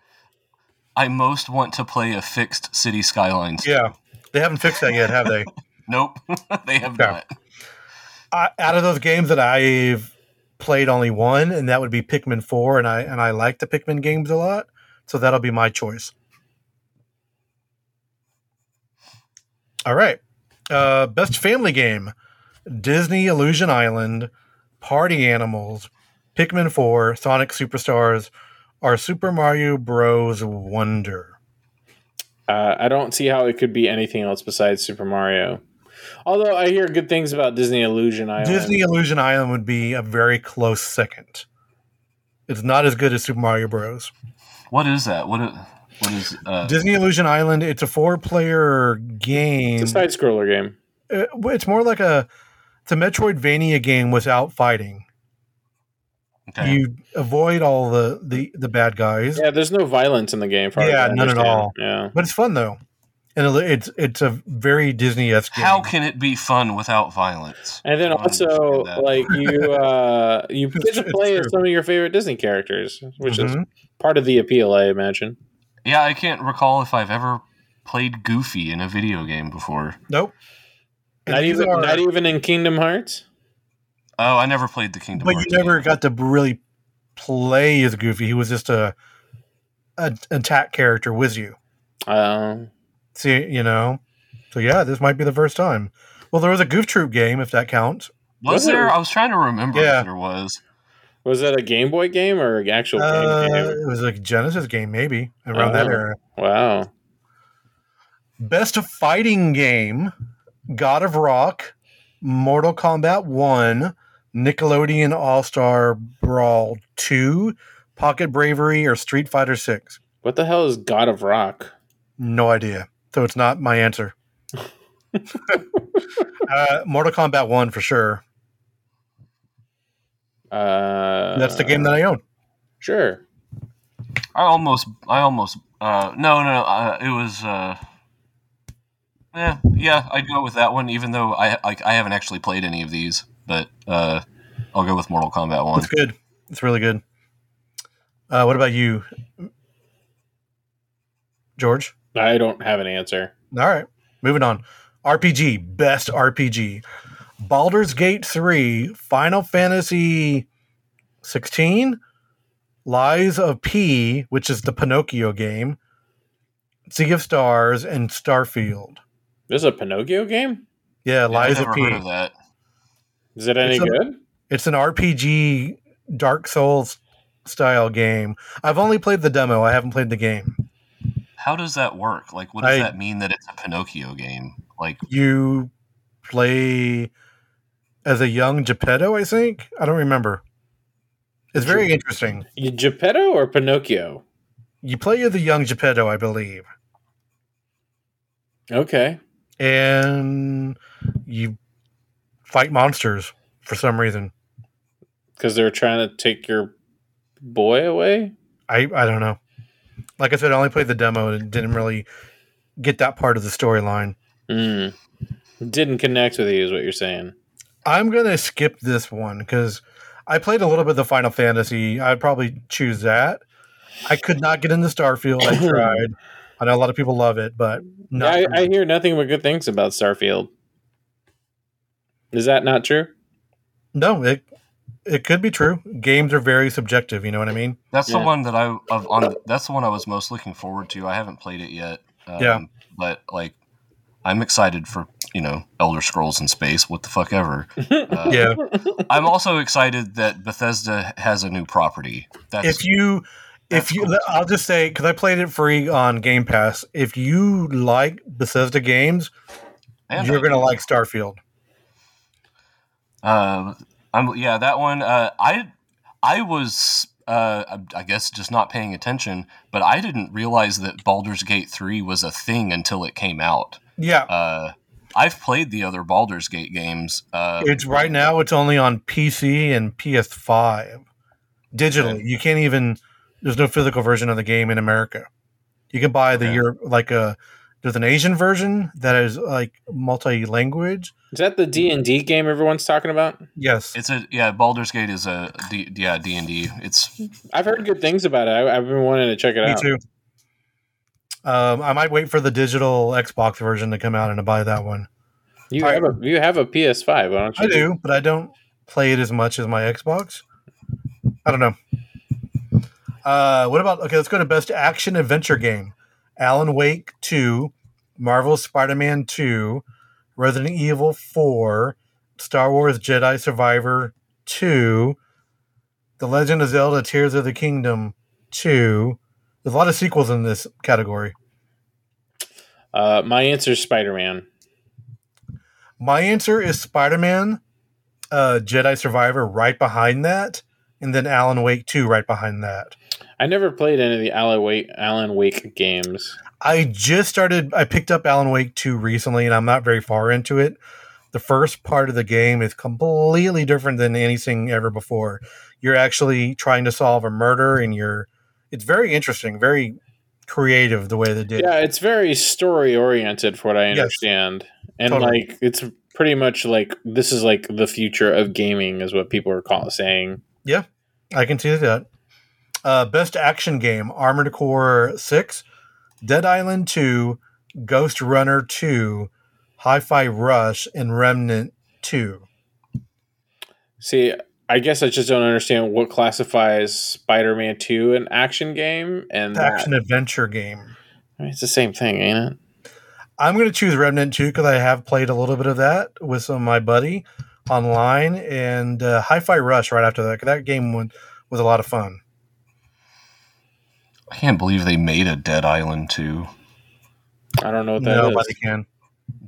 Speaker 5: I most want to play a fixed City Skylines.
Speaker 2: Yeah, they haven't fixed that yet, have they?
Speaker 5: Nope, they have
Speaker 2: Okay.
Speaker 5: not.
Speaker 2: I, out of those games that I've played only one, and that would be Pikmin Four, and I and I like the Pikmin games a lot, so that'll be my choice. All right, uh, best family game: Disney Illusion Island, Party Animals, Pikmin Four, Sonic Superstars, or Super Mario Bros. Wonder.
Speaker 4: Uh, I don't see how it could be anything else besides Super Mario. Although I hear good things about Disney Illusion Island.
Speaker 2: Disney Illusion Island would be a very close second. It's not as good as Super Mario Bros.
Speaker 5: What is that? What? i- What is? Uh,
Speaker 2: Disney Illusion Island. It's a four-player game.
Speaker 4: It's a
Speaker 2: It's,
Speaker 4: side scroller game.
Speaker 2: it's more like a it's a Metroidvania game without fighting.
Speaker 5: okay.
Speaker 2: You avoid all the the the bad guys,
Speaker 4: Yeah, there's no violence in the game. far as
Speaker 2: Yeah,
Speaker 4: I
Speaker 2: none at
Speaker 4: understand.
Speaker 2: all.
Speaker 4: Yeah.
Speaker 2: but it's fun though, and it- it's it's a very Disney-esque game.
Speaker 5: How can it be fun without violence?
Speaker 4: And then
Speaker 5: Oh, I don't
Speaker 4: also,
Speaker 5: understand that.
Speaker 4: like you, uh, you
Speaker 2: It's
Speaker 4: get to
Speaker 2: tr- it's
Speaker 4: play as
Speaker 2: true.
Speaker 4: some of your favorite Disney characters, which is
Speaker 2: Mhm.
Speaker 4: part of the appeal, I imagine.
Speaker 5: yeah, I can't recall if I've ever played Goofy in a video game before.
Speaker 2: Nope. And
Speaker 4: Not
Speaker 2: these
Speaker 4: even,
Speaker 2: are-
Speaker 4: not even in Kingdom Hearts.
Speaker 5: Oh, I never played the Kingdom.
Speaker 2: But you
Speaker 5: Hearts
Speaker 2: never
Speaker 5: game.
Speaker 2: got to really play as Goofy. He was just a, a attack character with you.
Speaker 4: Um,
Speaker 2: See, you know. So yeah, this might be the first time. Well, there was a Goof Troop game, if that counts.
Speaker 5: Was there? I was trying to remember
Speaker 2: Yeah.
Speaker 5: if there was.
Speaker 4: was that a Game Boy game or an actual game
Speaker 2: Uh,
Speaker 4: game?
Speaker 2: it was a Genesis game, maybe around that
Speaker 4: Oh.
Speaker 2: era.
Speaker 4: Wow.
Speaker 2: Best fighting game: God of Rock, Mortal Kombat One, Nickelodeon All Star Brawl Two, Pocket Bravery, or Street Fighter Six.
Speaker 4: What the hell is God of Rock?
Speaker 2: No idea. So it's not my answer. uh, Mortal Kombat One for sure.
Speaker 4: Uh,
Speaker 2: That's the game that I own.
Speaker 4: Sure.
Speaker 5: I almost. I almost. Uh, no, no. Uh, it was. Uh, yeah, yeah. I'd go with that one, even though I like I haven't actually played any of these, but uh, I'll go with Mortal Kombat One.
Speaker 2: It's good. It's really good. Uh, what about you, George?
Speaker 4: I don't have an answer.
Speaker 2: All right, moving on. RPG, best RPG. Baldur's Gate 3, Final Fantasy 16, Lies of P, which is the Pinocchio game, Sea of Stars, and Starfield.
Speaker 4: This is a Pinocchio game?
Speaker 2: Yeah,
Speaker 5: Yeah, I've
Speaker 2: Lies
Speaker 5: never
Speaker 2: of P.
Speaker 5: heard of that.
Speaker 4: Is it any
Speaker 2: It's a-
Speaker 4: good?
Speaker 2: It's an RPG Dark Souls style game. I've only played the demo, I haven't played the game.
Speaker 5: How does that work? Like, what does
Speaker 2: I-
Speaker 5: that mean that it's a Pinocchio game? Like,
Speaker 2: you play as a young Geppetto, I think. I don't remember. It's very interesting.
Speaker 4: You- Geppetto or Pinocchio?
Speaker 2: You play as a young Geppetto, I believe,
Speaker 4: Okay.
Speaker 2: and you fight monsters for some reason.
Speaker 4: Because they're trying to take your boy away?
Speaker 2: I I don't know. Like I said, I only played the demo and didn't really get that part of the storyline.
Speaker 4: Mm. Didn't connect with you, is what you're saying.
Speaker 2: I'm gonna skip this one because I played a little bit of the Final Fantasy. I'd probably choose that. I could not get into Starfield. I tried. I know a lot of people love it, but
Speaker 4: Yeah,
Speaker 2: not
Speaker 4: I,
Speaker 2: for
Speaker 4: I
Speaker 2: me.
Speaker 4: hear nothing but good things about Starfield. Is that not true?
Speaker 2: no. It it could be true. Games are very subjective. You know what I mean?
Speaker 5: that's
Speaker 4: Yeah.
Speaker 5: the one that I of on. That's the one I was most looking forward to. I haven't played it yet. Um,
Speaker 2: Yeah.
Speaker 5: but like, I'm excited for you know Elder Scrolls in space. What the fuck ever. Uh,
Speaker 2: Yeah.
Speaker 5: I'm also excited that Bethesda has a new property. That's
Speaker 2: if you if
Speaker 5: that's
Speaker 2: you,
Speaker 5: cool.
Speaker 2: I'll just say because I played it free on Game Pass. If you like Bethesda games,
Speaker 5: and
Speaker 2: you're gonna like Starfield.
Speaker 5: Um, I'm yeah, that one. Uh, I I was uh, I guess just not paying attention, but I didn't realize that Baldur's Gate three was a thing until it came out.
Speaker 2: Yeah,
Speaker 5: Uh, I've played the other Baldur's Gate games. Uh,
Speaker 2: it's right now. It's only on PC and PS5 digitally. You can't even. There's no physical version of the game in America. You can buy the
Speaker 5: Okay.
Speaker 2: Europe like a. There's an Asian version that is like multi language.
Speaker 4: Is that
Speaker 2: Mm.
Speaker 4: the D and D game everyone's talking about?
Speaker 2: Yes,
Speaker 5: It's a yeah. Baldur's Gate is a D, yeah D and D. It's
Speaker 4: I've heard good things about it. I, I've been wanting to check it
Speaker 2: me
Speaker 4: out.
Speaker 2: too. Um, I might wait for the digital Xbox version to come out and to buy that one.
Speaker 4: You
Speaker 2: All
Speaker 4: have a you have a PS5, why don't you?
Speaker 2: I do, but I don't play it as much as my Xbox. I don't know. Uh, what about okay? Let's go to best action adventure game: Alan Wake Two, Marvel Spider-Man Two, Resident Evil Four, Star Wars Jedi Survivor Two, The Legend of Zelda: Tears of the Kingdom Two. There's a lot of sequels in this category.
Speaker 4: Uh, my answer is Spider Man.
Speaker 2: My answer is Spider Man, uh, Jedi Survivor right behind that, and then Alan Wake 2 right behind that.
Speaker 4: I never played any of the Alan Wake, Alan Wake games.
Speaker 2: I just started, I picked up Alan Wake 2 recently, and I'm not very far into it. The first part of the game is completely different than anything ever before. You're actually trying to solve a murder, and you're, it's very interesting, very creative the way they did it.
Speaker 4: Yeah, it's very story oriented, for what I
Speaker 2: Yes.
Speaker 4: understand, and
Speaker 2: Totally.
Speaker 4: like it's pretty much like this is like the future of gaming, is what people are call, saying.
Speaker 2: I can see that. Uh, best action game: Armored Core Six, Dead Island Two, Ghost Runner Two, Hi-Fi Rush, and Remnant Two.
Speaker 4: See, I guess I just don't understand what classifies Spider-Man Two an action game and that-
Speaker 2: action adventure game.
Speaker 4: I mean, it's the same thing, ain't it?
Speaker 2: I'm going to choose Remnant 2 because I have played a little bit of that with some of my buddy online and uh, Hi Fi Rush right after that. 'cause That game went, was a lot of fun.
Speaker 5: I can't believe they made a Dead Island 2.
Speaker 4: I don't know what that is.
Speaker 2: Nobody can.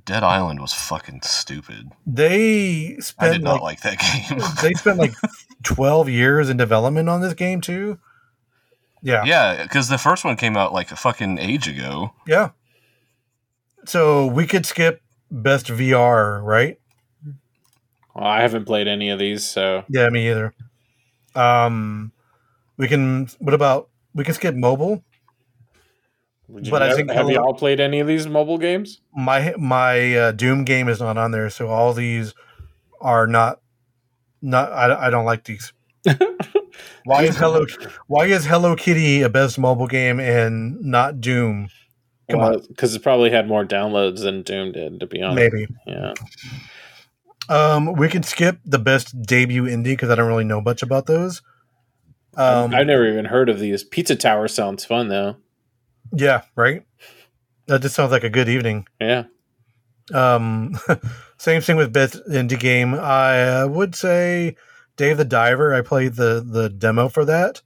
Speaker 5: Dead Island was fucking stupid.
Speaker 2: They
Speaker 5: I
Speaker 2: spent
Speaker 5: did not
Speaker 2: like,
Speaker 5: like that game.
Speaker 2: they spent like 12 years in development on this game too. Yeah.
Speaker 5: yeah, because the first one came out like a fucking age ago.
Speaker 2: Yeah. So we could skip best VR, right?
Speaker 4: Well, I haven't played any of these, so
Speaker 2: Yeah, me either. Um, we can. What about we can skip mobile?
Speaker 4: Would you
Speaker 2: But I
Speaker 4: ever-
Speaker 2: think
Speaker 4: have
Speaker 2: a
Speaker 4: you
Speaker 2: lot-
Speaker 4: all played any of these mobile games?
Speaker 2: My my uh, Doom game is not on there, so all these are not. Not I, I don't like these. why is Hello Why is Hello Kitty a best mobile game and not Doom? Come on.
Speaker 4: because it probably had more downloads than Doom did, to be honest.
Speaker 2: Maybe
Speaker 4: Yeah,
Speaker 2: um, we can skip the best debut indie because I don't really know much about those. Um,
Speaker 4: I've never even heard of these. Pizza Tower sounds fun though.
Speaker 2: Yeah, right. That just sounds like a good evening.
Speaker 4: Yeah,
Speaker 2: Um, same thing with best indie game. I uh, would say Dave the Diver. I played the the demo for that.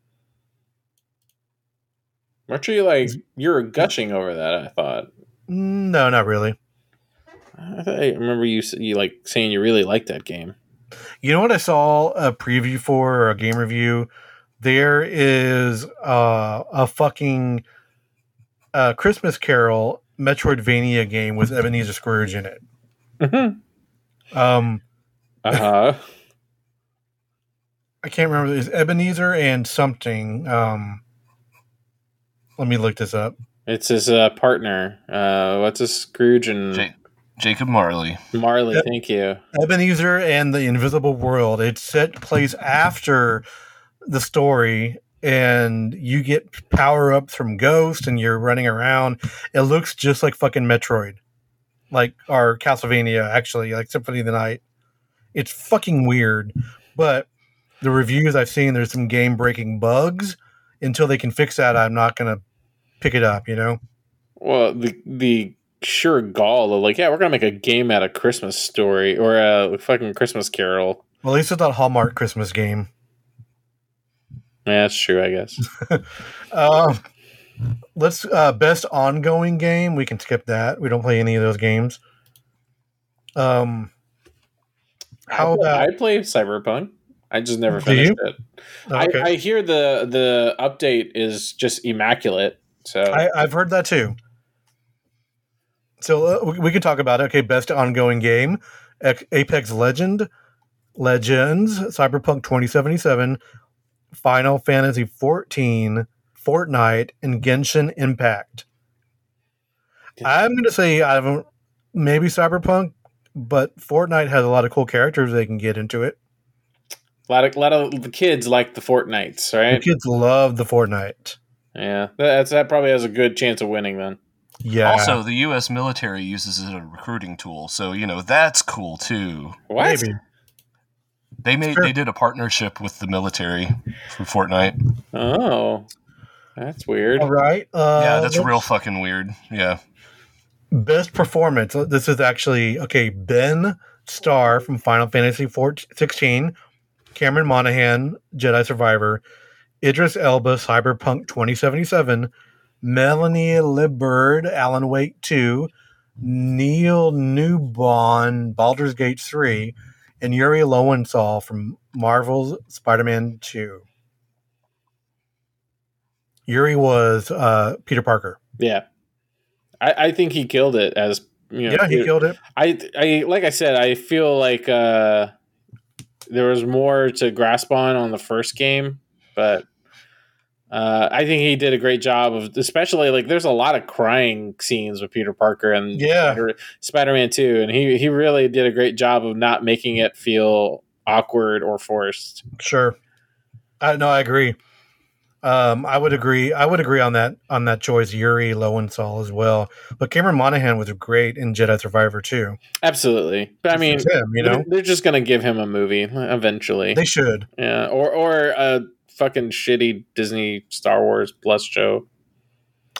Speaker 4: aren't you like
Speaker 2: Mm-hmm.
Speaker 4: you're gushing over that? I thought.
Speaker 2: Mm, No, not really.
Speaker 4: I, thought, I remember you s- you like saying you really liked that game.
Speaker 2: You know what I saw a preview for or a game review? There is uh, a fucking uh, Christmas Carol Metroidvania game with Ebenezer Scrooge in it.
Speaker 4: uh
Speaker 2: Mm-hmm. Um,
Speaker 4: huh.
Speaker 2: I can't remember. It's Ebenezer and something. Um, let me look this up.
Speaker 4: It's his uh, partner. Uh, what's his Scrooge
Speaker 2: Mm.
Speaker 4: and
Speaker 5: Ja- Jacob Marley.
Speaker 4: Marley?
Speaker 2: Yep.
Speaker 4: Thank you.
Speaker 2: Ebenezer and the Invisible World. It set place after the story, and you get power ups from Ghost, and you're running around. It looks just like fucking Metroid, like or Castlevania, actually, like Symphony of the Night. It's fucking weird, but the reviews I've seen, there's some game breaking bugs. Until they can fix that, I'm not gonna pick it up. You know?
Speaker 4: Well, the the sure gall of like, yeah, we're gonna make a game out of Christmas story or a fucking Christmas Carol.
Speaker 2: Well, at least it's not Hallmark Christmas game.
Speaker 4: Yeah, that's true, I guess.
Speaker 2: Um, let's uh, best ongoing game. We can skip that. We don't play any of those games. Um, how
Speaker 4: I play,
Speaker 2: about
Speaker 4: I play Cyberpunk? I just never
Speaker 2: Do
Speaker 4: finished it.
Speaker 2: okay?
Speaker 4: I, I hear the the update is just immaculate. So
Speaker 2: I, I, have heard that too. So uh, we, we can talk about it. Okay, best ongoing game: Ex- Apex Legend, Legends, Cyberpunk 2077, Final Fantasy 14, Fortnite, and Genshin Impact. I'm going to say I haven't maybe Cyberpunk, but Fortnite has a lot of cool characters they can get into it.
Speaker 4: a lot of lot of the kids like the Fortnites,
Speaker 2: The
Speaker 4: right?
Speaker 2: kids love the Fortnite.
Speaker 4: Yeah, that's that probably has a good chance of winning then.
Speaker 2: Yeah.
Speaker 5: Also, the U.S. military uses it as a recruiting tool, so you know that's cool too.
Speaker 4: What?
Speaker 2: maybe.
Speaker 5: They made
Speaker 2: Sure.
Speaker 5: they did a partnership with the military for Fortnite.
Speaker 4: Oh, that's weird.
Speaker 2: All right. Uh,
Speaker 5: yeah, that's
Speaker 2: let's-
Speaker 5: real fucking weird. Yeah,
Speaker 2: Best performance. Uh, This is actually okay. Ben Starr from Final Fantasy 14, 16, Cameron Monaghan, Jedi Survivor, Idris Elba, Cyberpunk 2077, Melanie Liberd, Alan Wake 2, Neil Newbon, Baldur's Gate 3, and Yuri Lowenthal from Marvel's Spider Man 2. Yuri was uh, Peter Parker.
Speaker 4: Yeah, I, I think he killed it as you know.
Speaker 2: Yeah, he
Speaker 4: Peter-
Speaker 2: killed it.
Speaker 4: I I like I said, I feel like uh, there was more to grasp on on the first game, but uh, I think he did a great job of, especially like there's a lot of crying scenes with Peter Parker and
Speaker 2: Yeah.
Speaker 4: Spider Man Two, and he he really did a great job of not making it feel awkward or forced.
Speaker 2: Sure. I no, I agree. Um, I would agree. I would agree on that on that choice, Yuri Lowenthal as well. But Cameron Monaghan was great in Jedi Survivor too.
Speaker 4: Absolutely. But I mean,
Speaker 2: It's him, you know,
Speaker 4: they're, they're just gonna give him a movie eventually.
Speaker 2: they should.
Speaker 4: yeah, or or a fucking shitty Disney Star Wars Plus show.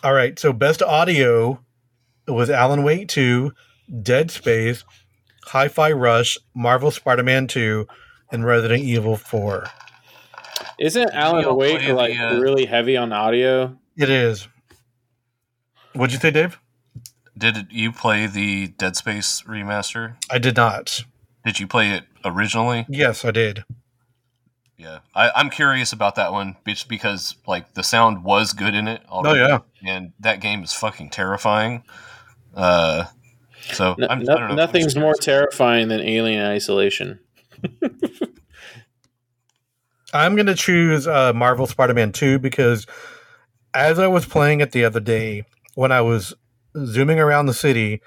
Speaker 2: All right. So best audio was Alan Wake 2, Dead Space, Hi Fi Rush, Marvel Spider Man 2, and Resident Evil 4.
Speaker 4: Isn't Alan
Speaker 6: all
Speaker 4: Wake
Speaker 6: play
Speaker 4: like
Speaker 6: the, uh,
Speaker 4: really heavy on audio?
Speaker 2: It is. What'd you say, Dave?
Speaker 6: Did you play the Dead Space remaster?
Speaker 2: I did not.
Speaker 6: Did you play it originally?
Speaker 2: Yes, I did.
Speaker 6: Yeah, I, I'm curious about that one, bitch, because like the sound was good in it.
Speaker 2: Oh,
Speaker 6: Already,
Speaker 2: yeah.
Speaker 6: and that game is fucking terrifying. Uh, so
Speaker 4: No,
Speaker 6: I'm,
Speaker 4: no-
Speaker 6: I don't know.
Speaker 4: nothing's more terrifying than Alien Isolation.
Speaker 2: I'm going to choose uh, Marvel Spider Man 2 because as I was playing it the other day, when I was zooming around the city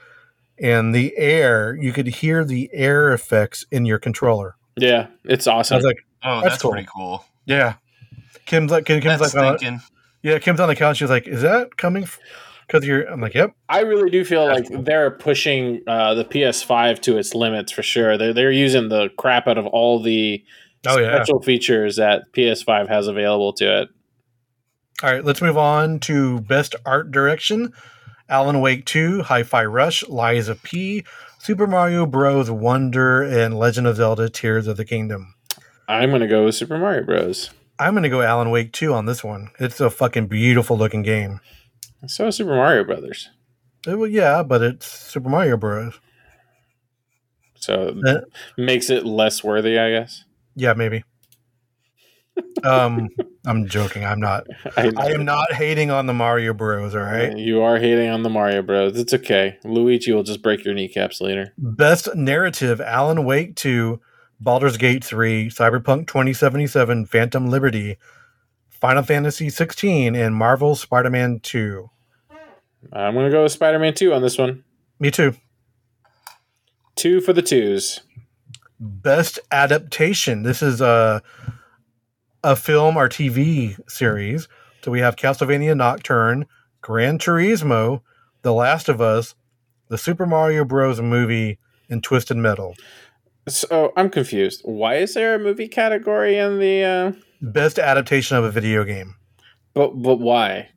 Speaker 2: and the air, you could hear the air effects in your controller.
Speaker 4: Yeah, it's
Speaker 2: So I
Speaker 4: awesome.
Speaker 2: was like,
Speaker 6: Oh,
Speaker 2: That's
Speaker 6: that's,
Speaker 2: cool.
Speaker 6: pretty cool.
Speaker 2: yeah. Kim's like, Kim, Kim's
Speaker 6: That's
Speaker 2: like, uh,
Speaker 6: thinking.
Speaker 2: Yeah, Kim's on the couch. She's like, "Is that coming?" Because you're, I'm like, "Yep."
Speaker 4: I really do feel like they're pushing uh, the PS5 to its limits for sure. They're they're using the crap out of all the
Speaker 2: Oh yeah.
Speaker 4: special features that PS5 has available to it.
Speaker 2: All right, let's move on to best art direction. Alan Wake Two, Hi-Fi Rush, Liza P, Super Mario Bros. Wonder, and Legend of Zelda: Tears of the Kingdom.
Speaker 4: I'm gonna go with Super Mario Bros.
Speaker 2: I'm gonna go Alan Wake Two on this one. It's a fucking beautiful looking game.
Speaker 4: So is Super Mario Brothers.
Speaker 2: Eh, well, yeah, but it's Super Mario Bros.
Speaker 4: So
Speaker 2: Uh.
Speaker 4: makes it less worthy, I guess.
Speaker 2: Yeah, maybe. um, I'm joking. I'm not. I am not hating on the Mario Bros. All right.
Speaker 4: You are hating on the Mario Bros. It's okay. Luigi will just break your kneecaps later.
Speaker 2: Best narrative: Alan Wake 2, Baldur's Gate 3, Cyberpunk 2077, Phantom Liberty, Final Fantasy 16, and Marvel Spider-Man 2.
Speaker 4: I'm gonna go with Spider-Man 2 on this one.
Speaker 2: Me too.
Speaker 4: Two for the twos.
Speaker 2: Best adaptation. This is a a film or TV series. So we have Castlevania Nocturne, Gran Turismo, The Last of Us, the Super Mario Bros. movie, and Twisted Metal.
Speaker 4: So I'm confused. Why is there a movie category in the? Uh,
Speaker 2: Best adaptation of a video game.
Speaker 4: but but why?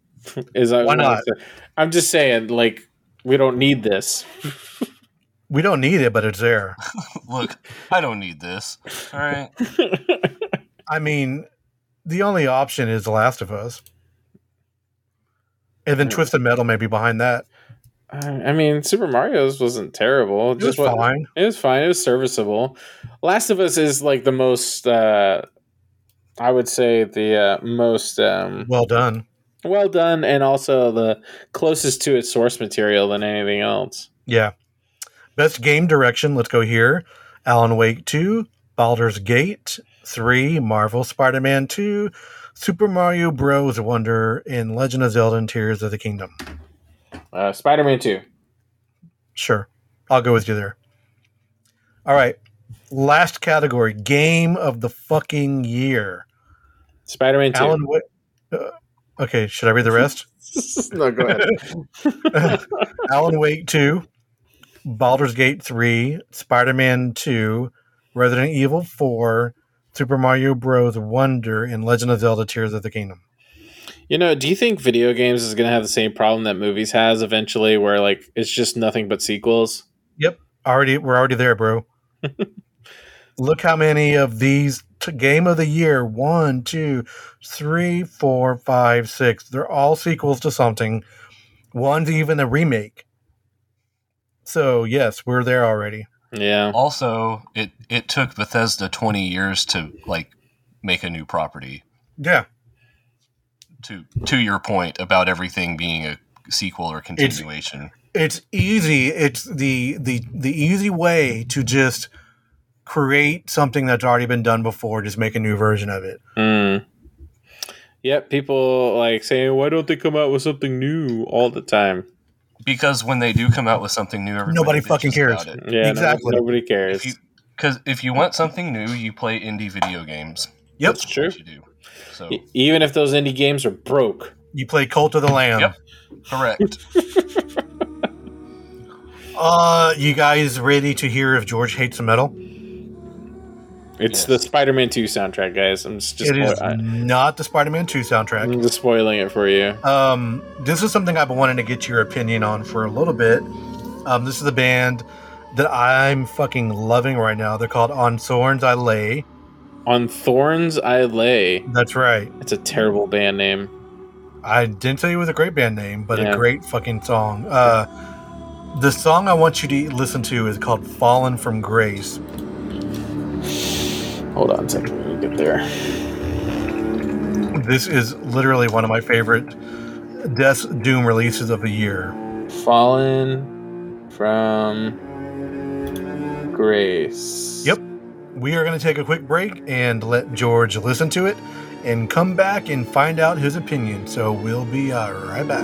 Speaker 4: Is that
Speaker 2: Why
Speaker 4: what
Speaker 2: not?
Speaker 4: I'm saying? I'm just saying, like we don't need this.
Speaker 2: We don't need it, but it's there.
Speaker 6: Look, I don't need this. All right.
Speaker 2: I mean, the only option is The Last of Us. And then
Speaker 4: Hmm.
Speaker 2: Twisted Metal may be behind that.
Speaker 4: I I mean, Super Mario's wasn't terrible. It
Speaker 2: It was
Speaker 4: just wasn't-
Speaker 2: fine.
Speaker 4: It was fine. It was serviceable. Last of Us is like the most. Uh, I would say the uh, most um,
Speaker 2: Well done.
Speaker 4: well done, and also the closest to its source material than anything else.
Speaker 2: Yeah. Best game direction. Let's go here. Alan Wake 2, Baldur's Gate 3, Marvel Spider Man 2, Super Mario Bros. Wonder, and Legend of Zelda and Tears of the Kingdom.
Speaker 4: Uh, Spider-Man Two.
Speaker 2: Sure. I'll go with you there. All right. Last category Game of the fucking year.
Speaker 4: Spider-Man Two.
Speaker 2: Alan Wake. Uh, okay. Should I read the rest?
Speaker 4: no, go ahead.
Speaker 2: Alan Wake 2, Baldur's Gate 3, Spider Man 2, Resident Evil 4, Super Mario Bros. Wonder, and Legend of Zelda Tears of the Kingdom.
Speaker 4: You know, do you think video games is going to have the same problem that movies has eventually, where like it's just nothing but sequels?
Speaker 2: Already, We're already there, bro. Look how many of these t- game of the year one, two, three, four, five, six. They're all sequels to something. One's even a remake. So, yes, we're there already.
Speaker 4: Yeah,
Speaker 6: Also, it it took Bethesda 20 years to like make a new property.
Speaker 2: Yeah.
Speaker 6: To to your point about everything being a sequel or continuation.
Speaker 2: it's easy it's the the the easy way to just create something that's already been done before just make a new version of it
Speaker 4: Hmm. Yep, people like saying, "Why don't they come out with something new all the time?"
Speaker 6: because when they do come out with something new, everybody
Speaker 2: Nobody fucking
Speaker 6: bitches
Speaker 2: cares.
Speaker 6: About it.
Speaker 4: Yeah, no-
Speaker 2: Exactly.
Speaker 4: Nobody cares.
Speaker 6: If you, Because if you want something new, you play indie video games.
Speaker 2: Yep.
Speaker 4: That's true.
Speaker 5: What you do. So
Speaker 4: E- Even if those indie games are broke.
Speaker 2: You play Cult of the Lamb.
Speaker 5: Yep. correct.
Speaker 2: Uh, you guys ready to hear if George hates metal?
Speaker 4: It's the Spider-Man 2 soundtrack, guys. I'm s- just
Speaker 2: it is
Speaker 4: I,
Speaker 2: not the Spider-Man 2 soundtrack.
Speaker 4: am just spoiling it for you.
Speaker 2: Um, this is something I've been wanting to get your opinion on for a little bit. Um, this is a band that I'm fucking loving right now. They're called On Thorns I Lay.
Speaker 4: On Thorns I Lay.
Speaker 2: That's right.
Speaker 4: It's a terrible band name.
Speaker 2: I didn't tell you it was a great band name, but
Speaker 4: Yeah.
Speaker 2: a great fucking song. Uh, the song I want you to listen to is called Fallen from Grace.
Speaker 4: Hold on a second. Let me get there.
Speaker 2: This is literally one of my favorite Death's Doom releases of the year.
Speaker 4: Fallen from grace.
Speaker 2: Yep. We are going to take a quick break and let George listen to it and come back and find out his opinion. So we'll be uh, right back.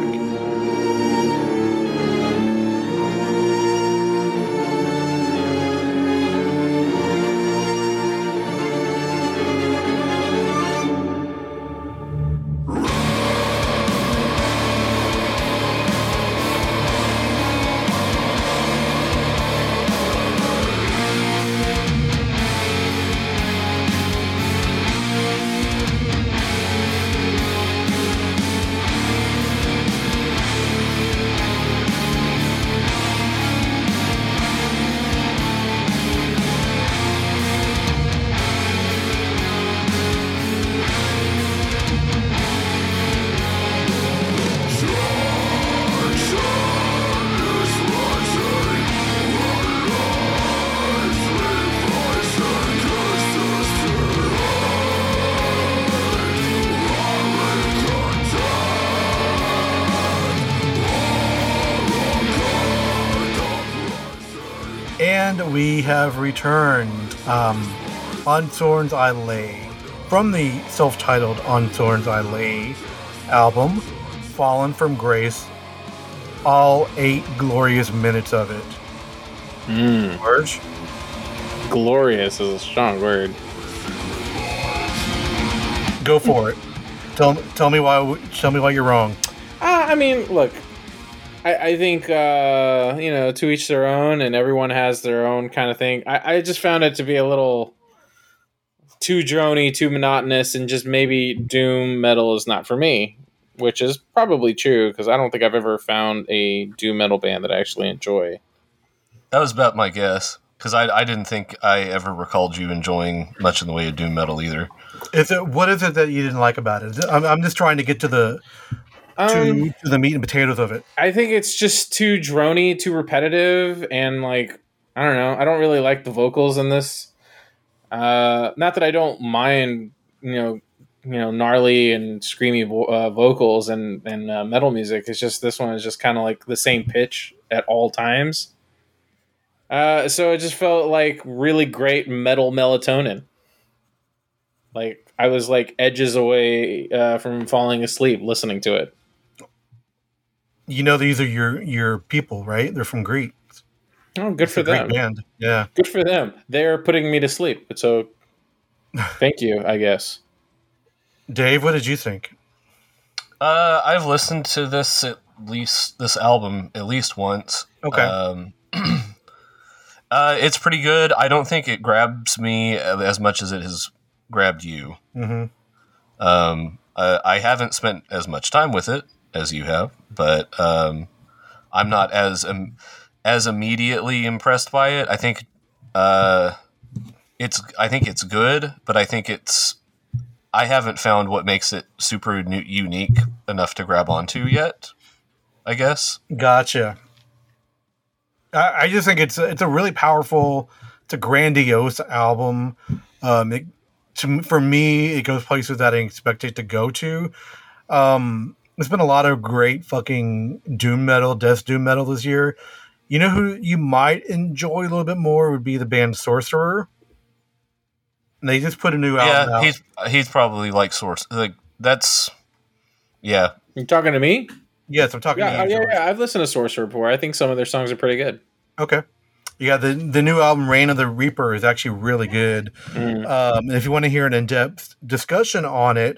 Speaker 2: And we have returned. Um, On Thorns I Lay from the self titled On Thorns I Lay album, Fallen from Grace, all eight glorious minutes of it.
Speaker 4: Mm,
Speaker 2: George?
Speaker 4: glorious is a strong word.
Speaker 2: Go for it. Tell, tell me why tell me why you're wrong.
Speaker 4: Uh, I mean, look, I, I think uh, you know to each their own, and everyone has their own kind of thing. I, I just found it to be a little too drony, too monotonous, and just maybe doom metal is not for me, which is probably true because I don't think I've ever found a doom metal band that I actually enjoy.
Speaker 5: That was about my guess because I, I didn't think I ever recalled you enjoying much in the way of doom metal either.
Speaker 2: Is it what is it that you didn't like about it? Is it- I'm, I'm just trying to get to the
Speaker 4: Um,
Speaker 2: to, to the meat and potatoes of it.
Speaker 4: I think it's just too drony, too repetitive, and like I don't know. I don't really like the vocals in this. Uh, not that I don't mind, you know, you know, gnarly and screamy vo- uh, vocals and and uh, metal music. It's just this one is just kind of like the same pitch at all times. Uh, so it just felt like really great metal melatonin. Like I was like edges away uh, from falling asleep listening to it.
Speaker 2: You know, these are your your people, right? They're from Greek.
Speaker 4: Oh, good for
Speaker 2: Greek
Speaker 4: them.
Speaker 2: band. Yeah.
Speaker 4: good for them. They're putting me to sleep. So thank you, I guess.
Speaker 2: Dave, what did you think?
Speaker 5: Uh, I've listened to this at least this album at least once.
Speaker 2: Okay.
Speaker 5: Um, uh, it's pretty good. I don't think it grabs me as much as it has grabbed you.
Speaker 2: hmm
Speaker 5: Um, uh, I haven't spent as much time with it as you have, but um, I'm not as um, as immediately impressed by it. I think uh, it's I think it's good, but I think it's I haven't found what makes it super nu- unique enough to grab onto yet. I guess.
Speaker 2: Gotcha. I, I just think it's a, it's a really powerful, it's a grandiose album. Um, it, to, for me, it goes places that I didn't expect it to go to. Um, there's been a lot of great fucking doom metal, death doom metal this year. You know who you might enjoy a little bit more would be the band Sorcerer. And they just put a new album
Speaker 5: yeah,
Speaker 2: out.
Speaker 5: he's he's probably like source like that's yeah.
Speaker 4: You talking to me?
Speaker 2: yes, I'm talking
Speaker 4: Yeah, uh,
Speaker 2: to you.
Speaker 4: yeah,
Speaker 2: George.
Speaker 4: yeah. I've listened to Sorcerer before. I think some of their songs are pretty good.
Speaker 2: Okay. You got the the new album Reign of the Reaper is actually really good.
Speaker 4: Mm.
Speaker 2: Um, and if you want to hear an in depth discussion on it,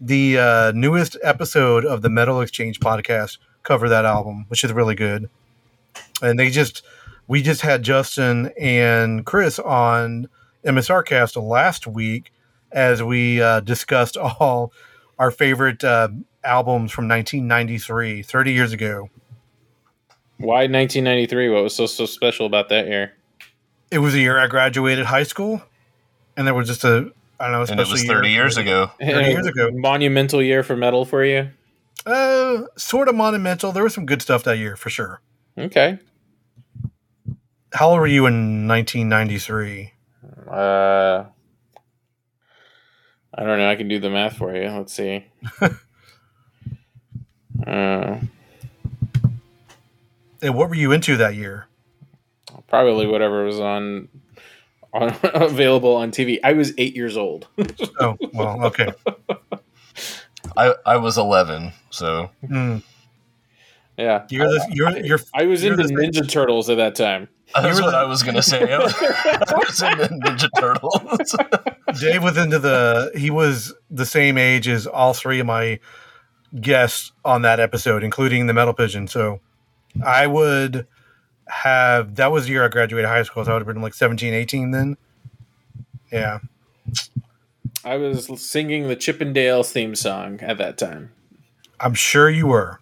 Speaker 2: the uh, newest episode of the Metal Exchange podcast cover that album, which is really good. And they just we just had Justin and Chris on MSR Cast last week as we uh, discussed all our favorite uh, albums from 1993, 30 years ago.
Speaker 4: Why 1993? What was so so special about that year?
Speaker 2: It was the year I graduated high school, and there was just a I don't know.
Speaker 5: and it
Speaker 2: special
Speaker 5: was
Speaker 2: year.
Speaker 5: 30 years ago.
Speaker 2: 30 years ago.
Speaker 4: Monumental year for metal for you.
Speaker 2: Uh, sort of monumental. There was some good stuff that year for sure.
Speaker 4: Okay.
Speaker 2: How old were you in 1993?
Speaker 4: Uh, I don't know. I can do the math for you. Let's see. uh,
Speaker 2: And Eh, what were you into that year?
Speaker 4: probably whatever was on, on available on TV. I was eight years old.
Speaker 2: Oh, well, okay.
Speaker 5: I, I was 11, so
Speaker 2: Hmm.
Speaker 4: yeah,
Speaker 2: You're the, you're you're
Speaker 4: I was
Speaker 2: You're
Speaker 4: into
Speaker 2: the-
Speaker 4: Ninja Turtles at that time.
Speaker 5: Oh, that's
Speaker 2: were
Speaker 5: what
Speaker 2: the-
Speaker 5: I was going to say. I was, I was in the Ninja Turtles.
Speaker 2: Dave was into the he was the same age as all three of my guests on that episode, including the metal pigeon. So I would have that was the year I graduated high school, so I would have been like 17, 18 then. Yeah.
Speaker 4: I was singing the Chippendales theme song at that time.
Speaker 2: I'm sure you were.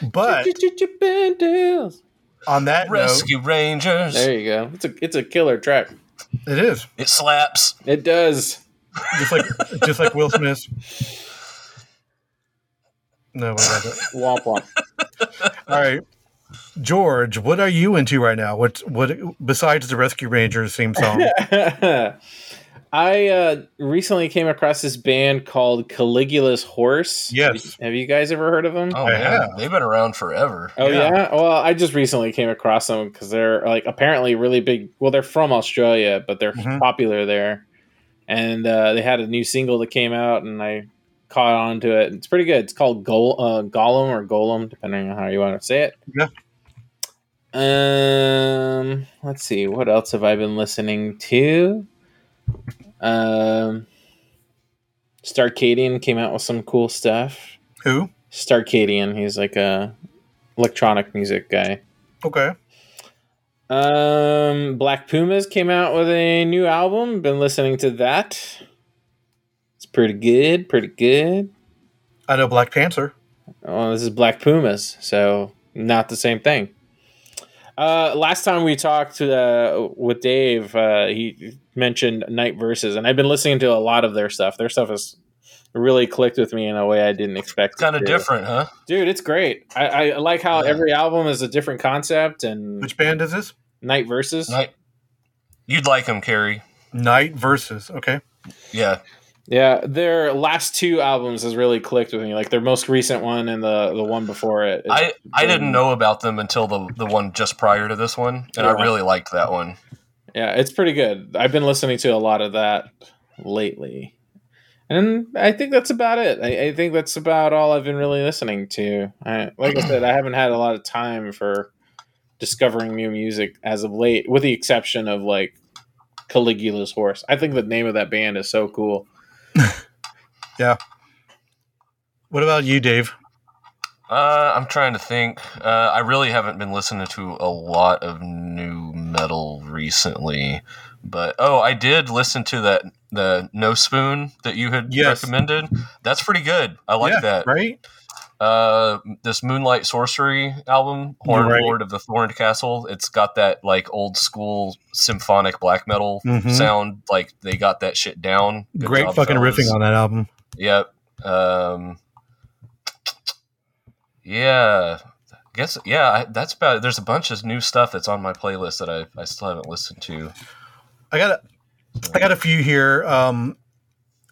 Speaker 2: But
Speaker 4: Chippendales.
Speaker 2: on that note,
Speaker 5: Rescue Rangers.
Speaker 4: There you go. It's a it's a killer track.
Speaker 2: it is.
Speaker 5: It slaps.
Speaker 4: It does.
Speaker 2: Just like just like Will Smith. No, wait, that's it.
Speaker 4: Womp womp.
Speaker 2: All right. George, what are you into right now? What's what besides the Rescue Rangers theme song?
Speaker 4: I uh, recently came across this band called Caligula's Horse.
Speaker 2: Yes.
Speaker 4: Have you guys ever heard of them?
Speaker 5: Oh,
Speaker 2: Yeah.
Speaker 5: man. They've been around forever.
Speaker 4: Oh
Speaker 2: Yeah.
Speaker 4: yeah. Well, I just recently came across them because they're like apparently really big. Well, they're from Australia, but they're
Speaker 2: Mhm.
Speaker 4: popular there. And uh, they had a new single that came out, and I caught on to it. It's pretty good. It's called Gol- uh, Golem or Golem, depending on how you want to say it.
Speaker 2: Yeah.
Speaker 4: Um. Let's see. What else have I been listening to? Um. Starcadian came out with some cool stuff.
Speaker 2: Who?
Speaker 4: Starcadian. He's like a electronic music guy.
Speaker 2: Okay.
Speaker 4: Um, Black Pumas came out with a new album. Been listening to that. It's pretty good. Pretty good.
Speaker 2: I know Black Panther.
Speaker 4: Oh, this is Black Pumas, so not the same thing. Uh, last time we talked uh, with Dave, uh, he mentioned Night Verses, and I've been listening to a lot of their stuff. Their stuff has really clicked with me in a way I didn't expect. it
Speaker 5: Kind of
Speaker 4: to.
Speaker 5: different, huh?
Speaker 4: Dude, it's great. I, I like how
Speaker 5: Yeah.
Speaker 4: every album is a different concept and
Speaker 2: Which band is this?
Speaker 4: night versus.
Speaker 5: Night. You'd like them, Carrie.
Speaker 2: Night versus. Okay.
Speaker 5: Yeah.
Speaker 4: Yeah, their last two albums has really clicked with me. Like their most recent one and the the one before it. It's-
Speaker 5: I, I didn't know about them until the, the one just prior to this one, and
Speaker 4: Yeah.
Speaker 5: I really liked that one.
Speaker 4: yeah, it's pretty good. I've been listening to a lot of that lately, and I think that's about it. I, I think that's about all I've been really listening to. I, like I said, I haven't had a lot of time for discovering new music as of late, with the exception of like Caligula's Horse. I think the name of that band is so cool.
Speaker 2: What about you, Dave?
Speaker 5: Uh, I'm trying to think. Uh, I really haven't been listening to a lot of new metal recently, but oh, I did listen to that the No Spoon that you had
Speaker 2: Yes.
Speaker 5: recommended. That's pretty good. I like
Speaker 2: Yeah,
Speaker 5: that.
Speaker 2: Right?
Speaker 5: Uh, this Moonlight Sorcery album, Horn
Speaker 2: You're right.
Speaker 5: Lord of the Thorned Castle. It's got that like old school symphonic black metal
Speaker 2: Mhm.
Speaker 5: sound. Like they got that shit down. Good
Speaker 2: Great
Speaker 5: job,
Speaker 2: fucking
Speaker 5: fellas.
Speaker 2: riffing on that album.
Speaker 5: Yep. Um, yeah. I guess yeah. I, that's about. It. There's a bunch of new stuff that's on my playlist that I, I still haven't listened to.
Speaker 2: I got a, I got a few here. Um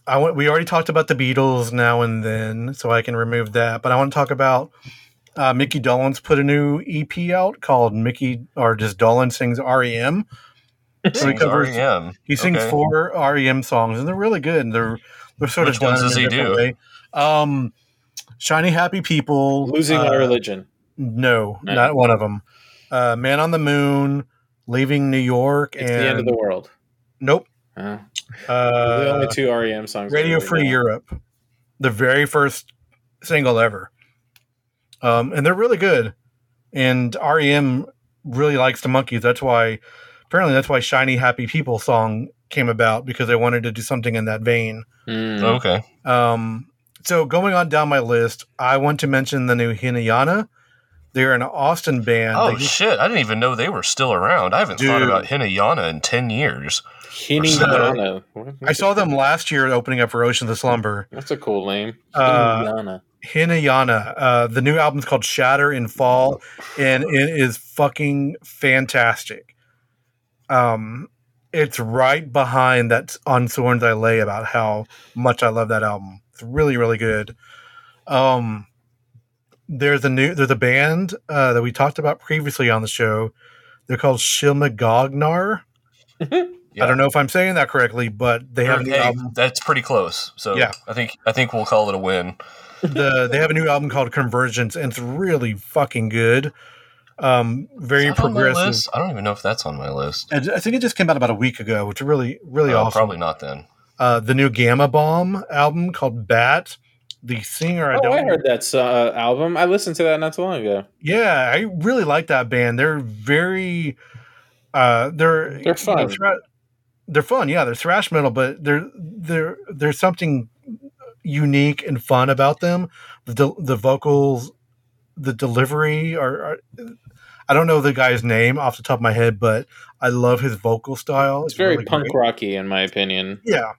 Speaker 2: I want we already talked about the Beatles now and then, so I can remove that. But I want to talk about uh, Mickey Dolenz put a new EP out called Mickey or just Dolan sings REM. So he
Speaker 5: Sings
Speaker 2: covers
Speaker 5: REM.
Speaker 2: He sings
Speaker 5: Okay.
Speaker 2: four REM songs, and they're really good. And they're they're sort
Speaker 5: Which
Speaker 2: of done
Speaker 5: ones
Speaker 2: in
Speaker 5: does
Speaker 2: a
Speaker 5: he
Speaker 2: different
Speaker 5: do?
Speaker 2: way. Um, Shiny Happy People,
Speaker 4: Losing
Speaker 2: uh,
Speaker 4: my religion.
Speaker 2: No,
Speaker 4: No.
Speaker 2: not one of them. Uh, Man on the Moon, leaving New York
Speaker 4: It's
Speaker 2: and
Speaker 4: the end of the world.
Speaker 2: nope.
Speaker 4: Huh? the
Speaker 2: Uh,
Speaker 4: only two REM songs. I
Speaker 2: Radio
Speaker 4: really
Speaker 2: Free
Speaker 4: know.
Speaker 2: Europe, the very first single ever. Um, and they're really good. And REM really likes the monkeys. That's why, apparently, that's why Shiny Happy People song came about because they wanted to do something in that vein.
Speaker 4: Mm.
Speaker 2: Mm-hmm.
Speaker 5: Okay.
Speaker 2: Um, so, going on down my list, I want to mention the new Hinayana. They're an Austin band.
Speaker 5: Oh
Speaker 2: They just-
Speaker 5: shit! I didn't even know they were still around. I haven't thought
Speaker 2: Dude.
Speaker 5: about Hinayana in ten years.
Speaker 4: Hinayana.
Speaker 2: I saw them last year opening up for Oceans of Slumber.
Speaker 4: That's a cool name.
Speaker 2: Uh,
Speaker 4: Hinayana.
Speaker 2: Hinayana. Uh, the new album's called Shatter in Fall, and it is fucking fantastic. Um, it's right behind that on Thorns I Lay about how much I love that album. It's really, really good. Um, there's a new there's a band uh, that we talked about previously on the show. They're called Shilmagognar. I don't know if I'm saying that correctly, but they have a new
Speaker 5: Hey,
Speaker 2: album.
Speaker 5: that's pretty close. So
Speaker 2: Yeah.
Speaker 5: I think I think we'll call it a win.
Speaker 2: the they have a new album called Convergence, and it's really fucking good. Um, very
Speaker 5: Is that on my
Speaker 2: progressive.
Speaker 5: list? I don't even know if that's on my list.
Speaker 2: I I think it just came out about a week ago, which is really, really
Speaker 5: Oh,
Speaker 2: awesome.
Speaker 5: Probably not then.
Speaker 2: Uh, the new Gamma Bomb album called Bat. The singer, I
Speaker 4: Oh,
Speaker 2: don't.
Speaker 4: I heard that uh, album. I listened to that not too long ago.
Speaker 2: Yeah, I really like that band. They're very, uh, they're
Speaker 4: They're fun.
Speaker 2: you know, thra- they're fun. Yeah, they're thrash metal, but they're they're there's something unique and fun about them. The del- the vocals, the delivery are. are I don't know the guy's name off the top of my head, but I love his vocal style.
Speaker 4: It's very
Speaker 2: really
Speaker 4: punk
Speaker 2: great.
Speaker 4: rocky, in my opinion.
Speaker 2: Yeah,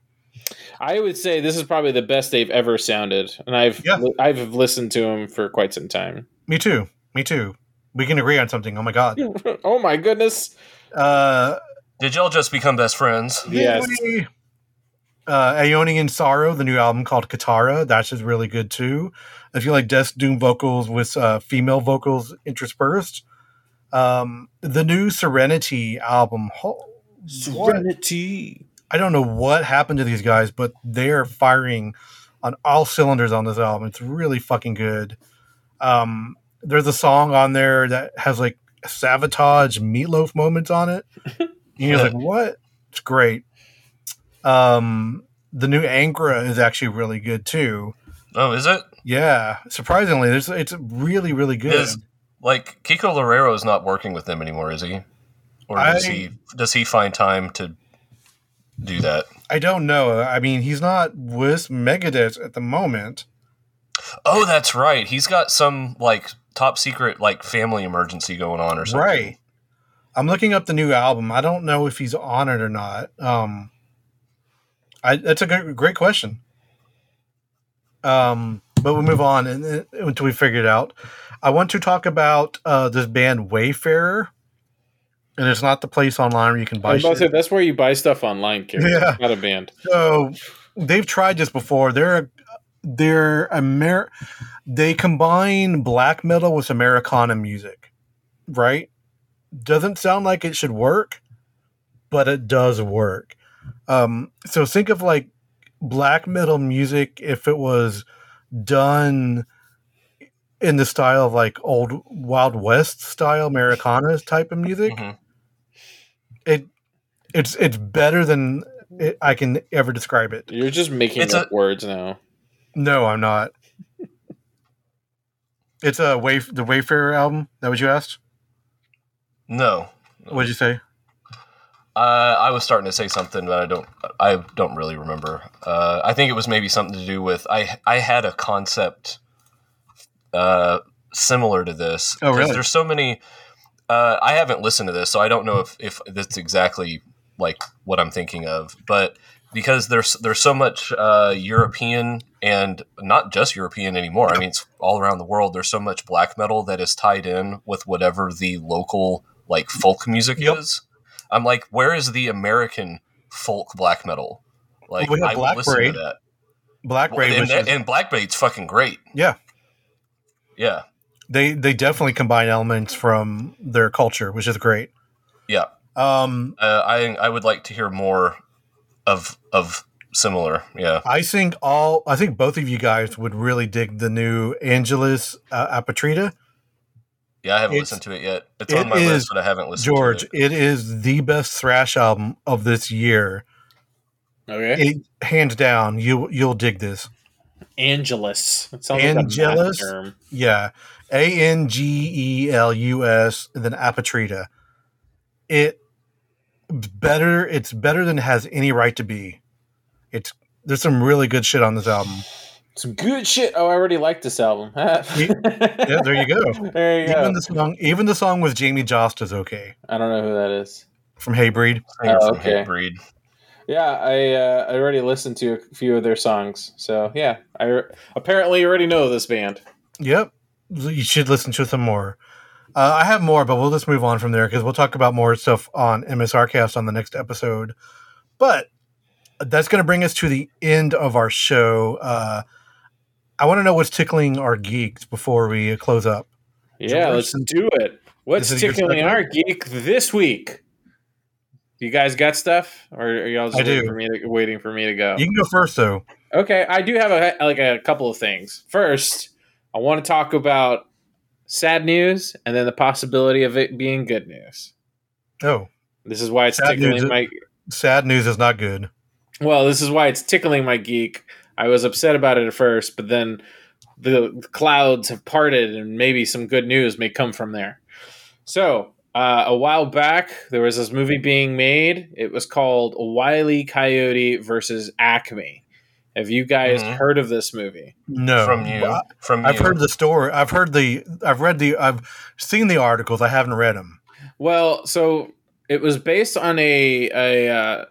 Speaker 4: I would say this is probably the best they've ever sounded, and I've
Speaker 2: Yeah.
Speaker 4: I've listened to them for quite some time.
Speaker 2: me too. Me too. We can agree on something. Oh my god.
Speaker 4: oh my goodness!
Speaker 2: Uh,
Speaker 5: Did y'all just become best friends?
Speaker 4: Yes,
Speaker 2: Anyway, Uh, Aeoni in Sorrow, the new album called Katara, that's just really good too. I feel like Death Doom vocals with uh, female vocals interspersed. Um, the new Serenity album. ho- what?
Speaker 4: Serenity.
Speaker 2: I don't know what happened to these guys, but they're firing on all cylinders on this album. It's really fucking good. Um, there's a song on there that has like sabotage meatloaf moments on it. And you're like, what? It's great. Um, the new Angra is actually really good too.
Speaker 5: Oh, is it?
Speaker 2: Yeah, surprisingly, there's, it's really, really good.
Speaker 5: Is- Like Kiko Lorero is not working with them anymore, is he? Or does
Speaker 2: I-
Speaker 5: he does he find time to do that?
Speaker 2: I don't know. I mean, he's not with Megadeth at the moment.
Speaker 5: Oh, that's right. He's got some like top secret like family emergency going on or something.
Speaker 2: Right. I'm looking up the new album. I don't know if he's on it or not. Um, I that's a good, great question. Um, but we'll move on and, and- until we figure it out. I want to talk about uh, this band Wayfarer, and it's not the place online where you can
Speaker 4: I
Speaker 2: buy
Speaker 4: was about to
Speaker 2: shit.
Speaker 4: say, that's where you buy stuff online, Carrie.
Speaker 2: Yeah.
Speaker 4: Not a band.
Speaker 2: So they've tried this before. They're they're Amer- they combine black metal with Americana music, right? Doesn't sound like it should work, but it does work. Um, so think of like black metal music if it was done in the style of like old Wild West style Americana type of music
Speaker 5: Mhm.
Speaker 2: it's it's better than it, I can ever describe it.
Speaker 4: You're just making
Speaker 5: It's
Speaker 4: up
Speaker 5: a-
Speaker 4: words now.
Speaker 2: No, I'm not. It's a wave the Wayfarer album. That what you asked?
Speaker 5: No.
Speaker 2: What'd you say?
Speaker 5: Uh, I was starting to say something, but I don't. I don't really remember. Uh, I think it was maybe something to do with I. I had a concept uh, similar to this.
Speaker 2: Oh,
Speaker 5: 'Cause
Speaker 2: really?
Speaker 5: There's so many. Uh, I haven't listened to this, so I don't know if if that's exactly like what I'm thinking of. But because there's there's so much uh, European and not just European anymore. I mean, it's all around the world. There's so much black metal that is tied in with whatever the local like folk music
Speaker 2: Yep.
Speaker 5: is. I'm like, where is the American folk black metal? Like,
Speaker 2: Well, we have
Speaker 5: I will
Speaker 2: Black
Speaker 5: listen
Speaker 2: Parade,
Speaker 5: to that.
Speaker 2: Black
Speaker 5: Well,
Speaker 2: Brave,
Speaker 5: and,
Speaker 2: which is-
Speaker 5: that- and Black Parade's fucking great.
Speaker 2: Yeah.
Speaker 5: Yeah.
Speaker 2: they they definitely combine elements from their culture, which is great.
Speaker 5: Yeah.
Speaker 2: Um,
Speaker 5: Uh, I I would like to hear more of of similar. Yeah.
Speaker 2: I think all I think both of you guys would really dig the new Angelus uh, Apatrida.
Speaker 6: Yeah, I haven't
Speaker 2: It's-
Speaker 6: listened to it yet. It's
Speaker 2: it
Speaker 6: on my
Speaker 2: is-
Speaker 6: list, but I haven't listened
Speaker 2: George,
Speaker 6: to it.
Speaker 2: it is the best thrash album of this year.
Speaker 4: Okay.
Speaker 2: It, hands down, you you'll dig this.
Speaker 4: Angelus. It sounds like a math
Speaker 2: Angelus?
Speaker 4: term.
Speaker 2: Yeah. A N G E L U S and then Apatrita. It better it's better than it has any right to be. It's there's some really good shit on this album.
Speaker 4: Some good shit. Oh, I already like this album.
Speaker 2: Yeah, there you go.
Speaker 4: There you go.
Speaker 2: Even the song even the song with Jamie Jost is okay
Speaker 4: I don't know who that is.
Speaker 2: from Haybreed.
Speaker 6: Singer
Speaker 4: Oh,
Speaker 6: from
Speaker 4: okay.
Speaker 6: Hatebreed.
Speaker 4: Yeah, I uh, I already listened to a few of their songs. So yeah, I apparently already know this band.
Speaker 2: Yep. You should listen to some more. Uh, I have more, but we'll just move on from there because we'll talk about more stuff on MSRcast on the next episode. But that's going to bring us to the end of our show. Uh, I want to know what's tickling our geeks before we close up.
Speaker 4: Yeah,
Speaker 2: George,
Speaker 4: let's
Speaker 2: since-
Speaker 4: do it. What's
Speaker 2: this is your
Speaker 4: tickling
Speaker 2: segment?
Speaker 4: our geek this week? You guys got stuff, or are y'all just
Speaker 2: I
Speaker 4: waiting,
Speaker 2: do.
Speaker 4: For me to, waiting for me to
Speaker 6: Oh.
Speaker 4: go?
Speaker 2: You can go first, though.
Speaker 4: Okay, I do have a like a couple of things. First, I want to talk about sad news, and then the possibility of it being good news.
Speaker 2: Oh,
Speaker 4: This is why it's
Speaker 2: Sad
Speaker 4: tickling
Speaker 2: news is-
Speaker 4: my
Speaker 2: sad news is not good.
Speaker 4: Well, this is why it's tickling my geek. I was upset about it at first, but then the clouds have parted and maybe some good news may come from there. So, uh, a while back, there was this movie being made. It was called Wiley Coyote versus Acme. Have you guys
Speaker 2: Mm-hmm.
Speaker 6: Mhm.
Speaker 4: heard of this movie?
Speaker 2: No,
Speaker 6: From you.
Speaker 2: Well,
Speaker 6: From
Speaker 2: I, have
Speaker 6: you.
Speaker 2: heard the story. I've heard the. I've read the. I've seen the articles. I haven't read them.
Speaker 4: Well, so it was based on a a uh,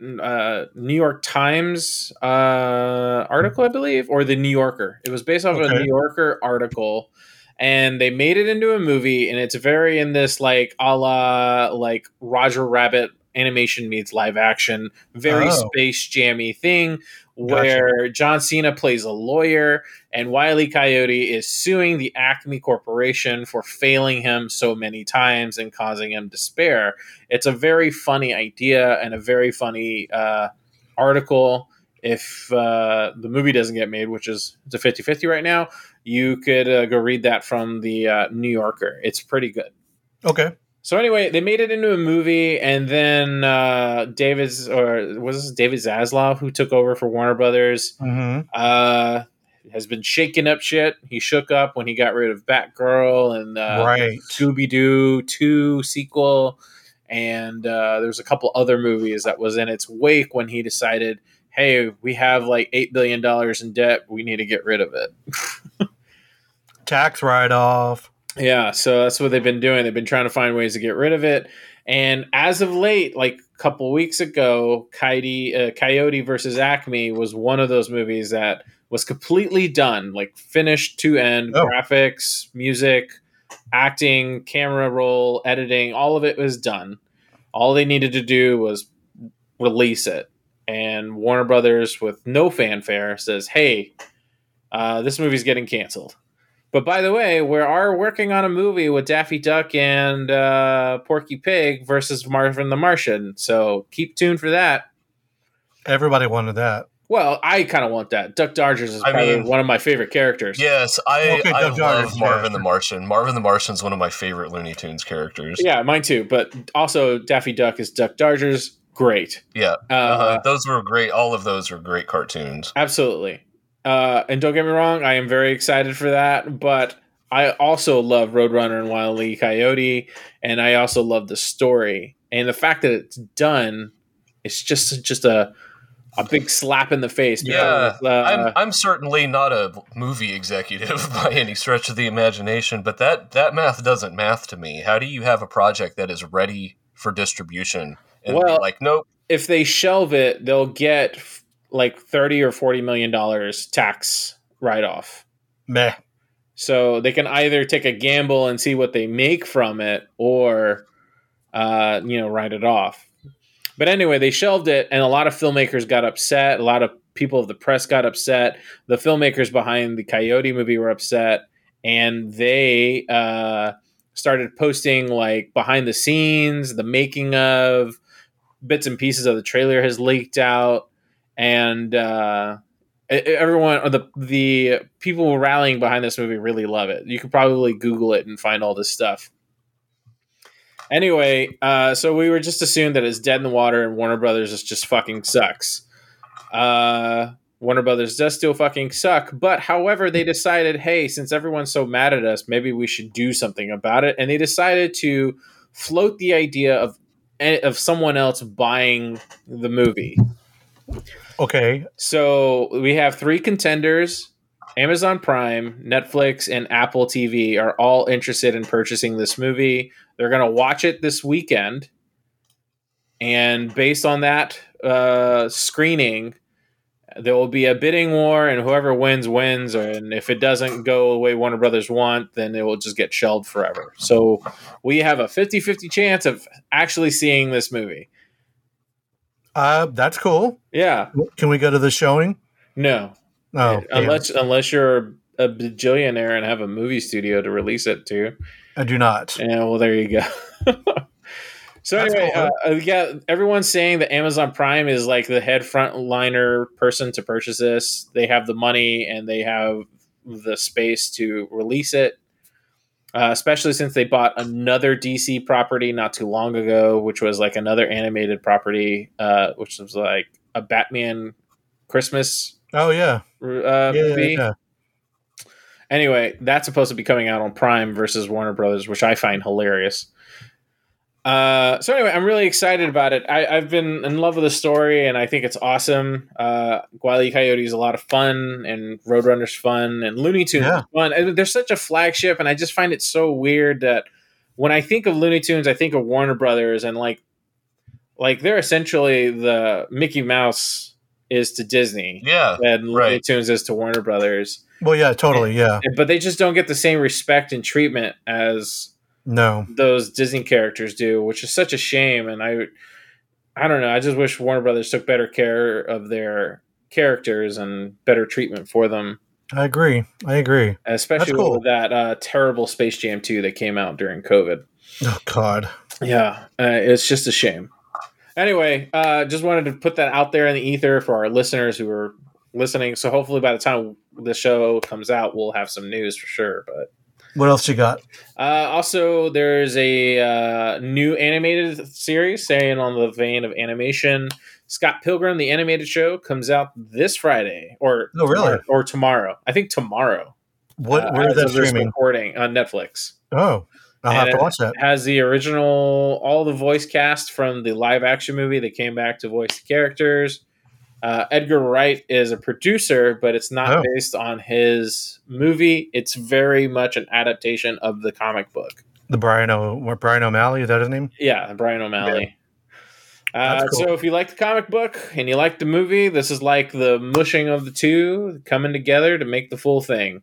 Speaker 4: n- uh, New York Times uh, article, I believe, or the New Yorker. It was based off of a
Speaker 2: Okay.
Speaker 4: New Yorker article, and they made it into a movie. And it's very in this like a la like Roger Rabbit animation meets live action, very
Speaker 2: Oh.
Speaker 4: space jammy thing where John Cena plays a lawyer and Wiley Coyote is suing the Acme Corporation for failing him so many times and causing him despair. It's a very funny idea and a very funny uh, article. If uh, the movie doesn't get made, which is it's a 50 50 right now, you could uh, go read that from the uh, New Yorker. It's pretty good.
Speaker 2: Okay.
Speaker 4: So anyway, they made it into a movie, and then uh, David's or was this David Zaslav who took over for Warner Brothers?
Speaker 2: hmm
Speaker 6: Mm-hmm.
Speaker 4: uh, has been shaking up shit. He shook up when he got rid of Batgirl and uh,
Speaker 2: right.
Speaker 4: Scooby Doo 2 sequel. And uh, there's a couple other movies that was in its wake when he decided, hey, we have like $8 billion in debt. We need to get rid of it.
Speaker 2: Tax write off.
Speaker 4: Yeah, so that's what they've been doing. They've been trying to find ways to get rid of it. And as of late, like a couple weeks ago, Coyote, uh, Coyote versus Acme was one of those movies that was completely done, like finished to end,
Speaker 2: Oh.
Speaker 4: graphics, music, acting, camera roll, editing, all of it was done. All they needed to do was release it. And Warner Brothers, with no fanfare, says, hey, uh, this movie's getting canceled. But by the way, we are working on a movie with Daffy Duck and uh, Porky Pig versus Marvin the Martian. So keep tuned for that.
Speaker 2: Everybody wanted that.
Speaker 4: Well, I kind of want that. Duck Dodgers is
Speaker 6: I
Speaker 4: probably
Speaker 6: mean-
Speaker 4: one of my favorite characters.
Speaker 6: Yes, I,
Speaker 2: Okay,
Speaker 6: I
Speaker 2: Doug
Speaker 6: love
Speaker 2: Jones, yeah.
Speaker 6: Marvin the Martian. Marvin the Martian's one of my favorite Looney Tunes characters.
Speaker 4: Yeah, mine too. But also, Daffy Duck is Duck Dodgers. Great.
Speaker 6: Yeah.
Speaker 4: Uh,
Speaker 6: Uh, those were great. All of those were great cartoons.
Speaker 4: Absolutely. Uh, and don't get me wrong, I am very excited for that. But I also love Roadrunner and Wild E. Coyote, and I also love the story and the fact that it's done. It's just just a a big slap in the face.
Speaker 6: Yeah,
Speaker 4: because, uh,
Speaker 6: I'm, I'm certainly not a movie executive by any stretch of the imagination, but that, that math doesn't math to me. How do you have a project that is ready for distribution and
Speaker 4: Well-
Speaker 6: be like, nope,
Speaker 4: if they shelve it, they'll get f- like thirty or forty million dollars tax write off.
Speaker 2: Meh.
Speaker 4: So they can either take a gamble and see what they make from it, or uh, you know, write it off. But anyway, they shelved it, and a lot of filmmakers got upset. A lot of people of the press got upset. The filmmakers behind the Coyote movie were upset, and they uh, started posting like behind the scenes, the making of bits and pieces of the trailer has leaked out, and uh, e- everyone or the the people rallying behind this movie really love it. You could probably Google it and find all this stuff. Anyway, uh, so we were just assumed that it's dead in the water, and Warner Brothers is just fucking sucks. Uh, Warner Brothers does still fucking suck, but however, they decided, hey, since everyone's so mad at us, maybe we should do something about it, and they decided to float the idea of eh, of someone else buying the movie.
Speaker 2: Okay.
Speaker 4: So we have three contenders. Amazon Prime, Netflix, and Apple TV are all interested in purchasing this movie. They're going to watch it this weekend. And based on that uh, screening, there will be a bidding war, and whoever wins, wins. And if it doesn't go the way Warner Brothers want, then it will just get shelled forever. So we have a 50 50 chance of actually seeing this movie.
Speaker 2: Uh, that's cool.
Speaker 4: Yeah.
Speaker 2: Can we go to the showing?
Speaker 4: No,
Speaker 2: Oh, damn.
Speaker 4: unless unless you're a bajillionaire and have a movie studio to release it to.
Speaker 2: I do not.
Speaker 4: Yeah, well, there you go. so
Speaker 2: That's
Speaker 4: anyway,
Speaker 2: cool.
Speaker 4: uh, uh, yeah, everyone's saying that Amazon Prime is like the head frontliner person to purchase this. They have the money and they have the space to release it. Uh, especially since they bought another DC property not too long ago, which was like another animated property, uh, which was like a Batman Christmas
Speaker 2: Oh yeah.
Speaker 4: uh,
Speaker 2: Yeah, yeah,
Speaker 4: movie.
Speaker 2: yeah.
Speaker 4: Anyway, that's supposed to be coming out on Prime versus Warner Brothers, which I find hilarious. Uh, so anyway, I'm really excited about it. I, I've been in love with the story, and I think it's awesome. Uh, Wile E. Coyote is a lot of fun, and Roadrunner's fun, and Looney Tunes
Speaker 2: Yeah.
Speaker 4: is fun. And they're such a flagship, and I just find it so weird that when I think of Looney Tunes, I think of Warner Brothers, and like, like they're essentially the Mickey Mouse is to Disney,
Speaker 6: Yeah.
Speaker 4: and Looney
Speaker 6: right.
Speaker 4: Tunes is to Warner Brothers
Speaker 2: Well, yeah, totally. Yeah.
Speaker 4: but they just don't get the same respect and treatment as
Speaker 2: No.
Speaker 4: those Disney characters do, which is such a shame. And I, I don't know. I just wish Warner Brothers took better care of their characters and better treatment for them,
Speaker 2: I agree. I agree.
Speaker 4: especially
Speaker 2: That's cool.
Speaker 4: with that uh, terrible Space Jam two that came out during COVID.
Speaker 2: Oh God.
Speaker 4: Yeah, uh, it's just a shame. Anyway, uh, just wanted to put that out there in the ether for our listeners who are listening. So hopefully, by the time the show comes out, we'll have some news for sure. But
Speaker 2: What else you got?
Speaker 4: Uh, also, there's a uh, new animated series, staying on the vein of animation. Scott Pilgrim, the animated show, comes out this Friday, or
Speaker 2: Oh, really?
Speaker 4: or, or tomorrow. I think tomorrow.
Speaker 2: What?
Speaker 4: uh,
Speaker 2: where is
Speaker 4: as
Speaker 2: that
Speaker 4: of this
Speaker 2: streaming?
Speaker 4: Recording on Netflix.
Speaker 2: Oh, I'll have to
Speaker 4: And-
Speaker 2: watch that.
Speaker 4: It has the original, all the voice cast from the live action movie. They came back to voice the characters. Uh, Edgar Wright is a producer, but it's not
Speaker 2: Oh.
Speaker 4: based on his movie. It's very much an adaptation of the comic book.
Speaker 2: The Brian O. Brian O'Malley. Is that his name?
Speaker 4: Yeah, Brian O'Malley. Uh,
Speaker 2: That's cool.
Speaker 4: So if you like the comic book and you like the movie, this is like the mushing of the two coming together to make the full thing.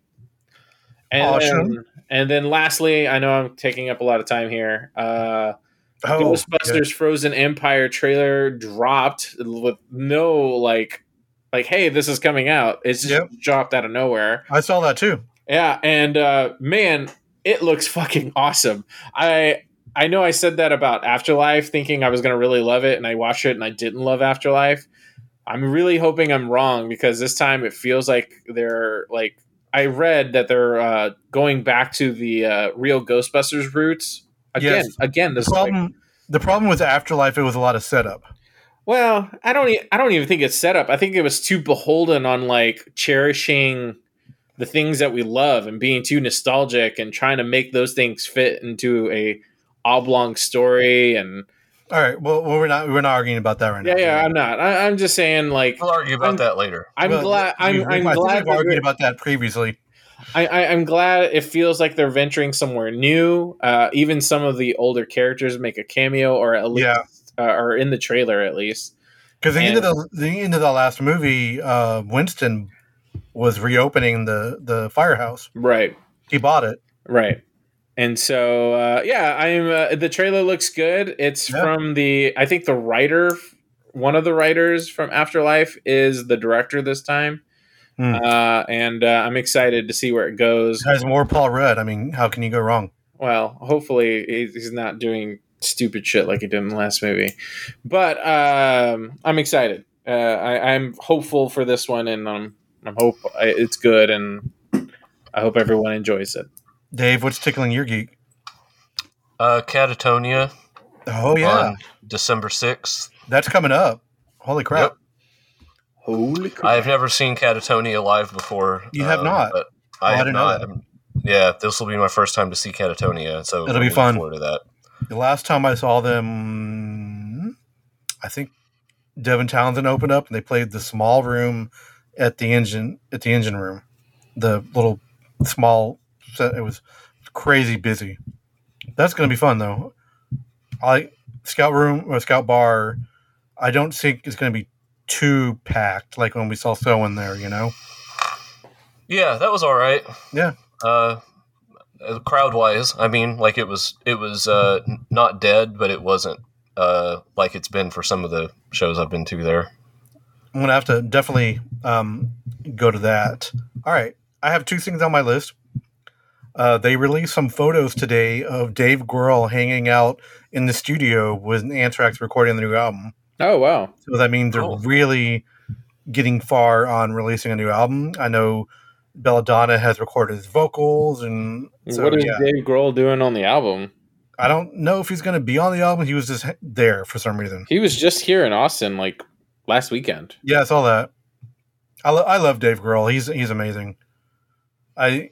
Speaker 4: And then,
Speaker 2: Awesome.
Speaker 4: and then lastly, I know I'm taking up a lot of time here. Uh,
Speaker 2: Oh, yeah.
Speaker 4: Ghostbusters Frozen Empire trailer dropped with no like, like hey, this is coming out. It's just
Speaker 2: Yep.
Speaker 4: dropped out of nowhere.
Speaker 2: I saw that too.
Speaker 4: Yeah, and uh, man, it looks fucking awesome. I I know I said that about Afterlife, thinking I was gonna really love it, and I watched it and I didn't love Afterlife. I'm really hoping I'm wrong because this time it feels like they're like I read that they're uh, going back to the uh, real Ghostbusters roots again.
Speaker 2: Yes.
Speaker 4: Again,
Speaker 2: The
Speaker 4: this is like-
Speaker 2: problem. The problem with Afterlife, it was a lot of setup.
Speaker 4: well, I don't. E- I don't even think it's set up. I think it was too beholden on like cherishing the things that we love and being too nostalgic and trying to make those things fit into a oblong story. And
Speaker 2: All right. Well, well, we're not we're not arguing about that right
Speaker 4: yeah,
Speaker 2: now.
Speaker 4: yeah, I'm not. I, I'm just saying like.
Speaker 6: We'll argue about
Speaker 4: I'm-
Speaker 6: that later.
Speaker 4: I'm
Speaker 2: Oh, Well,
Speaker 4: glad.
Speaker 2: we-
Speaker 4: I'm,
Speaker 2: we- I
Speaker 4: I'm
Speaker 2: think
Speaker 4: glad.
Speaker 2: We've argued
Speaker 4: that-
Speaker 2: about that previously.
Speaker 4: I, I, I'm glad it feels like they're venturing somewhere new. Uh, even some of the older characters make a cameo, or at least
Speaker 2: Yeah.
Speaker 4: uh, are in the trailer at least.
Speaker 2: Because the end of
Speaker 4: And-
Speaker 2: the the end of the last movie, uh, Winston was reopening the the firehouse.
Speaker 4: Right.
Speaker 2: He bought it.
Speaker 4: Right. And so uh, yeah, I'm uh, the trailer looks good. It's
Speaker 2: Yeah.
Speaker 4: from the I think the writer one of the writers from Afterlife is the director this time.
Speaker 2: Hmm.
Speaker 4: Uh, and uh, I'm excited to see where it goes.
Speaker 2: It has more Paul Rudd. I mean, how can you go wrong?
Speaker 4: Well, hopefully he- he's not doing stupid shit like he did in the last movie. But um, I'm excited. Uh, I, I'm hopeful for this one, and I'm I hope I, it's good, and I hope everyone enjoys it.
Speaker 2: Dave, what's tickling your geek?
Speaker 5: Uh, Catatonia
Speaker 2: Oh yeah,
Speaker 5: on December 6th.
Speaker 2: that's coming up. Holy crap!
Speaker 5: Yep.
Speaker 7: Holy
Speaker 5: I
Speaker 7: crap.
Speaker 5: have never seen Catatonia live before. um,
Speaker 2: You have not?
Speaker 5: but
Speaker 2: Oh, I
Speaker 5: I have
Speaker 2: didn't know
Speaker 5: not.
Speaker 2: that.
Speaker 5: I'm- yeah, this will be my first time to see Catatonia, so
Speaker 2: It'll
Speaker 5: I'm
Speaker 2: be
Speaker 5: looking
Speaker 2: fun.
Speaker 5: Forward to that.
Speaker 2: The last time I saw them, I think Devin Townsend opened up and they played the small room at the engine at the engine room, the little small set. It was crazy busy. That's going to be fun though. I scout room or scout bar. I don't think it's going to be too packed like when we saw so in there. You know,
Speaker 5: Yeah, that was all right.
Speaker 2: Yeah.
Speaker 5: Uh, crowd wise, I mean, like it was, it was uh, n- not dead, but it wasn't uh, like it's been for some of the shows I've been to there.
Speaker 2: I'm going to have to definitely um, go to that. All right. I have two things on my list. Uh, they released some photos today of Dave Grohl hanging out in the studio with Anthrax recording the new album.
Speaker 4: Oh wow!
Speaker 2: So that means they're
Speaker 4: Oh.
Speaker 5: Cool.
Speaker 2: really getting far on releasing a new album. I know Belladonna has recorded his vocals, and so
Speaker 4: what is
Speaker 2: yeah.
Speaker 4: Dave Grohl doing on the album?
Speaker 2: I don't know if he's going to be on the album. He was just h- there for some reason.
Speaker 4: He was just here in Austin like last weekend.
Speaker 2: Yeah, I saw that. I, lo- I love Dave Grohl. He's he's amazing. I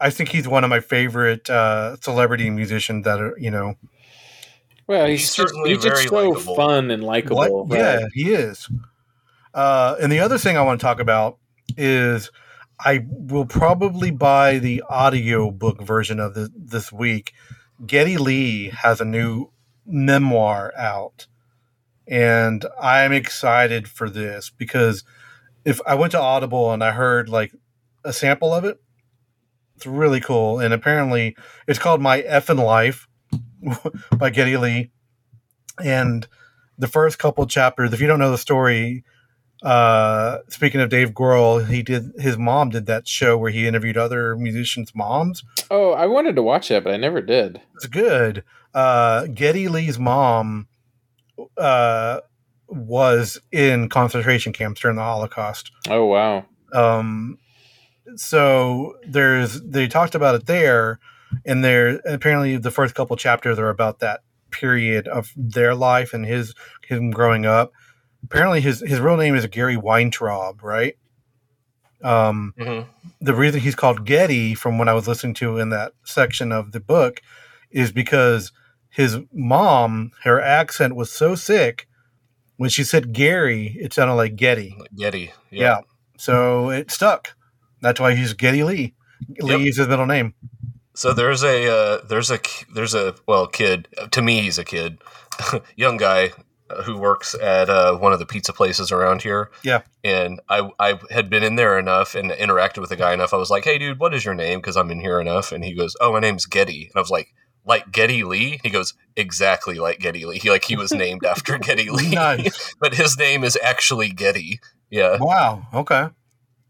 Speaker 2: I think he's one of my favorite uh, celebrity musicians that are you know
Speaker 4: Well,
Speaker 5: He's
Speaker 4: he's, just-
Speaker 5: certainly
Speaker 4: he's just
Speaker 5: very
Speaker 4: so
Speaker 5: likable.
Speaker 4: fun and
Speaker 2: What?
Speaker 4: likable.
Speaker 2: Yeah,
Speaker 4: Right.
Speaker 2: he is. Uh, and the other thing I want to talk about is I will probably buy the audiobook version of this this week. Getty Lee has a new memoir out, and I'm excited for this because if I went to Audible and I heard like a sample of it, it's really cool. And apparently, it's called My Effin' Life by Getty Lee, and the first couple chapters. If you don't know the story, uh, speaking of Dave Grohl, he did his mom did that show where he interviewed other musicians' moms.
Speaker 4: Oh, I wanted to watch that, but I never did.
Speaker 2: It's good. Uh, Getty Lee's mom uh, was in concentration camps during the Holocaust.
Speaker 4: Oh wow!
Speaker 2: Um, so there's they talked about it there, and there apparently the first couple chapters are about that period of their life and his him growing up. Apparently, his his real name is Gary Weintraub, right? Um,
Speaker 5: Mm-hmm.
Speaker 2: the reason he's called Getty, from what I was listening to in that section of the book, is because his mom, her accent was so sick when she said Gary, it sounded like Getty.
Speaker 5: Yeti.
Speaker 2: Yeah. So it stuck. That's why he's Getty Lee. Lee is his middle name.
Speaker 5: So there's a uh, there's a k- there's a well kid to me he's a kid, young guy uh, who works at uh, one of the pizza places around here.
Speaker 2: Yeah.
Speaker 5: and I I had been in there enough and interacted with the guy enough. I was like, hey dude, what is your name? Because I'm in here enough. And he goes, oh, my name's Getty. And I was like, like Getty Lee. He goes, exactly like Getty Lee. He like he was named after Getty Lee,
Speaker 2: Nice.
Speaker 5: but his name is actually Getty. Yeah,
Speaker 2: Wow. Okay.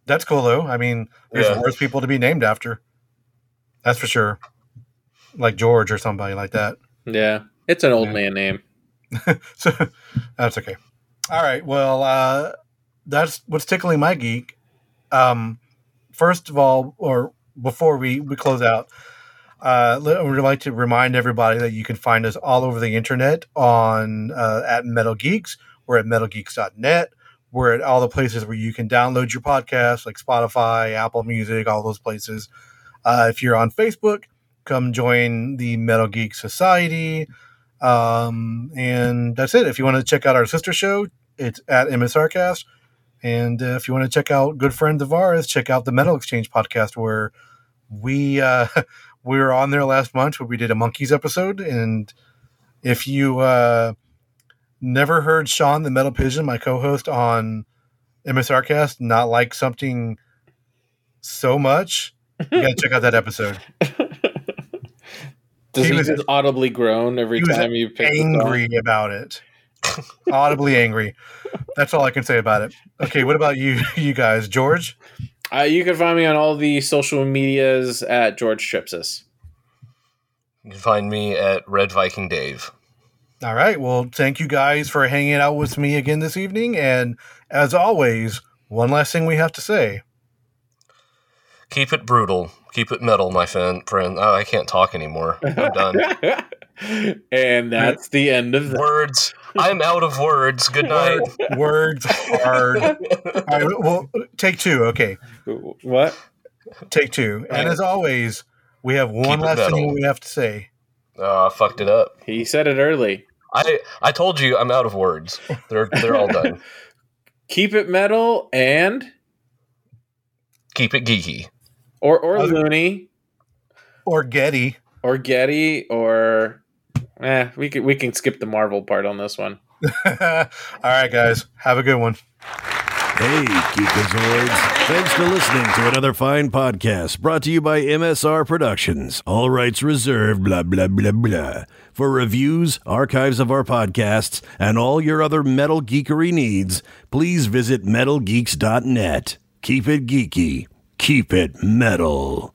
Speaker 2: That's cool though. I mean, there's
Speaker 5: Yeah.
Speaker 2: worse people to be named after. That's for sure. Like George or somebody like that.
Speaker 4: Yeah, it's an old
Speaker 5: Yeah.
Speaker 4: man name.
Speaker 2: So that's okay. All right. Well, uh, that's what's tickling my geek. Um, first of all, or before we, we close out, uh, li- I would like to remind everybody that you can find us all over the internet on uh, at Metal Geeks. We're at metalgeeks.net. We're at all the places where you can download your podcasts, like Spotify, Apple Music, all those places. Uh, if you're on Facebook, come join the Metal Geek Society. Um, and that's it. If you want to check out our sister show, it's at MSRcast. And uh, if you want to check out good friends of ours, check out the Metal Exchange podcast where we uh, we were on there last month where we did a monkeys episode. And if you uh, never heard Sean the Metal Pigeon, my co-host on MSRcast, not like something so much, you got to check out that episode.
Speaker 4: Does
Speaker 2: He
Speaker 4: he,
Speaker 2: was-
Speaker 4: just audibly groan every
Speaker 2: he was
Speaker 4: time you pick
Speaker 2: angry about it. Audibly angry. That's all I can say about it. Okay, what about you, you guys, George?
Speaker 4: Uh, you can find me on all the social medias at George Tripsis.
Speaker 5: you can find me at Red Viking Dave.
Speaker 2: All right. Well, thank you guys for hanging out with me again this evening. And as always, one last thing we have to say.
Speaker 5: Keep it brutal. Keep it metal, my friend. Friend, oh, I can't talk anymore. I'm done.
Speaker 4: and that's the end of the
Speaker 5: words. I'm out of words. Good night.
Speaker 2: Words hard. All right, well, take two. Okay,
Speaker 4: what?
Speaker 2: take two. And as always, we have one
Speaker 5: it
Speaker 2: last thing
Speaker 5: metal.
Speaker 2: we have to say.
Speaker 5: Oh, I fucked it up.
Speaker 4: He said it early.
Speaker 5: I I told you I'm out of words. They're they're all done.
Speaker 4: Keep it metal and
Speaker 5: Keep it geeky.
Speaker 4: or or
Speaker 2: Other-
Speaker 4: loony
Speaker 2: Or Getty.
Speaker 4: or Getty or eh, we can we can skip the Marvel part on this one.
Speaker 2: All right, guys. Have a good one.
Speaker 1: Hey, Geekazoids. Thanks for listening to another fine podcast brought to you by MSR Productions. All rights reserved, blah, blah, blah, blah. For reviews, archives of our podcasts, and all your other metal geekery needs, please visit metalgeeks.net. Keep it geeky. Keep it metal.